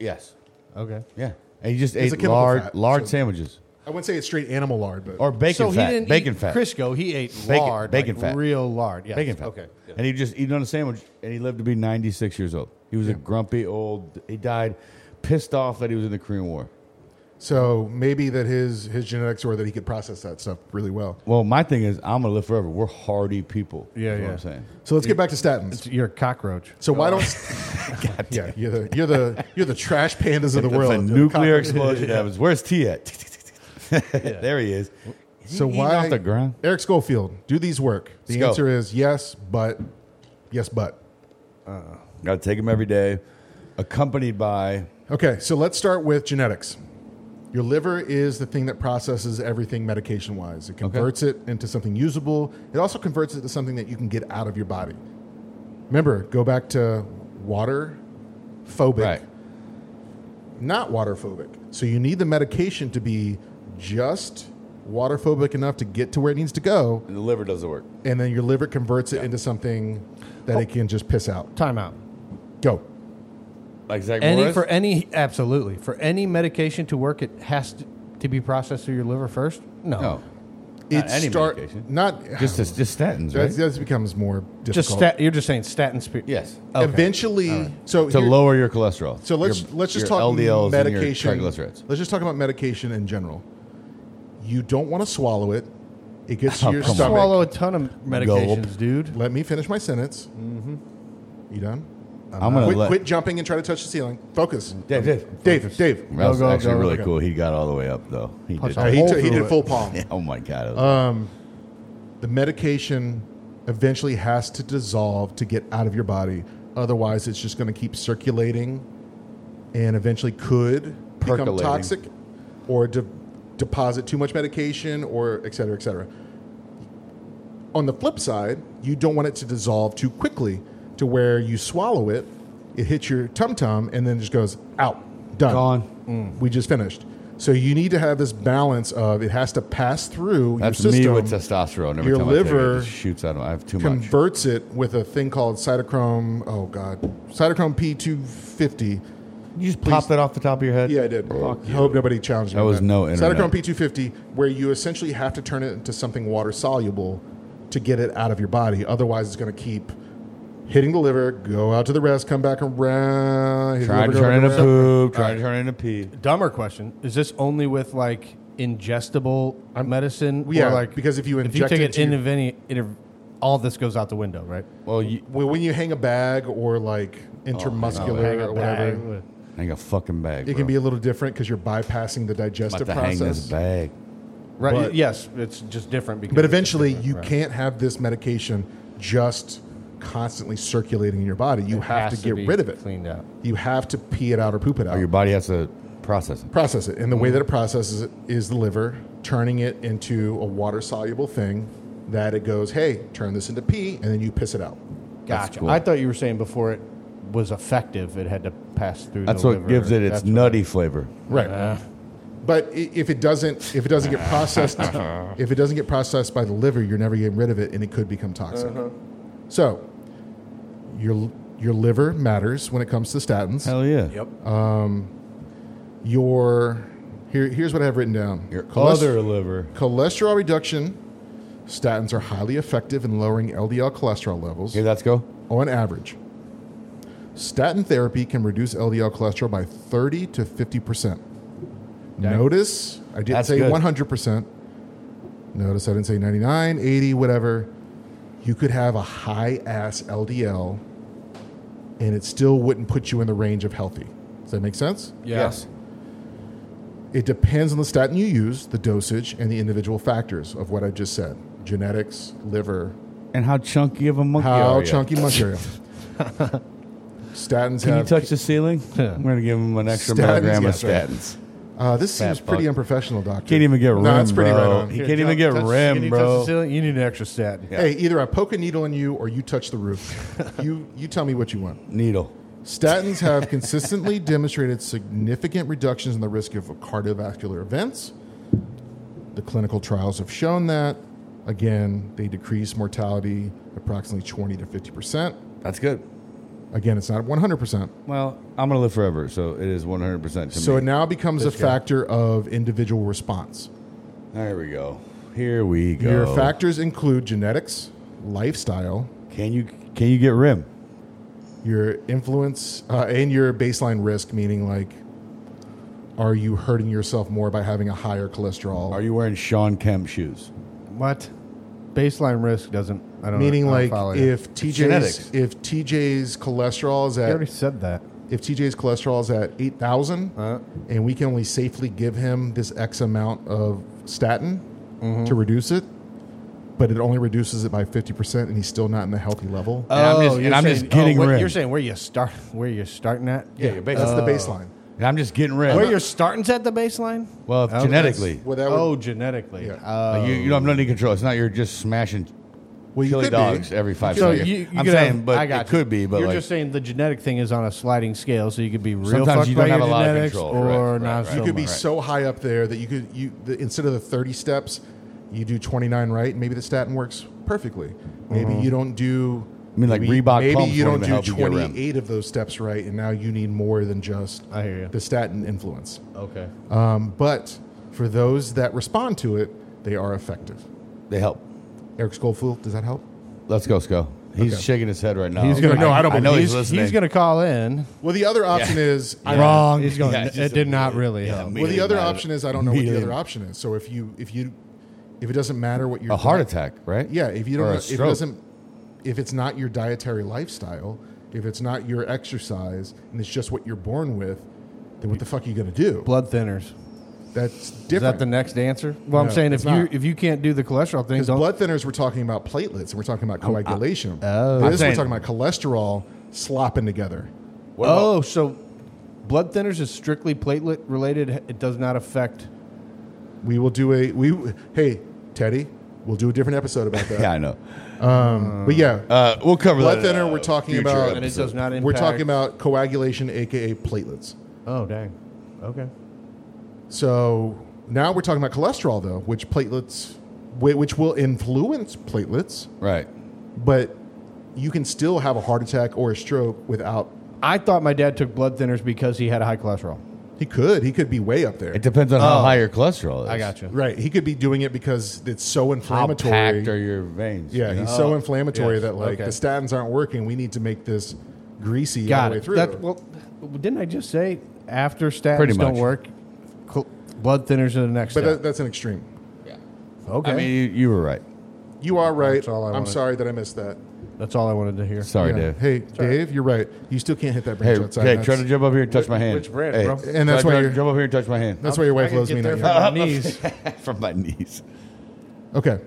Speaker 2: yes,
Speaker 4: Okay.
Speaker 2: yeah. And he just
Speaker 1: It's a
Speaker 2: ate
Speaker 1: chemical
Speaker 2: lard
Speaker 1: fat,
Speaker 2: lard
Speaker 1: so-
Speaker 2: sandwiches
Speaker 1: I wouldn't say it's straight animal lard, but
Speaker 2: or bacon
Speaker 4: so
Speaker 2: fat.
Speaker 4: he didn't
Speaker 2: bacon
Speaker 4: eat
Speaker 2: fat.
Speaker 4: Crisco. He ate
Speaker 2: Bacon-
Speaker 4: lard,
Speaker 2: bacon
Speaker 4: like
Speaker 2: fat.
Speaker 4: real lard. Yes.
Speaker 2: Bacon fat.
Speaker 4: Okay. Yeah.
Speaker 2: And he just eating on a sandwich, and he lived to be 96 years old. He was a grumpy old. He died pissed off that he was in the Korean War.
Speaker 1: so maybe that his his genetics were that he could process that stuff really well.
Speaker 2: Well, my thing is, I'm gonna live forever. We're hardy people. is
Speaker 4: Yeah,
Speaker 2: what
Speaker 4: yeah.
Speaker 2: I'm saying.
Speaker 1: So let's get back to statins.
Speaker 4: It's- You're a cockroach.
Speaker 1: So why don't? yeah, you're the you're the you're the trash pandas of the
Speaker 2: If
Speaker 1: world.
Speaker 2: a
Speaker 1: You're the
Speaker 2: nuclear
Speaker 1: cockroach.
Speaker 2: explosion happens. Where's T at? there he is. Is
Speaker 1: So
Speaker 2: he eating
Speaker 1: why
Speaker 2: off the ground?
Speaker 1: Eric Schofield, do these work? The
Speaker 2: Let's go.
Speaker 1: answer is yes, but yes, but.
Speaker 2: Got to take him every day, accompanied by
Speaker 1: Okay, so let's start with genetics. Your liver is the thing that processes everything medication wise. It converts it into something usable. It also converts it to something that you can get out of your body. Remember, go back to water phobic,
Speaker 2: right.
Speaker 1: not water phobic. So you need the medication to be just water phobic enough to get to where it needs to go,
Speaker 2: And the liver does the work.
Speaker 1: and then your liver converts it into something
Speaker 2: Oh.
Speaker 1: that it can just piss out.
Speaker 4: Time out.
Speaker 1: Go.
Speaker 2: Like Zach
Speaker 4: Any
Speaker 2: Morris.
Speaker 4: for any absolutely for any medication to work, it has to, to be processed through your liver first. No.
Speaker 2: no,
Speaker 1: It
Speaker 2: Not any
Speaker 1: start
Speaker 2: medication.
Speaker 1: not
Speaker 2: just just statins, right?
Speaker 1: that's, that's becomes more difficult.
Speaker 4: Just stat, you're just saying statin. Spe-
Speaker 2: yes.
Speaker 1: Eventually, so
Speaker 2: to
Speaker 1: here-
Speaker 2: lower your cholesterol.
Speaker 1: So let's
Speaker 2: Your-
Speaker 1: let's just
Speaker 2: your
Speaker 1: talk
Speaker 2: LDLs and your
Speaker 1: medication.
Speaker 2: triglycerides.
Speaker 1: Let's just talk about medication in general. You don't want to swallow it. It gets to
Speaker 2: Oh,
Speaker 1: your
Speaker 2: come on.
Speaker 1: stomach.
Speaker 4: Swallow a ton of medications,
Speaker 2: Gulp.
Speaker 4: dude.
Speaker 1: Let me finish my sentence. Mm-hmm. You done?
Speaker 2: I'm gonna
Speaker 1: Uh-huh. Quit,
Speaker 2: let
Speaker 1: quit jumping and try to touch the ceiling. Focus.
Speaker 2: Dave. Dave.
Speaker 1: Dave, Dave.
Speaker 2: That was
Speaker 4: go,
Speaker 2: actually
Speaker 4: go,
Speaker 2: really
Speaker 1: go.
Speaker 2: cool. He got all the way up though. He did.
Speaker 1: Uh,
Speaker 4: out.
Speaker 1: he,
Speaker 4: Roll
Speaker 1: took- he
Speaker 4: through
Speaker 1: did
Speaker 4: it.
Speaker 1: full palm.
Speaker 2: Oh my god. it was-
Speaker 1: The medication eventually has to dissolve to get out of your body. Otherwise, it's just going to keep circulating and eventually could become
Speaker 2: Percolating.
Speaker 1: toxic or de- deposit too much medication or et cetera, et cetera. On the flip side, you don't want it to dissolve too quickly to where you swallow it, it hits your tum tum, and then just goes out. Done. Mm.
Speaker 2: Gone.
Speaker 1: We just finished. So you need to have this balance of it has to pass through
Speaker 2: That's
Speaker 1: your system
Speaker 2: me with testosterone. Every
Speaker 1: your
Speaker 2: time I
Speaker 1: liver
Speaker 2: take it, it just shoots out. of- I have too much.
Speaker 1: converts it with a thing called cytochrome. Oh God, cytochrome P two fifty.
Speaker 2: You just popped that off the top of your head.
Speaker 1: Yeah, I did.
Speaker 2: Fuck you.
Speaker 1: Hope nobody challenged me.
Speaker 2: That
Speaker 1: on
Speaker 2: was no internet.
Speaker 1: cytochrome P two fifty, where you essentially have to turn it into something water soluble to get it out of your body. Otherwise, it's going to keep hitting the liver, go out to the rest, come back around. hit the
Speaker 2: Try to
Speaker 1: liver, go
Speaker 2: turn
Speaker 1: back
Speaker 2: into
Speaker 1: around.
Speaker 2: poop. Try to turn into pee.
Speaker 4: Dumber question. Is this only with like ingestible medicine?
Speaker 1: Yeah,
Speaker 4: or like
Speaker 1: because if you
Speaker 4: if you
Speaker 1: inject
Speaker 4: take
Speaker 1: it
Speaker 4: it
Speaker 1: to your-
Speaker 4: intraveni- inter- all this goes out the window, right?
Speaker 2: Well, you
Speaker 1: When when you hang a bag or like
Speaker 2: Oh,
Speaker 1: intermuscular or whatever,
Speaker 2: hang a fucking bag.
Speaker 1: it
Speaker 2: bro.
Speaker 1: can be a little different because you're bypassing the
Speaker 2: I'm
Speaker 1: digestive
Speaker 2: about to hang this
Speaker 1: process.
Speaker 2: bag.
Speaker 4: Right.
Speaker 1: But-
Speaker 4: yes, it's just different because.
Speaker 1: But
Speaker 4: it's
Speaker 1: eventually,
Speaker 4: different,
Speaker 1: you
Speaker 4: right.
Speaker 1: can't have this medication just constantly circulating in your body. You
Speaker 4: It
Speaker 1: have to
Speaker 4: has
Speaker 1: get
Speaker 4: be
Speaker 1: rid of it.
Speaker 4: Cleaned out.
Speaker 1: You have to pee it out or poop it out.
Speaker 2: Or Oh, your body has to process it.
Speaker 1: process it. And the way
Speaker 4: Mm-hmm.
Speaker 1: that it processes it is the liver turning it into a water soluble thing that it goes, hey, turn this into pee, and then you piss it out.
Speaker 4: Gotcha.
Speaker 2: cool.
Speaker 4: I thought you were saying before it was effective, it had to pass through.
Speaker 2: That's
Speaker 4: the
Speaker 2: what
Speaker 4: liver.
Speaker 2: gives it its
Speaker 4: That's what-
Speaker 2: nutty flavor.
Speaker 1: Right.
Speaker 4: Uh-huh.
Speaker 1: but i- if it doesn't, if it doesn't get processed,
Speaker 4: Uh-huh.
Speaker 1: if it doesn't get processed by the liver, you're never getting rid of it, and it could become toxic.
Speaker 4: Uh-huh.
Speaker 1: So, your your liver matters when it comes to statins.
Speaker 2: Hell yeah.
Speaker 4: Yep.
Speaker 1: Uh, Your here, here's what I have written down.
Speaker 2: Your
Speaker 1: Cholest-
Speaker 2: other liver.
Speaker 1: cholesterol reduction. Statins are highly effective in lowering LDL cholesterol levels.
Speaker 2: Here, let's go.
Speaker 1: on average. Statin therapy can reduce LDL cholesterol by 30 to 50%. Notice I didn't
Speaker 2: That's
Speaker 1: say
Speaker 2: good.
Speaker 1: 100%. Notice I didn't say 99, 80, whatever. You could have a high ass LDL and it still wouldn't put you in the range of healthy. Does that make sense?
Speaker 2: Yes.
Speaker 1: It depends on the statin you use, the dosage, and the individual factors of what I just said genetics, liver,
Speaker 2: And how chunky of a monkey
Speaker 1: how
Speaker 2: are you?
Speaker 1: chunky monkey are you? Statins
Speaker 2: Can you
Speaker 1: have
Speaker 2: touch the ceiling? I'm going to give him an extra
Speaker 1: Statins,
Speaker 2: milligram of
Speaker 1: yes, right.
Speaker 2: statins.
Speaker 1: Uh, this
Speaker 2: Fat
Speaker 1: seems pretty
Speaker 2: fuck.
Speaker 1: unprofessional, doctor.
Speaker 2: Can't even get rim,
Speaker 1: No, that's pretty
Speaker 2: bro.
Speaker 1: right on.
Speaker 2: He can't even get rim, bro.
Speaker 4: You need an extra statin.
Speaker 1: Hey, either I poke a needle in you or you touch the roof. you you tell me what you want.
Speaker 2: Needle.
Speaker 1: Statins have consistently demonstrated significant reductions in the risk of cardiovascular events. The clinical trials have shown that. Again, they decrease mortality approximately 20 to 50%.
Speaker 2: That's good.
Speaker 1: Again, it's not 100%.
Speaker 2: Well, I'm going to live forever, so it is 100% to
Speaker 1: So it
Speaker 2: me.
Speaker 1: now becomes a factor of individual response.
Speaker 2: there we go. Here we go.
Speaker 1: Your factors include genetics, lifestyle,
Speaker 2: Can you can you get rim?
Speaker 1: your influence uh, and your baseline risk, meaning like, are you hurting yourself more by having a higher cholesterol?
Speaker 2: Are you wearing Sean Kemp shoes?
Speaker 4: What? Baseline risk doesn't. I don't.
Speaker 1: meaning
Speaker 4: I don't
Speaker 1: like
Speaker 4: follow you.
Speaker 1: if TJ's
Speaker 2: genetics.
Speaker 1: if TJ's cholesterol is
Speaker 4: You
Speaker 1: at
Speaker 4: already said that.
Speaker 1: if TJ's cholesterol is at eight thousand,
Speaker 2: Uh-huh.
Speaker 1: and we can only safely give him this X amount of statin
Speaker 2: Mm-hmm.
Speaker 1: to reduce it, but it only reduces it by fifty percent, and he's still not in the healthy level.
Speaker 2: And I'm just, and I'm just getting
Speaker 4: where,
Speaker 2: rim.
Speaker 4: Oh, You're saying where you start, where you're starting at.
Speaker 2: yeah, your
Speaker 1: that's
Speaker 2: baseline. Uh,
Speaker 1: the baseline.
Speaker 2: and I'm just getting rim.
Speaker 4: Where you're starting's at the baseline.
Speaker 2: well,
Speaker 4: Oh,
Speaker 2: genetically.
Speaker 1: Well, that would-
Speaker 4: Oh, genetically.
Speaker 1: Yeah.
Speaker 4: Oh.
Speaker 2: Like, you, you don't have any control. It's not you're just smashing
Speaker 1: Well, you
Speaker 2: chili
Speaker 1: could be.
Speaker 2: dogs every five
Speaker 4: So
Speaker 2: seconds.
Speaker 4: you, you
Speaker 2: I'm
Speaker 4: could
Speaker 2: saying,
Speaker 4: have-
Speaker 2: but
Speaker 4: I got
Speaker 2: it
Speaker 4: you.
Speaker 2: could be. But
Speaker 4: you're
Speaker 2: like,
Speaker 4: just saying the genetic thing is on a sliding scale, so you could be real
Speaker 2: Sometimes
Speaker 4: fucked
Speaker 2: you don't
Speaker 4: by
Speaker 2: have
Speaker 4: your
Speaker 2: a lot of
Speaker 4: genetics
Speaker 2: control.
Speaker 4: or
Speaker 2: Correct,
Speaker 4: not.
Speaker 2: right,
Speaker 4: so
Speaker 2: right.
Speaker 1: you could be
Speaker 4: much.
Speaker 1: so high up there that you could you the, instead of the 30 steps you do 29 right and maybe the statin works perfectly maybe you don't do
Speaker 2: I Mm-hmm. mean, like
Speaker 1: maybe,
Speaker 2: Reebok
Speaker 1: maybe
Speaker 2: pumps
Speaker 1: you don't
Speaker 2: won't
Speaker 1: do
Speaker 2: even help you get around.
Speaker 1: 28 of those steps right and now you need more than just
Speaker 4: I hear you.
Speaker 1: the statin influence
Speaker 4: Okay.
Speaker 1: um, but for those that respond to it they are effective
Speaker 2: they help.
Speaker 1: eric schofield does that help
Speaker 2: Let's go, Sco. He's
Speaker 1: Okay.
Speaker 2: shaking his head right now.
Speaker 4: He's gonna-
Speaker 1: no, I
Speaker 2: Oh, I,
Speaker 1: don't
Speaker 2: know
Speaker 4: he's,
Speaker 2: he's, listening.
Speaker 4: he's going to call in.
Speaker 1: well the other option is I don't-
Speaker 4: Wrong. He's going.
Speaker 2: Yeah,
Speaker 4: it
Speaker 2: just
Speaker 4: did not
Speaker 2: immediately-
Speaker 4: really
Speaker 2: yeah,
Speaker 4: help.
Speaker 2: immediately.
Speaker 1: well the other
Speaker 2: matter.
Speaker 1: option is i don't know what the
Speaker 2: Medium.
Speaker 1: other option is so if you if you if it doesn't matter what you're
Speaker 2: a heart attack, right?
Speaker 1: Yeah, if you don't,
Speaker 2: Or a
Speaker 1: know, if it
Speaker 2: stroke.
Speaker 1: doesn't, if it's not your dietary lifestyle, if it's not your exercise, and it's just what you're born with, then what the fuck are you gonna do?
Speaker 4: Blood thinners.
Speaker 1: That's
Speaker 4: Is that
Speaker 1: different.
Speaker 4: the next answer? Well,
Speaker 1: No,
Speaker 4: I'm saying
Speaker 1: it's
Speaker 4: if you
Speaker 1: not.
Speaker 4: if you can't do the cholesterol thing,
Speaker 1: because
Speaker 4: don't.
Speaker 1: blood thinners, we're talking about platelets, and we're talking about coagulation.
Speaker 4: oh.
Speaker 1: this
Speaker 2: I'm
Speaker 1: we're
Speaker 2: saying-
Speaker 1: talking about cholesterol slopping together.
Speaker 2: What about-
Speaker 4: oh, so blood thinners is strictly platelet related. It does not affect.
Speaker 1: We will do a we. Hey, Teddy, we'll do a different episode about that.
Speaker 2: yeah, I know.
Speaker 1: But yeah,
Speaker 2: Uh, we'll cover
Speaker 1: Blood
Speaker 2: that. in
Speaker 1: thinner,
Speaker 2: a
Speaker 1: we're talking
Speaker 2: future
Speaker 1: about-
Speaker 4: And it
Speaker 2: episode.
Speaker 4: does not impact.
Speaker 1: we're talking about coagulation, aka platelets.
Speaker 4: Oh dang. Okay.
Speaker 1: So now we're talking about cholesterol, though, which platelets, whi- which will influence platelets.
Speaker 2: right.
Speaker 1: but you can still have a heart attack or a stroke without
Speaker 4: I thought my dad took blood thinners because he had a high cholesterol.
Speaker 1: He could. He could be way up there.
Speaker 2: It depends on how high your cholesterol is.
Speaker 4: I got you.
Speaker 1: Right. He could be doing it because it's so
Speaker 2: How
Speaker 1: inflammatory.
Speaker 2: packed are your veins?
Speaker 1: Yeah,
Speaker 2: you
Speaker 1: he's
Speaker 2: know?
Speaker 1: so inflammatory
Speaker 4: Yes,
Speaker 1: that like
Speaker 4: Oh, okay.
Speaker 1: the statins aren't working. We need to make this greasy all
Speaker 4: Got
Speaker 1: the way
Speaker 4: it.
Speaker 1: through.
Speaker 4: That, well, didn't I just say after statins
Speaker 2: Pretty
Speaker 4: don't
Speaker 2: much.
Speaker 4: work, cl- blood thinners are the next
Speaker 1: but
Speaker 4: step?
Speaker 1: that, that's an extreme.
Speaker 4: okay,
Speaker 2: I mean, you, you were right.
Speaker 1: You are right.
Speaker 4: all I
Speaker 1: I'm
Speaker 4: wanted.
Speaker 1: sorry that I missed that.
Speaker 4: that's all I wanted to hear.
Speaker 2: Sorry,
Speaker 1: Yeah.
Speaker 2: Dave.
Speaker 1: Hey, Dave, you're right. You still can't hit that
Speaker 2: Hey,
Speaker 1: branch outside.
Speaker 2: hey,
Speaker 1: that's,
Speaker 2: try to jump over here and touch my hand.
Speaker 4: which branch,
Speaker 2: hey,
Speaker 4: bro?
Speaker 1: And that's
Speaker 2: try-
Speaker 1: why
Speaker 2: try-
Speaker 1: you're-
Speaker 2: Jump over here and touch my hand.
Speaker 1: that's why your
Speaker 4: I
Speaker 1: wife
Speaker 4: could
Speaker 1: loves
Speaker 4: get
Speaker 1: me.
Speaker 4: there
Speaker 1: not
Speaker 4: from
Speaker 1: you.
Speaker 4: my knees.
Speaker 2: From my knees.
Speaker 1: Okay,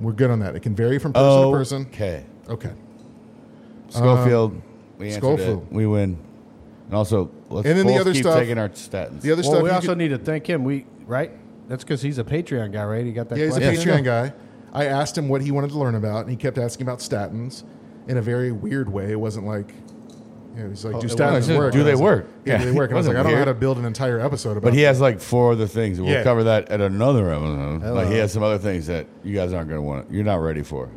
Speaker 1: we're good on that. It can vary from person
Speaker 2: Oh,
Speaker 1: to person.
Speaker 2: okay.
Speaker 1: Okay,
Speaker 2: Schofield, we answered
Speaker 1: Schofield.
Speaker 2: it. We win. And also, let's
Speaker 1: And then the
Speaker 2: both
Speaker 1: other
Speaker 2: keep
Speaker 1: stuff-
Speaker 2: taking our statins.
Speaker 1: the other
Speaker 4: Well,
Speaker 1: stuff.
Speaker 4: we
Speaker 1: you
Speaker 4: also
Speaker 1: could-
Speaker 4: need to thank him. We right? That's because he's a Patreon guy, right? He got that.
Speaker 1: yeah, he's a
Speaker 4: question.
Speaker 1: Patreon guy. I asked him what he wanted to learn about, and he kept asking about statins in a very weird way. It wasn't like. You know, he's like, do
Speaker 4: it
Speaker 2: Oh, wasn't-
Speaker 1: statins
Speaker 2: Do
Speaker 1: work?
Speaker 2: they
Speaker 1: And I was like,
Speaker 2: work?
Speaker 1: Yeah,
Speaker 2: Yeah.
Speaker 1: do they work? And I was like,
Speaker 2: Wasn't
Speaker 1: I don't know how
Speaker 2: weird.
Speaker 1: to build an entire episode about
Speaker 2: But he
Speaker 1: that.
Speaker 2: has like four other things. We'll
Speaker 1: Yeah.
Speaker 2: cover that at another episode. Like he has some other things that you guys aren't going to want. You're not ready for.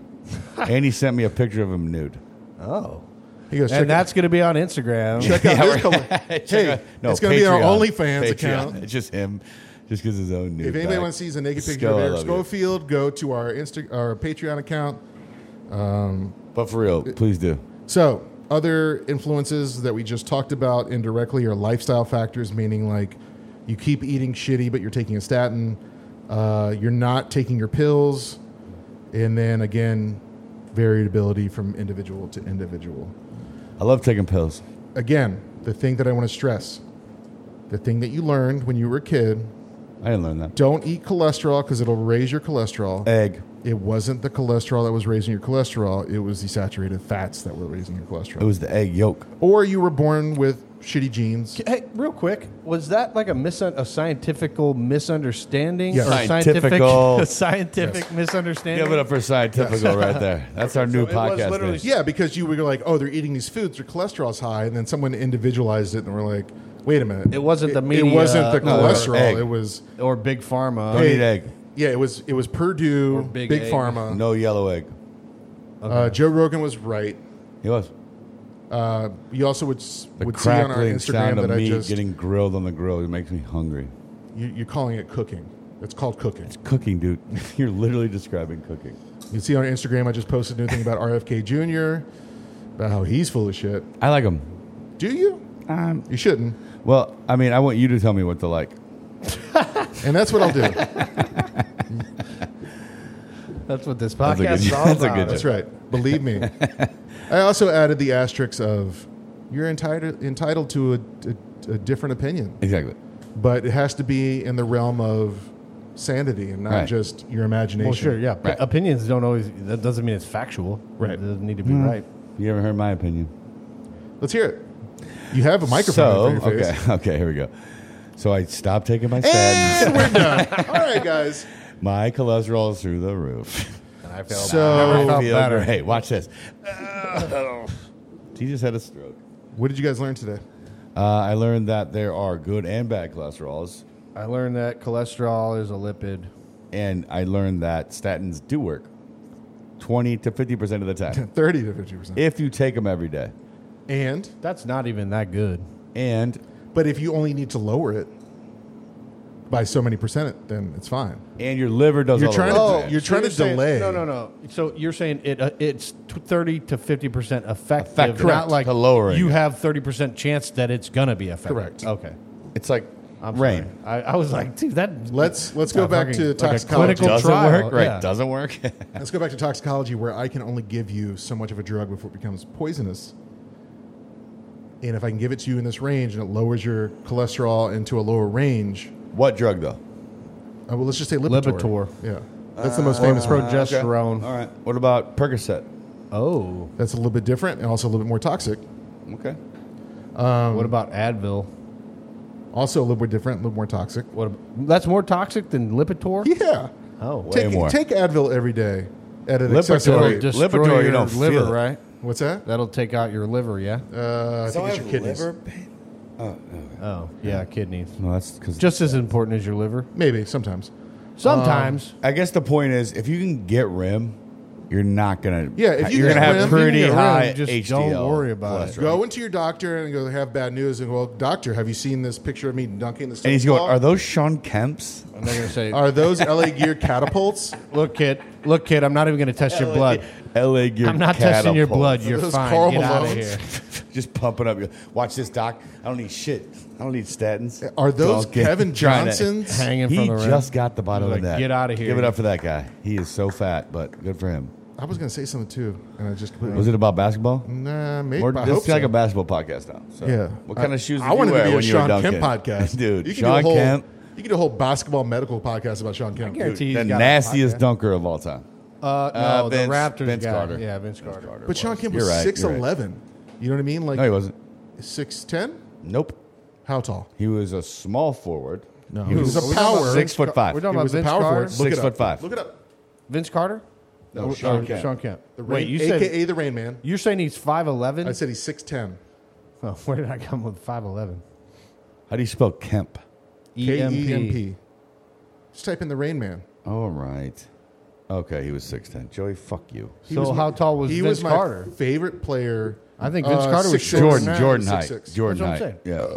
Speaker 2: and he sent me a picture of him nude.
Speaker 4: Oh,
Speaker 1: He goes, check,
Speaker 4: and that's going to be on Instagram.
Speaker 1: check out his color. hey, it's going to be our
Speaker 2: Patreon.
Speaker 1: OnlyFans
Speaker 2: Patreon.
Speaker 1: account.
Speaker 2: It's just him, just because his own nude.
Speaker 1: If anybody
Speaker 2: back.
Speaker 1: wants to see a naked picture
Speaker 2: Sco,
Speaker 1: of
Speaker 2: I
Speaker 1: Eric
Speaker 2: love you.
Speaker 1: Schofield, go to our Insta- our Patreon account.
Speaker 2: But for real, please do.
Speaker 1: So, other influences that we just talked about indirectly are lifestyle factors, meaning like you keep eating shitty, but you're taking a statin, uh, you're not taking your pills, and then again, variability from individual to individual.
Speaker 2: I love taking pills.
Speaker 1: Again, the thing that I want to stress, the thing that you learned when you were a kid,
Speaker 2: I didn't learn that.
Speaker 1: don't eat cholesterol because it'll raise your cholesterol.
Speaker 2: Egg.
Speaker 1: it wasn't the cholesterol that was raising your cholesterol, it was the saturated fats that were raising your cholesterol.
Speaker 2: It was the egg yolk.
Speaker 1: or you were born with shitty genes.
Speaker 4: Hey, real quick, was that like a mis a scientific misunderstanding?
Speaker 1: Yes.
Speaker 4: Or a scientific,
Speaker 2: Scientifical.
Speaker 4: a scientific misunderstanding.
Speaker 2: Give it up for scientific right there. That's our new
Speaker 4: So it was
Speaker 2: podcast.
Speaker 4: literally-
Speaker 2: name.
Speaker 1: Yeah, because you were like, oh, they're eating these foods, their cholesterol's high, and then someone individualized it and we're like, wait a minute.
Speaker 4: It wasn't the
Speaker 1: It
Speaker 4: media
Speaker 1: wasn't the
Speaker 4: or
Speaker 1: cholesterol.
Speaker 2: egg.
Speaker 1: It was
Speaker 4: or big pharma.
Speaker 2: Don't eat egg.
Speaker 1: yeah, it was it was Purdue,
Speaker 4: Or
Speaker 1: Big,
Speaker 4: Big Egg.
Speaker 1: Pharma.
Speaker 2: No yellow egg.
Speaker 1: Uh, Joe Rogan was right.
Speaker 2: He was.
Speaker 1: Uh, you also would s-
Speaker 2: The
Speaker 1: would see on our
Speaker 2: crackling
Speaker 1: Instagram
Speaker 2: sound of
Speaker 1: that I
Speaker 2: meat
Speaker 1: just
Speaker 2: getting grilled on the grill. It makes me hungry.
Speaker 1: you, you're calling it cooking. It's called cooking.
Speaker 2: Cooking, dude. You're literally describing cooking.
Speaker 1: You can see on Instagram I just posted a new thing about RFK Jr. about how he's full of shit.
Speaker 2: I like them.
Speaker 1: Do you? Um, you shouldn't.
Speaker 2: Well, I mean, I want you to tell me what to like.
Speaker 1: And that's what I'll do.
Speaker 4: That's what this
Speaker 2: a good-
Speaker 4: podcast is all
Speaker 2: that's a
Speaker 4: about.
Speaker 2: good
Speaker 1: That's right. Believe me. I also added the asterisk of you're entitled entitled to a, a, a different opinion,
Speaker 2: Exactly.
Speaker 1: but it has to be in the realm of sanity and not
Speaker 2: Right.
Speaker 1: just your imagination.
Speaker 4: Well, sure, yeah.
Speaker 2: Right.
Speaker 4: Opinions don't always. That doesn't mean it's factual.
Speaker 1: Right.
Speaker 4: It doesn't need to be
Speaker 1: Mm.
Speaker 4: right.
Speaker 2: You ever heard my opinion?
Speaker 1: Let's hear it. You have a
Speaker 2: So,
Speaker 1: microphone. in front of your
Speaker 2: okay,
Speaker 1: face.
Speaker 2: okay, here we go. So I stopped taking my statins.
Speaker 1: And we're done. All right, guys.
Speaker 2: My cholesterol is through the roof.
Speaker 4: And I felt
Speaker 1: So,
Speaker 4: felt
Speaker 2: Feel
Speaker 4: better.
Speaker 2: great. Watch this. he just had a stroke.
Speaker 1: what did you guys learn today?
Speaker 2: Uh, I learned that there are good and bad cholesterols,
Speaker 4: I learned that cholesterol is a lipid.
Speaker 2: and I learned that statins do work 20 to 50% of the time
Speaker 1: 30 to 50%.
Speaker 2: if you take them every day.
Speaker 1: And,
Speaker 4: That's not even that good.
Speaker 2: And
Speaker 1: but if you only need to lower it by so many percent, then it's fine.
Speaker 2: and your liver does
Speaker 1: You're
Speaker 2: all
Speaker 1: trying
Speaker 2: the
Speaker 1: to-
Speaker 4: Oh,
Speaker 2: work.
Speaker 1: you're trying to
Speaker 4: saying-
Speaker 1: delay.
Speaker 4: No, no, no. So you're saying it? Uh, it's t- thirty to fifty percent effective,
Speaker 2: Effective.
Speaker 4: not
Speaker 2: Correct.
Speaker 4: like
Speaker 2: To lowering
Speaker 4: You
Speaker 2: it.
Speaker 4: have thirty percent chance that it's gonna be effective.
Speaker 1: Correct.
Speaker 4: Okay.
Speaker 2: It's like
Speaker 4: I'm
Speaker 2: rain.
Speaker 4: sorry. I, I was like, dude, that
Speaker 1: Let's let's go
Speaker 4: Not
Speaker 1: back
Speaker 4: fucking-
Speaker 1: to
Speaker 4: like a
Speaker 1: toxicology.
Speaker 4: clinical-
Speaker 2: Doesn't
Speaker 4: trial,
Speaker 2: work, right?
Speaker 4: yeah.
Speaker 2: Doesn't work.
Speaker 1: Let's go back to toxicology, where I can only give you so much of a drug before it becomes poisonous. And if I can give it to you in this range and it lowers your cholesterol into a lower range,
Speaker 2: what drug though?
Speaker 1: uh, well, let's just say Lipitor.
Speaker 4: Lipitor.
Speaker 1: Yeah, that's the most famous drug.
Speaker 4: progesterone.
Speaker 2: Uh, All right. What about Percocet?
Speaker 4: Oh,
Speaker 1: That's a little bit different and also a little bit more toxic.
Speaker 2: Okay.
Speaker 4: what about Advil?
Speaker 1: Also a little bit different, a little more toxic.
Speaker 4: What? ab- that's more toxic than Lipitor.
Speaker 1: Yeah,
Speaker 4: Oh, wait.
Speaker 2: Way
Speaker 1: take,
Speaker 2: more.
Speaker 1: take Advil every day at an excessive
Speaker 2: Lipitor
Speaker 1: rate.
Speaker 2: just- Lipitor, you don't feel
Speaker 4: liver,
Speaker 2: it.
Speaker 4: right?
Speaker 1: What's that?
Speaker 4: That'll take out your liver. Yeah.
Speaker 1: Uh, I think it's your kidneys.
Speaker 4: Oh, yeah, kidneys.
Speaker 2: No, that's because.
Speaker 4: Just as important as your liver.
Speaker 1: Maybe sometimes.
Speaker 4: Sometimes.
Speaker 2: I guess the point is, if you can get rim, You're not gonna.
Speaker 1: Yeah, if you
Speaker 2: you're gonna
Speaker 1: get
Speaker 2: have
Speaker 1: rim-
Speaker 2: pretty
Speaker 1: you get rim,
Speaker 2: high
Speaker 6: just
Speaker 2: HDL.
Speaker 6: don't worry about it.
Speaker 2: cholesterol.
Speaker 1: Go into your doctor and go have bad news and go, well, doctor, have you seen this picture of me dunking this?
Speaker 2: And he's going,
Speaker 1: football?
Speaker 2: "Are those Sean Kemp's?"
Speaker 4: I'm not gonna say.
Speaker 1: are those LA Gear catapults?
Speaker 4: Look, kid. Look, kid. I'm not even gonna test your blood.
Speaker 2: LA gear.
Speaker 4: I'm not testing your blood. You're
Speaker 1: Those
Speaker 4: fine.
Speaker 1: Karl
Speaker 4: Get out of
Speaker 1: Malones.
Speaker 4: here.
Speaker 2: Just pumping up. your- Watch this, doc. I don't need shit. I don't need statins.
Speaker 1: Are those
Speaker 2: It's all good.
Speaker 1: Kevin
Speaker 2: Trying to-
Speaker 1: Johnsons?
Speaker 4: Hanging
Speaker 2: He
Speaker 4: from the rim.
Speaker 2: just got the bottom
Speaker 4: Like,
Speaker 2: of that.
Speaker 4: get outta here.
Speaker 2: Give it up for that guy. He is so fat, but good for him.
Speaker 1: I was going to say something too, and I just completely.
Speaker 2: Was it about basketball?
Speaker 1: Nah, maybe.
Speaker 2: Or
Speaker 1: I
Speaker 2: this
Speaker 1: hope
Speaker 2: is like
Speaker 1: so.
Speaker 2: a basketball podcast now. So
Speaker 1: Yeah.
Speaker 2: What kind
Speaker 1: I-
Speaker 2: of shoes?
Speaker 1: I
Speaker 2: did you
Speaker 1: wanted
Speaker 2: wear
Speaker 1: to be a
Speaker 2: when you were
Speaker 1: Sean Kemp
Speaker 2: dunking?
Speaker 1: podcast,
Speaker 2: dude.
Speaker 1: You can
Speaker 2: Sean
Speaker 1: do a whole,
Speaker 2: Kemp,
Speaker 1: You can do a whole basketball medical podcast about Sean Kemp.
Speaker 4: guarantee
Speaker 2: dude,
Speaker 4: he's
Speaker 2: the
Speaker 4: got a
Speaker 2: nastiest dunker of all time.
Speaker 4: Uh, no,
Speaker 2: Uh,
Speaker 4: the
Speaker 2: Vince-
Speaker 4: Raptors
Speaker 2: Vince
Speaker 4: guy.
Speaker 2: Carter.
Speaker 4: Yeah, Vince Carter.
Speaker 1: but Sean Kemp
Speaker 2: You're
Speaker 1: was
Speaker 2: right,
Speaker 1: six
Speaker 2: you're right.
Speaker 1: eleven. You know what I mean?
Speaker 2: No, he
Speaker 1: Like
Speaker 2: wasn't.
Speaker 1: six ten.
Speaker 2: Nope.
Speaker 1: How tall?
Speaker 2: He was a small forward. No, he
Speaker 1: He
Speaker 2: was,
Speaker 1: was a power.
Speaker 2: six foot five.
Speaker 6: We're talking
Speaker 1: He
Speaker 6: about
Speaker 1: was a
Speaker 6: Vince
Speaker 1: power
Speaker 6: Carter.
Speaker 1: forward.
Speaker 2: Six
Speaker 1: Look it
Speaker 2: foot
Speaker 1: up.
Speaker 2: five.
Speaker 1: Look it up.
Speaker 4: Vince Carter?
Speaker 2: No,
Speaker 4: Or-
Speaker 2: Sean
Speaker 4: or
Speaker 2: Kemp.
Speaker 4: Sean Kemp.
Speaker 1: The
Speaker 4: Wait,
Speaker 1: rain,
Speaker 4: you said
Speaker 1: AKA the Rain Man.
Speaker 4: you're saying he's five
Speaker 1: I
Speaker 4: eleven?
Speaker 1: said he's six ten.
Speaker 4: Oh, where did I come with five eleven?
Speaker 2: How do you spell Kemp?
Speaker 1: K E M P. Just type in the Rain Man.
Speaker 2: All right. Okay, he was six ten. Joey, fuck you.
Speaker 1: He
Speaker 4: So
Speaker 1: was my-
Speaker 4: how tall was
Speaker 1: he
Speaker 4: Vince
Speaker 1: was my
Speaker 4: Carter?
Speaker 1: favorite player.
Speaker 4: I think Vince
Speaker 1: Uh,
Speaker 4: Carter was
Speaker 1: six
Speaker 4: short.
Speaker 2: Jordan,
Speaker 1: nine,
Speaker 2: Jordan height.
Speaker 1: six six.
Speaker 2: Jordan
Speaker 4: That's what
Speaker 2: height. Yeah.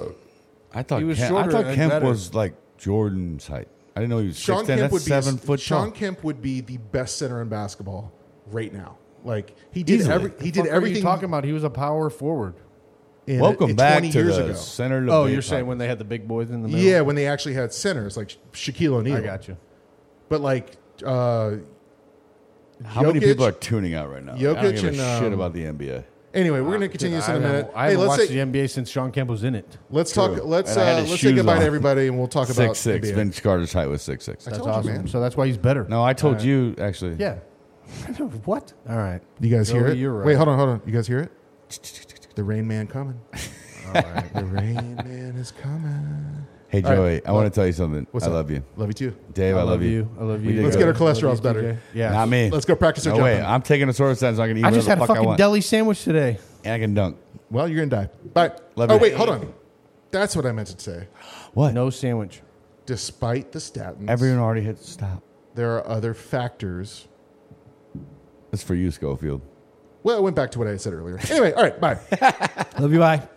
Speaker 2: I thought
Speaker 4: He was
Speaker 2: Kemp, I
Speaker 4: shorter
Speaker 2: thought
Speaker 4: and
Speaker 2: Kemp
Speaker 4: better.
Speaker 2: was like Jordan's height. I didn't know he was
Speaker 1: Sean
Speaker 2: six ten.
Speaker 1: Kemp
Speaker 2: That's
Speaker 1: would be
Speaker 2: seven foot
Speaker 1: Sean
Speaker 2: tall.
Speaker 1: Kemp would be the best center in basketball right now. Like he did
Speaker 2: Easily.
Speaker 1: every, he
Speaker 4: What
Speaker 1: did
Speaker 4: are you
Speaker 1: everything.
Speaker 4: talking about? He was a power forward.
Speaker 1: in-
Speaker 2: Welcome
Speaker 1: in
Speaker 2: back
Speaker 1: 20
Speaker 2: to
Speaker 1: years
Speaker 2: the
Speaker 1: ago.
Speaker 2: center.
Speaker 4: Oh,
Speaker 2: debate
Speaker 4: you're saying
Speaker 2: podcast.
Speaker 4: when they had the big boys in the middle?
Speaker 1: Yeah, when they actually had centers like Sha- Shaquille O'Neal.
Speaker 4: I got you.
Speaker 1: But like uh,
Speaker 2: how many
Speaker 1: Jokic-
Speaker 2: people are tuning out right now? I don't
Speaker 1: Jokic
Speaker 2: give a
Speaker 1: and,
Speaker 2: shit
Speaker 1: um,
Speaker 2: about the NBA.
Speaker 1: anyway, we're gonna continue this in a
Speaker 4: I,
Speaker 1: minute.
Speaker 4: haven't- I
Speaker 1: hey,
Speaker 4: haven't
Speaker 1: let's
Speaker 4: watched
Speaker 1: say,
Speaker 4: the NBA since Sean Kemp was in it.
Speaker 1: let's
Speaker 2: True.
Speaker 1: talk. Let's
Speaker 2: And I had
Speaker 1: uh,
Speaker 2: his
Speaker 1: let's say
Speaker 2: shoes
Speaker 1: goodbye to
Speaker 2: on.
Speaker 1: everybody, and we'll talk about
Speaker 2: Six six.
Speaker 1: NBA.
Speaker 2: Vince Carter's height was six six.
Speaker 1: I
Speaker 4: That's
Speaker 1: told you,
Speaker 4: awesome.
Speaker 1: man.
Speaker 4: so that's why he's better.
Speaker 2: No, I told you actually.
Speaker 4: Yeah. what? All right.
Speaker 1: You guys
Speaker 2: Oh,
Speaker 1: hear
Speaker 4: Joey,
Speaker 1: it?
Speaker 4: you're right.
Speaker 1: Wait, hold on, hold on. You guys hear it? The Rain Man coming. The Rain Man is coming.
Speaker 2: Hey
Speaker 1: All right.
Speaker 2: Joey, I want to tell you something.
Speaker 1: What's
Speaker 2: I
Speaker 1: up?
Speaker 2: love you,
Speaker 1: Love you too.
Speaker 2: Dave. I, love, you.
Speaker 4: I love
Speaker 2: We
Speaker 4: you.
Speaker 2: did
Speaker 1: Let's
Speaker 2: go.
Speaker 1: get our
Speaker 2: Love
Speaker 1: cholesterol's
Speaker 4: you,
Speaker 1: better.
Speaker 4: TJ. Yeah.
Speaker 2: Not me.
Speaker 1: Let's go practice our
Speaker 2: No way.
Speaker 1: jumping.
Speaker 2: I'm taking a soda stand so I can eat
Speaker 4: I
Speaker 2: whatever
Speaker 4: just had
Speaker 2: the
Speaker 4: a
Speaker 2: fuck I
Speaker 4: fucking
Speaker 2: want.
Speaker 4: deli sandwich today.
Speaker 2: and I can dunk.
Speaker 1: Well, you're gonna die. Bye.
Speaker 2: Love
Speaker 1: oh
Speaker 2: you.
Speaker 1: wait, hold on. That's what I meant to say.
Speaker 2: What?
Speaker 4: No sandwich.
Speaker 1: Despite the statins,
Speaker 2: Everyone already hit stop.
Speaker 1: there are other factors.
Speaker 2: That's for you, Schofield.
Speaker 1: Well, I went back to what I had said earlier. Anyway, all right, bye.
Speaker 4: Love you. Bye.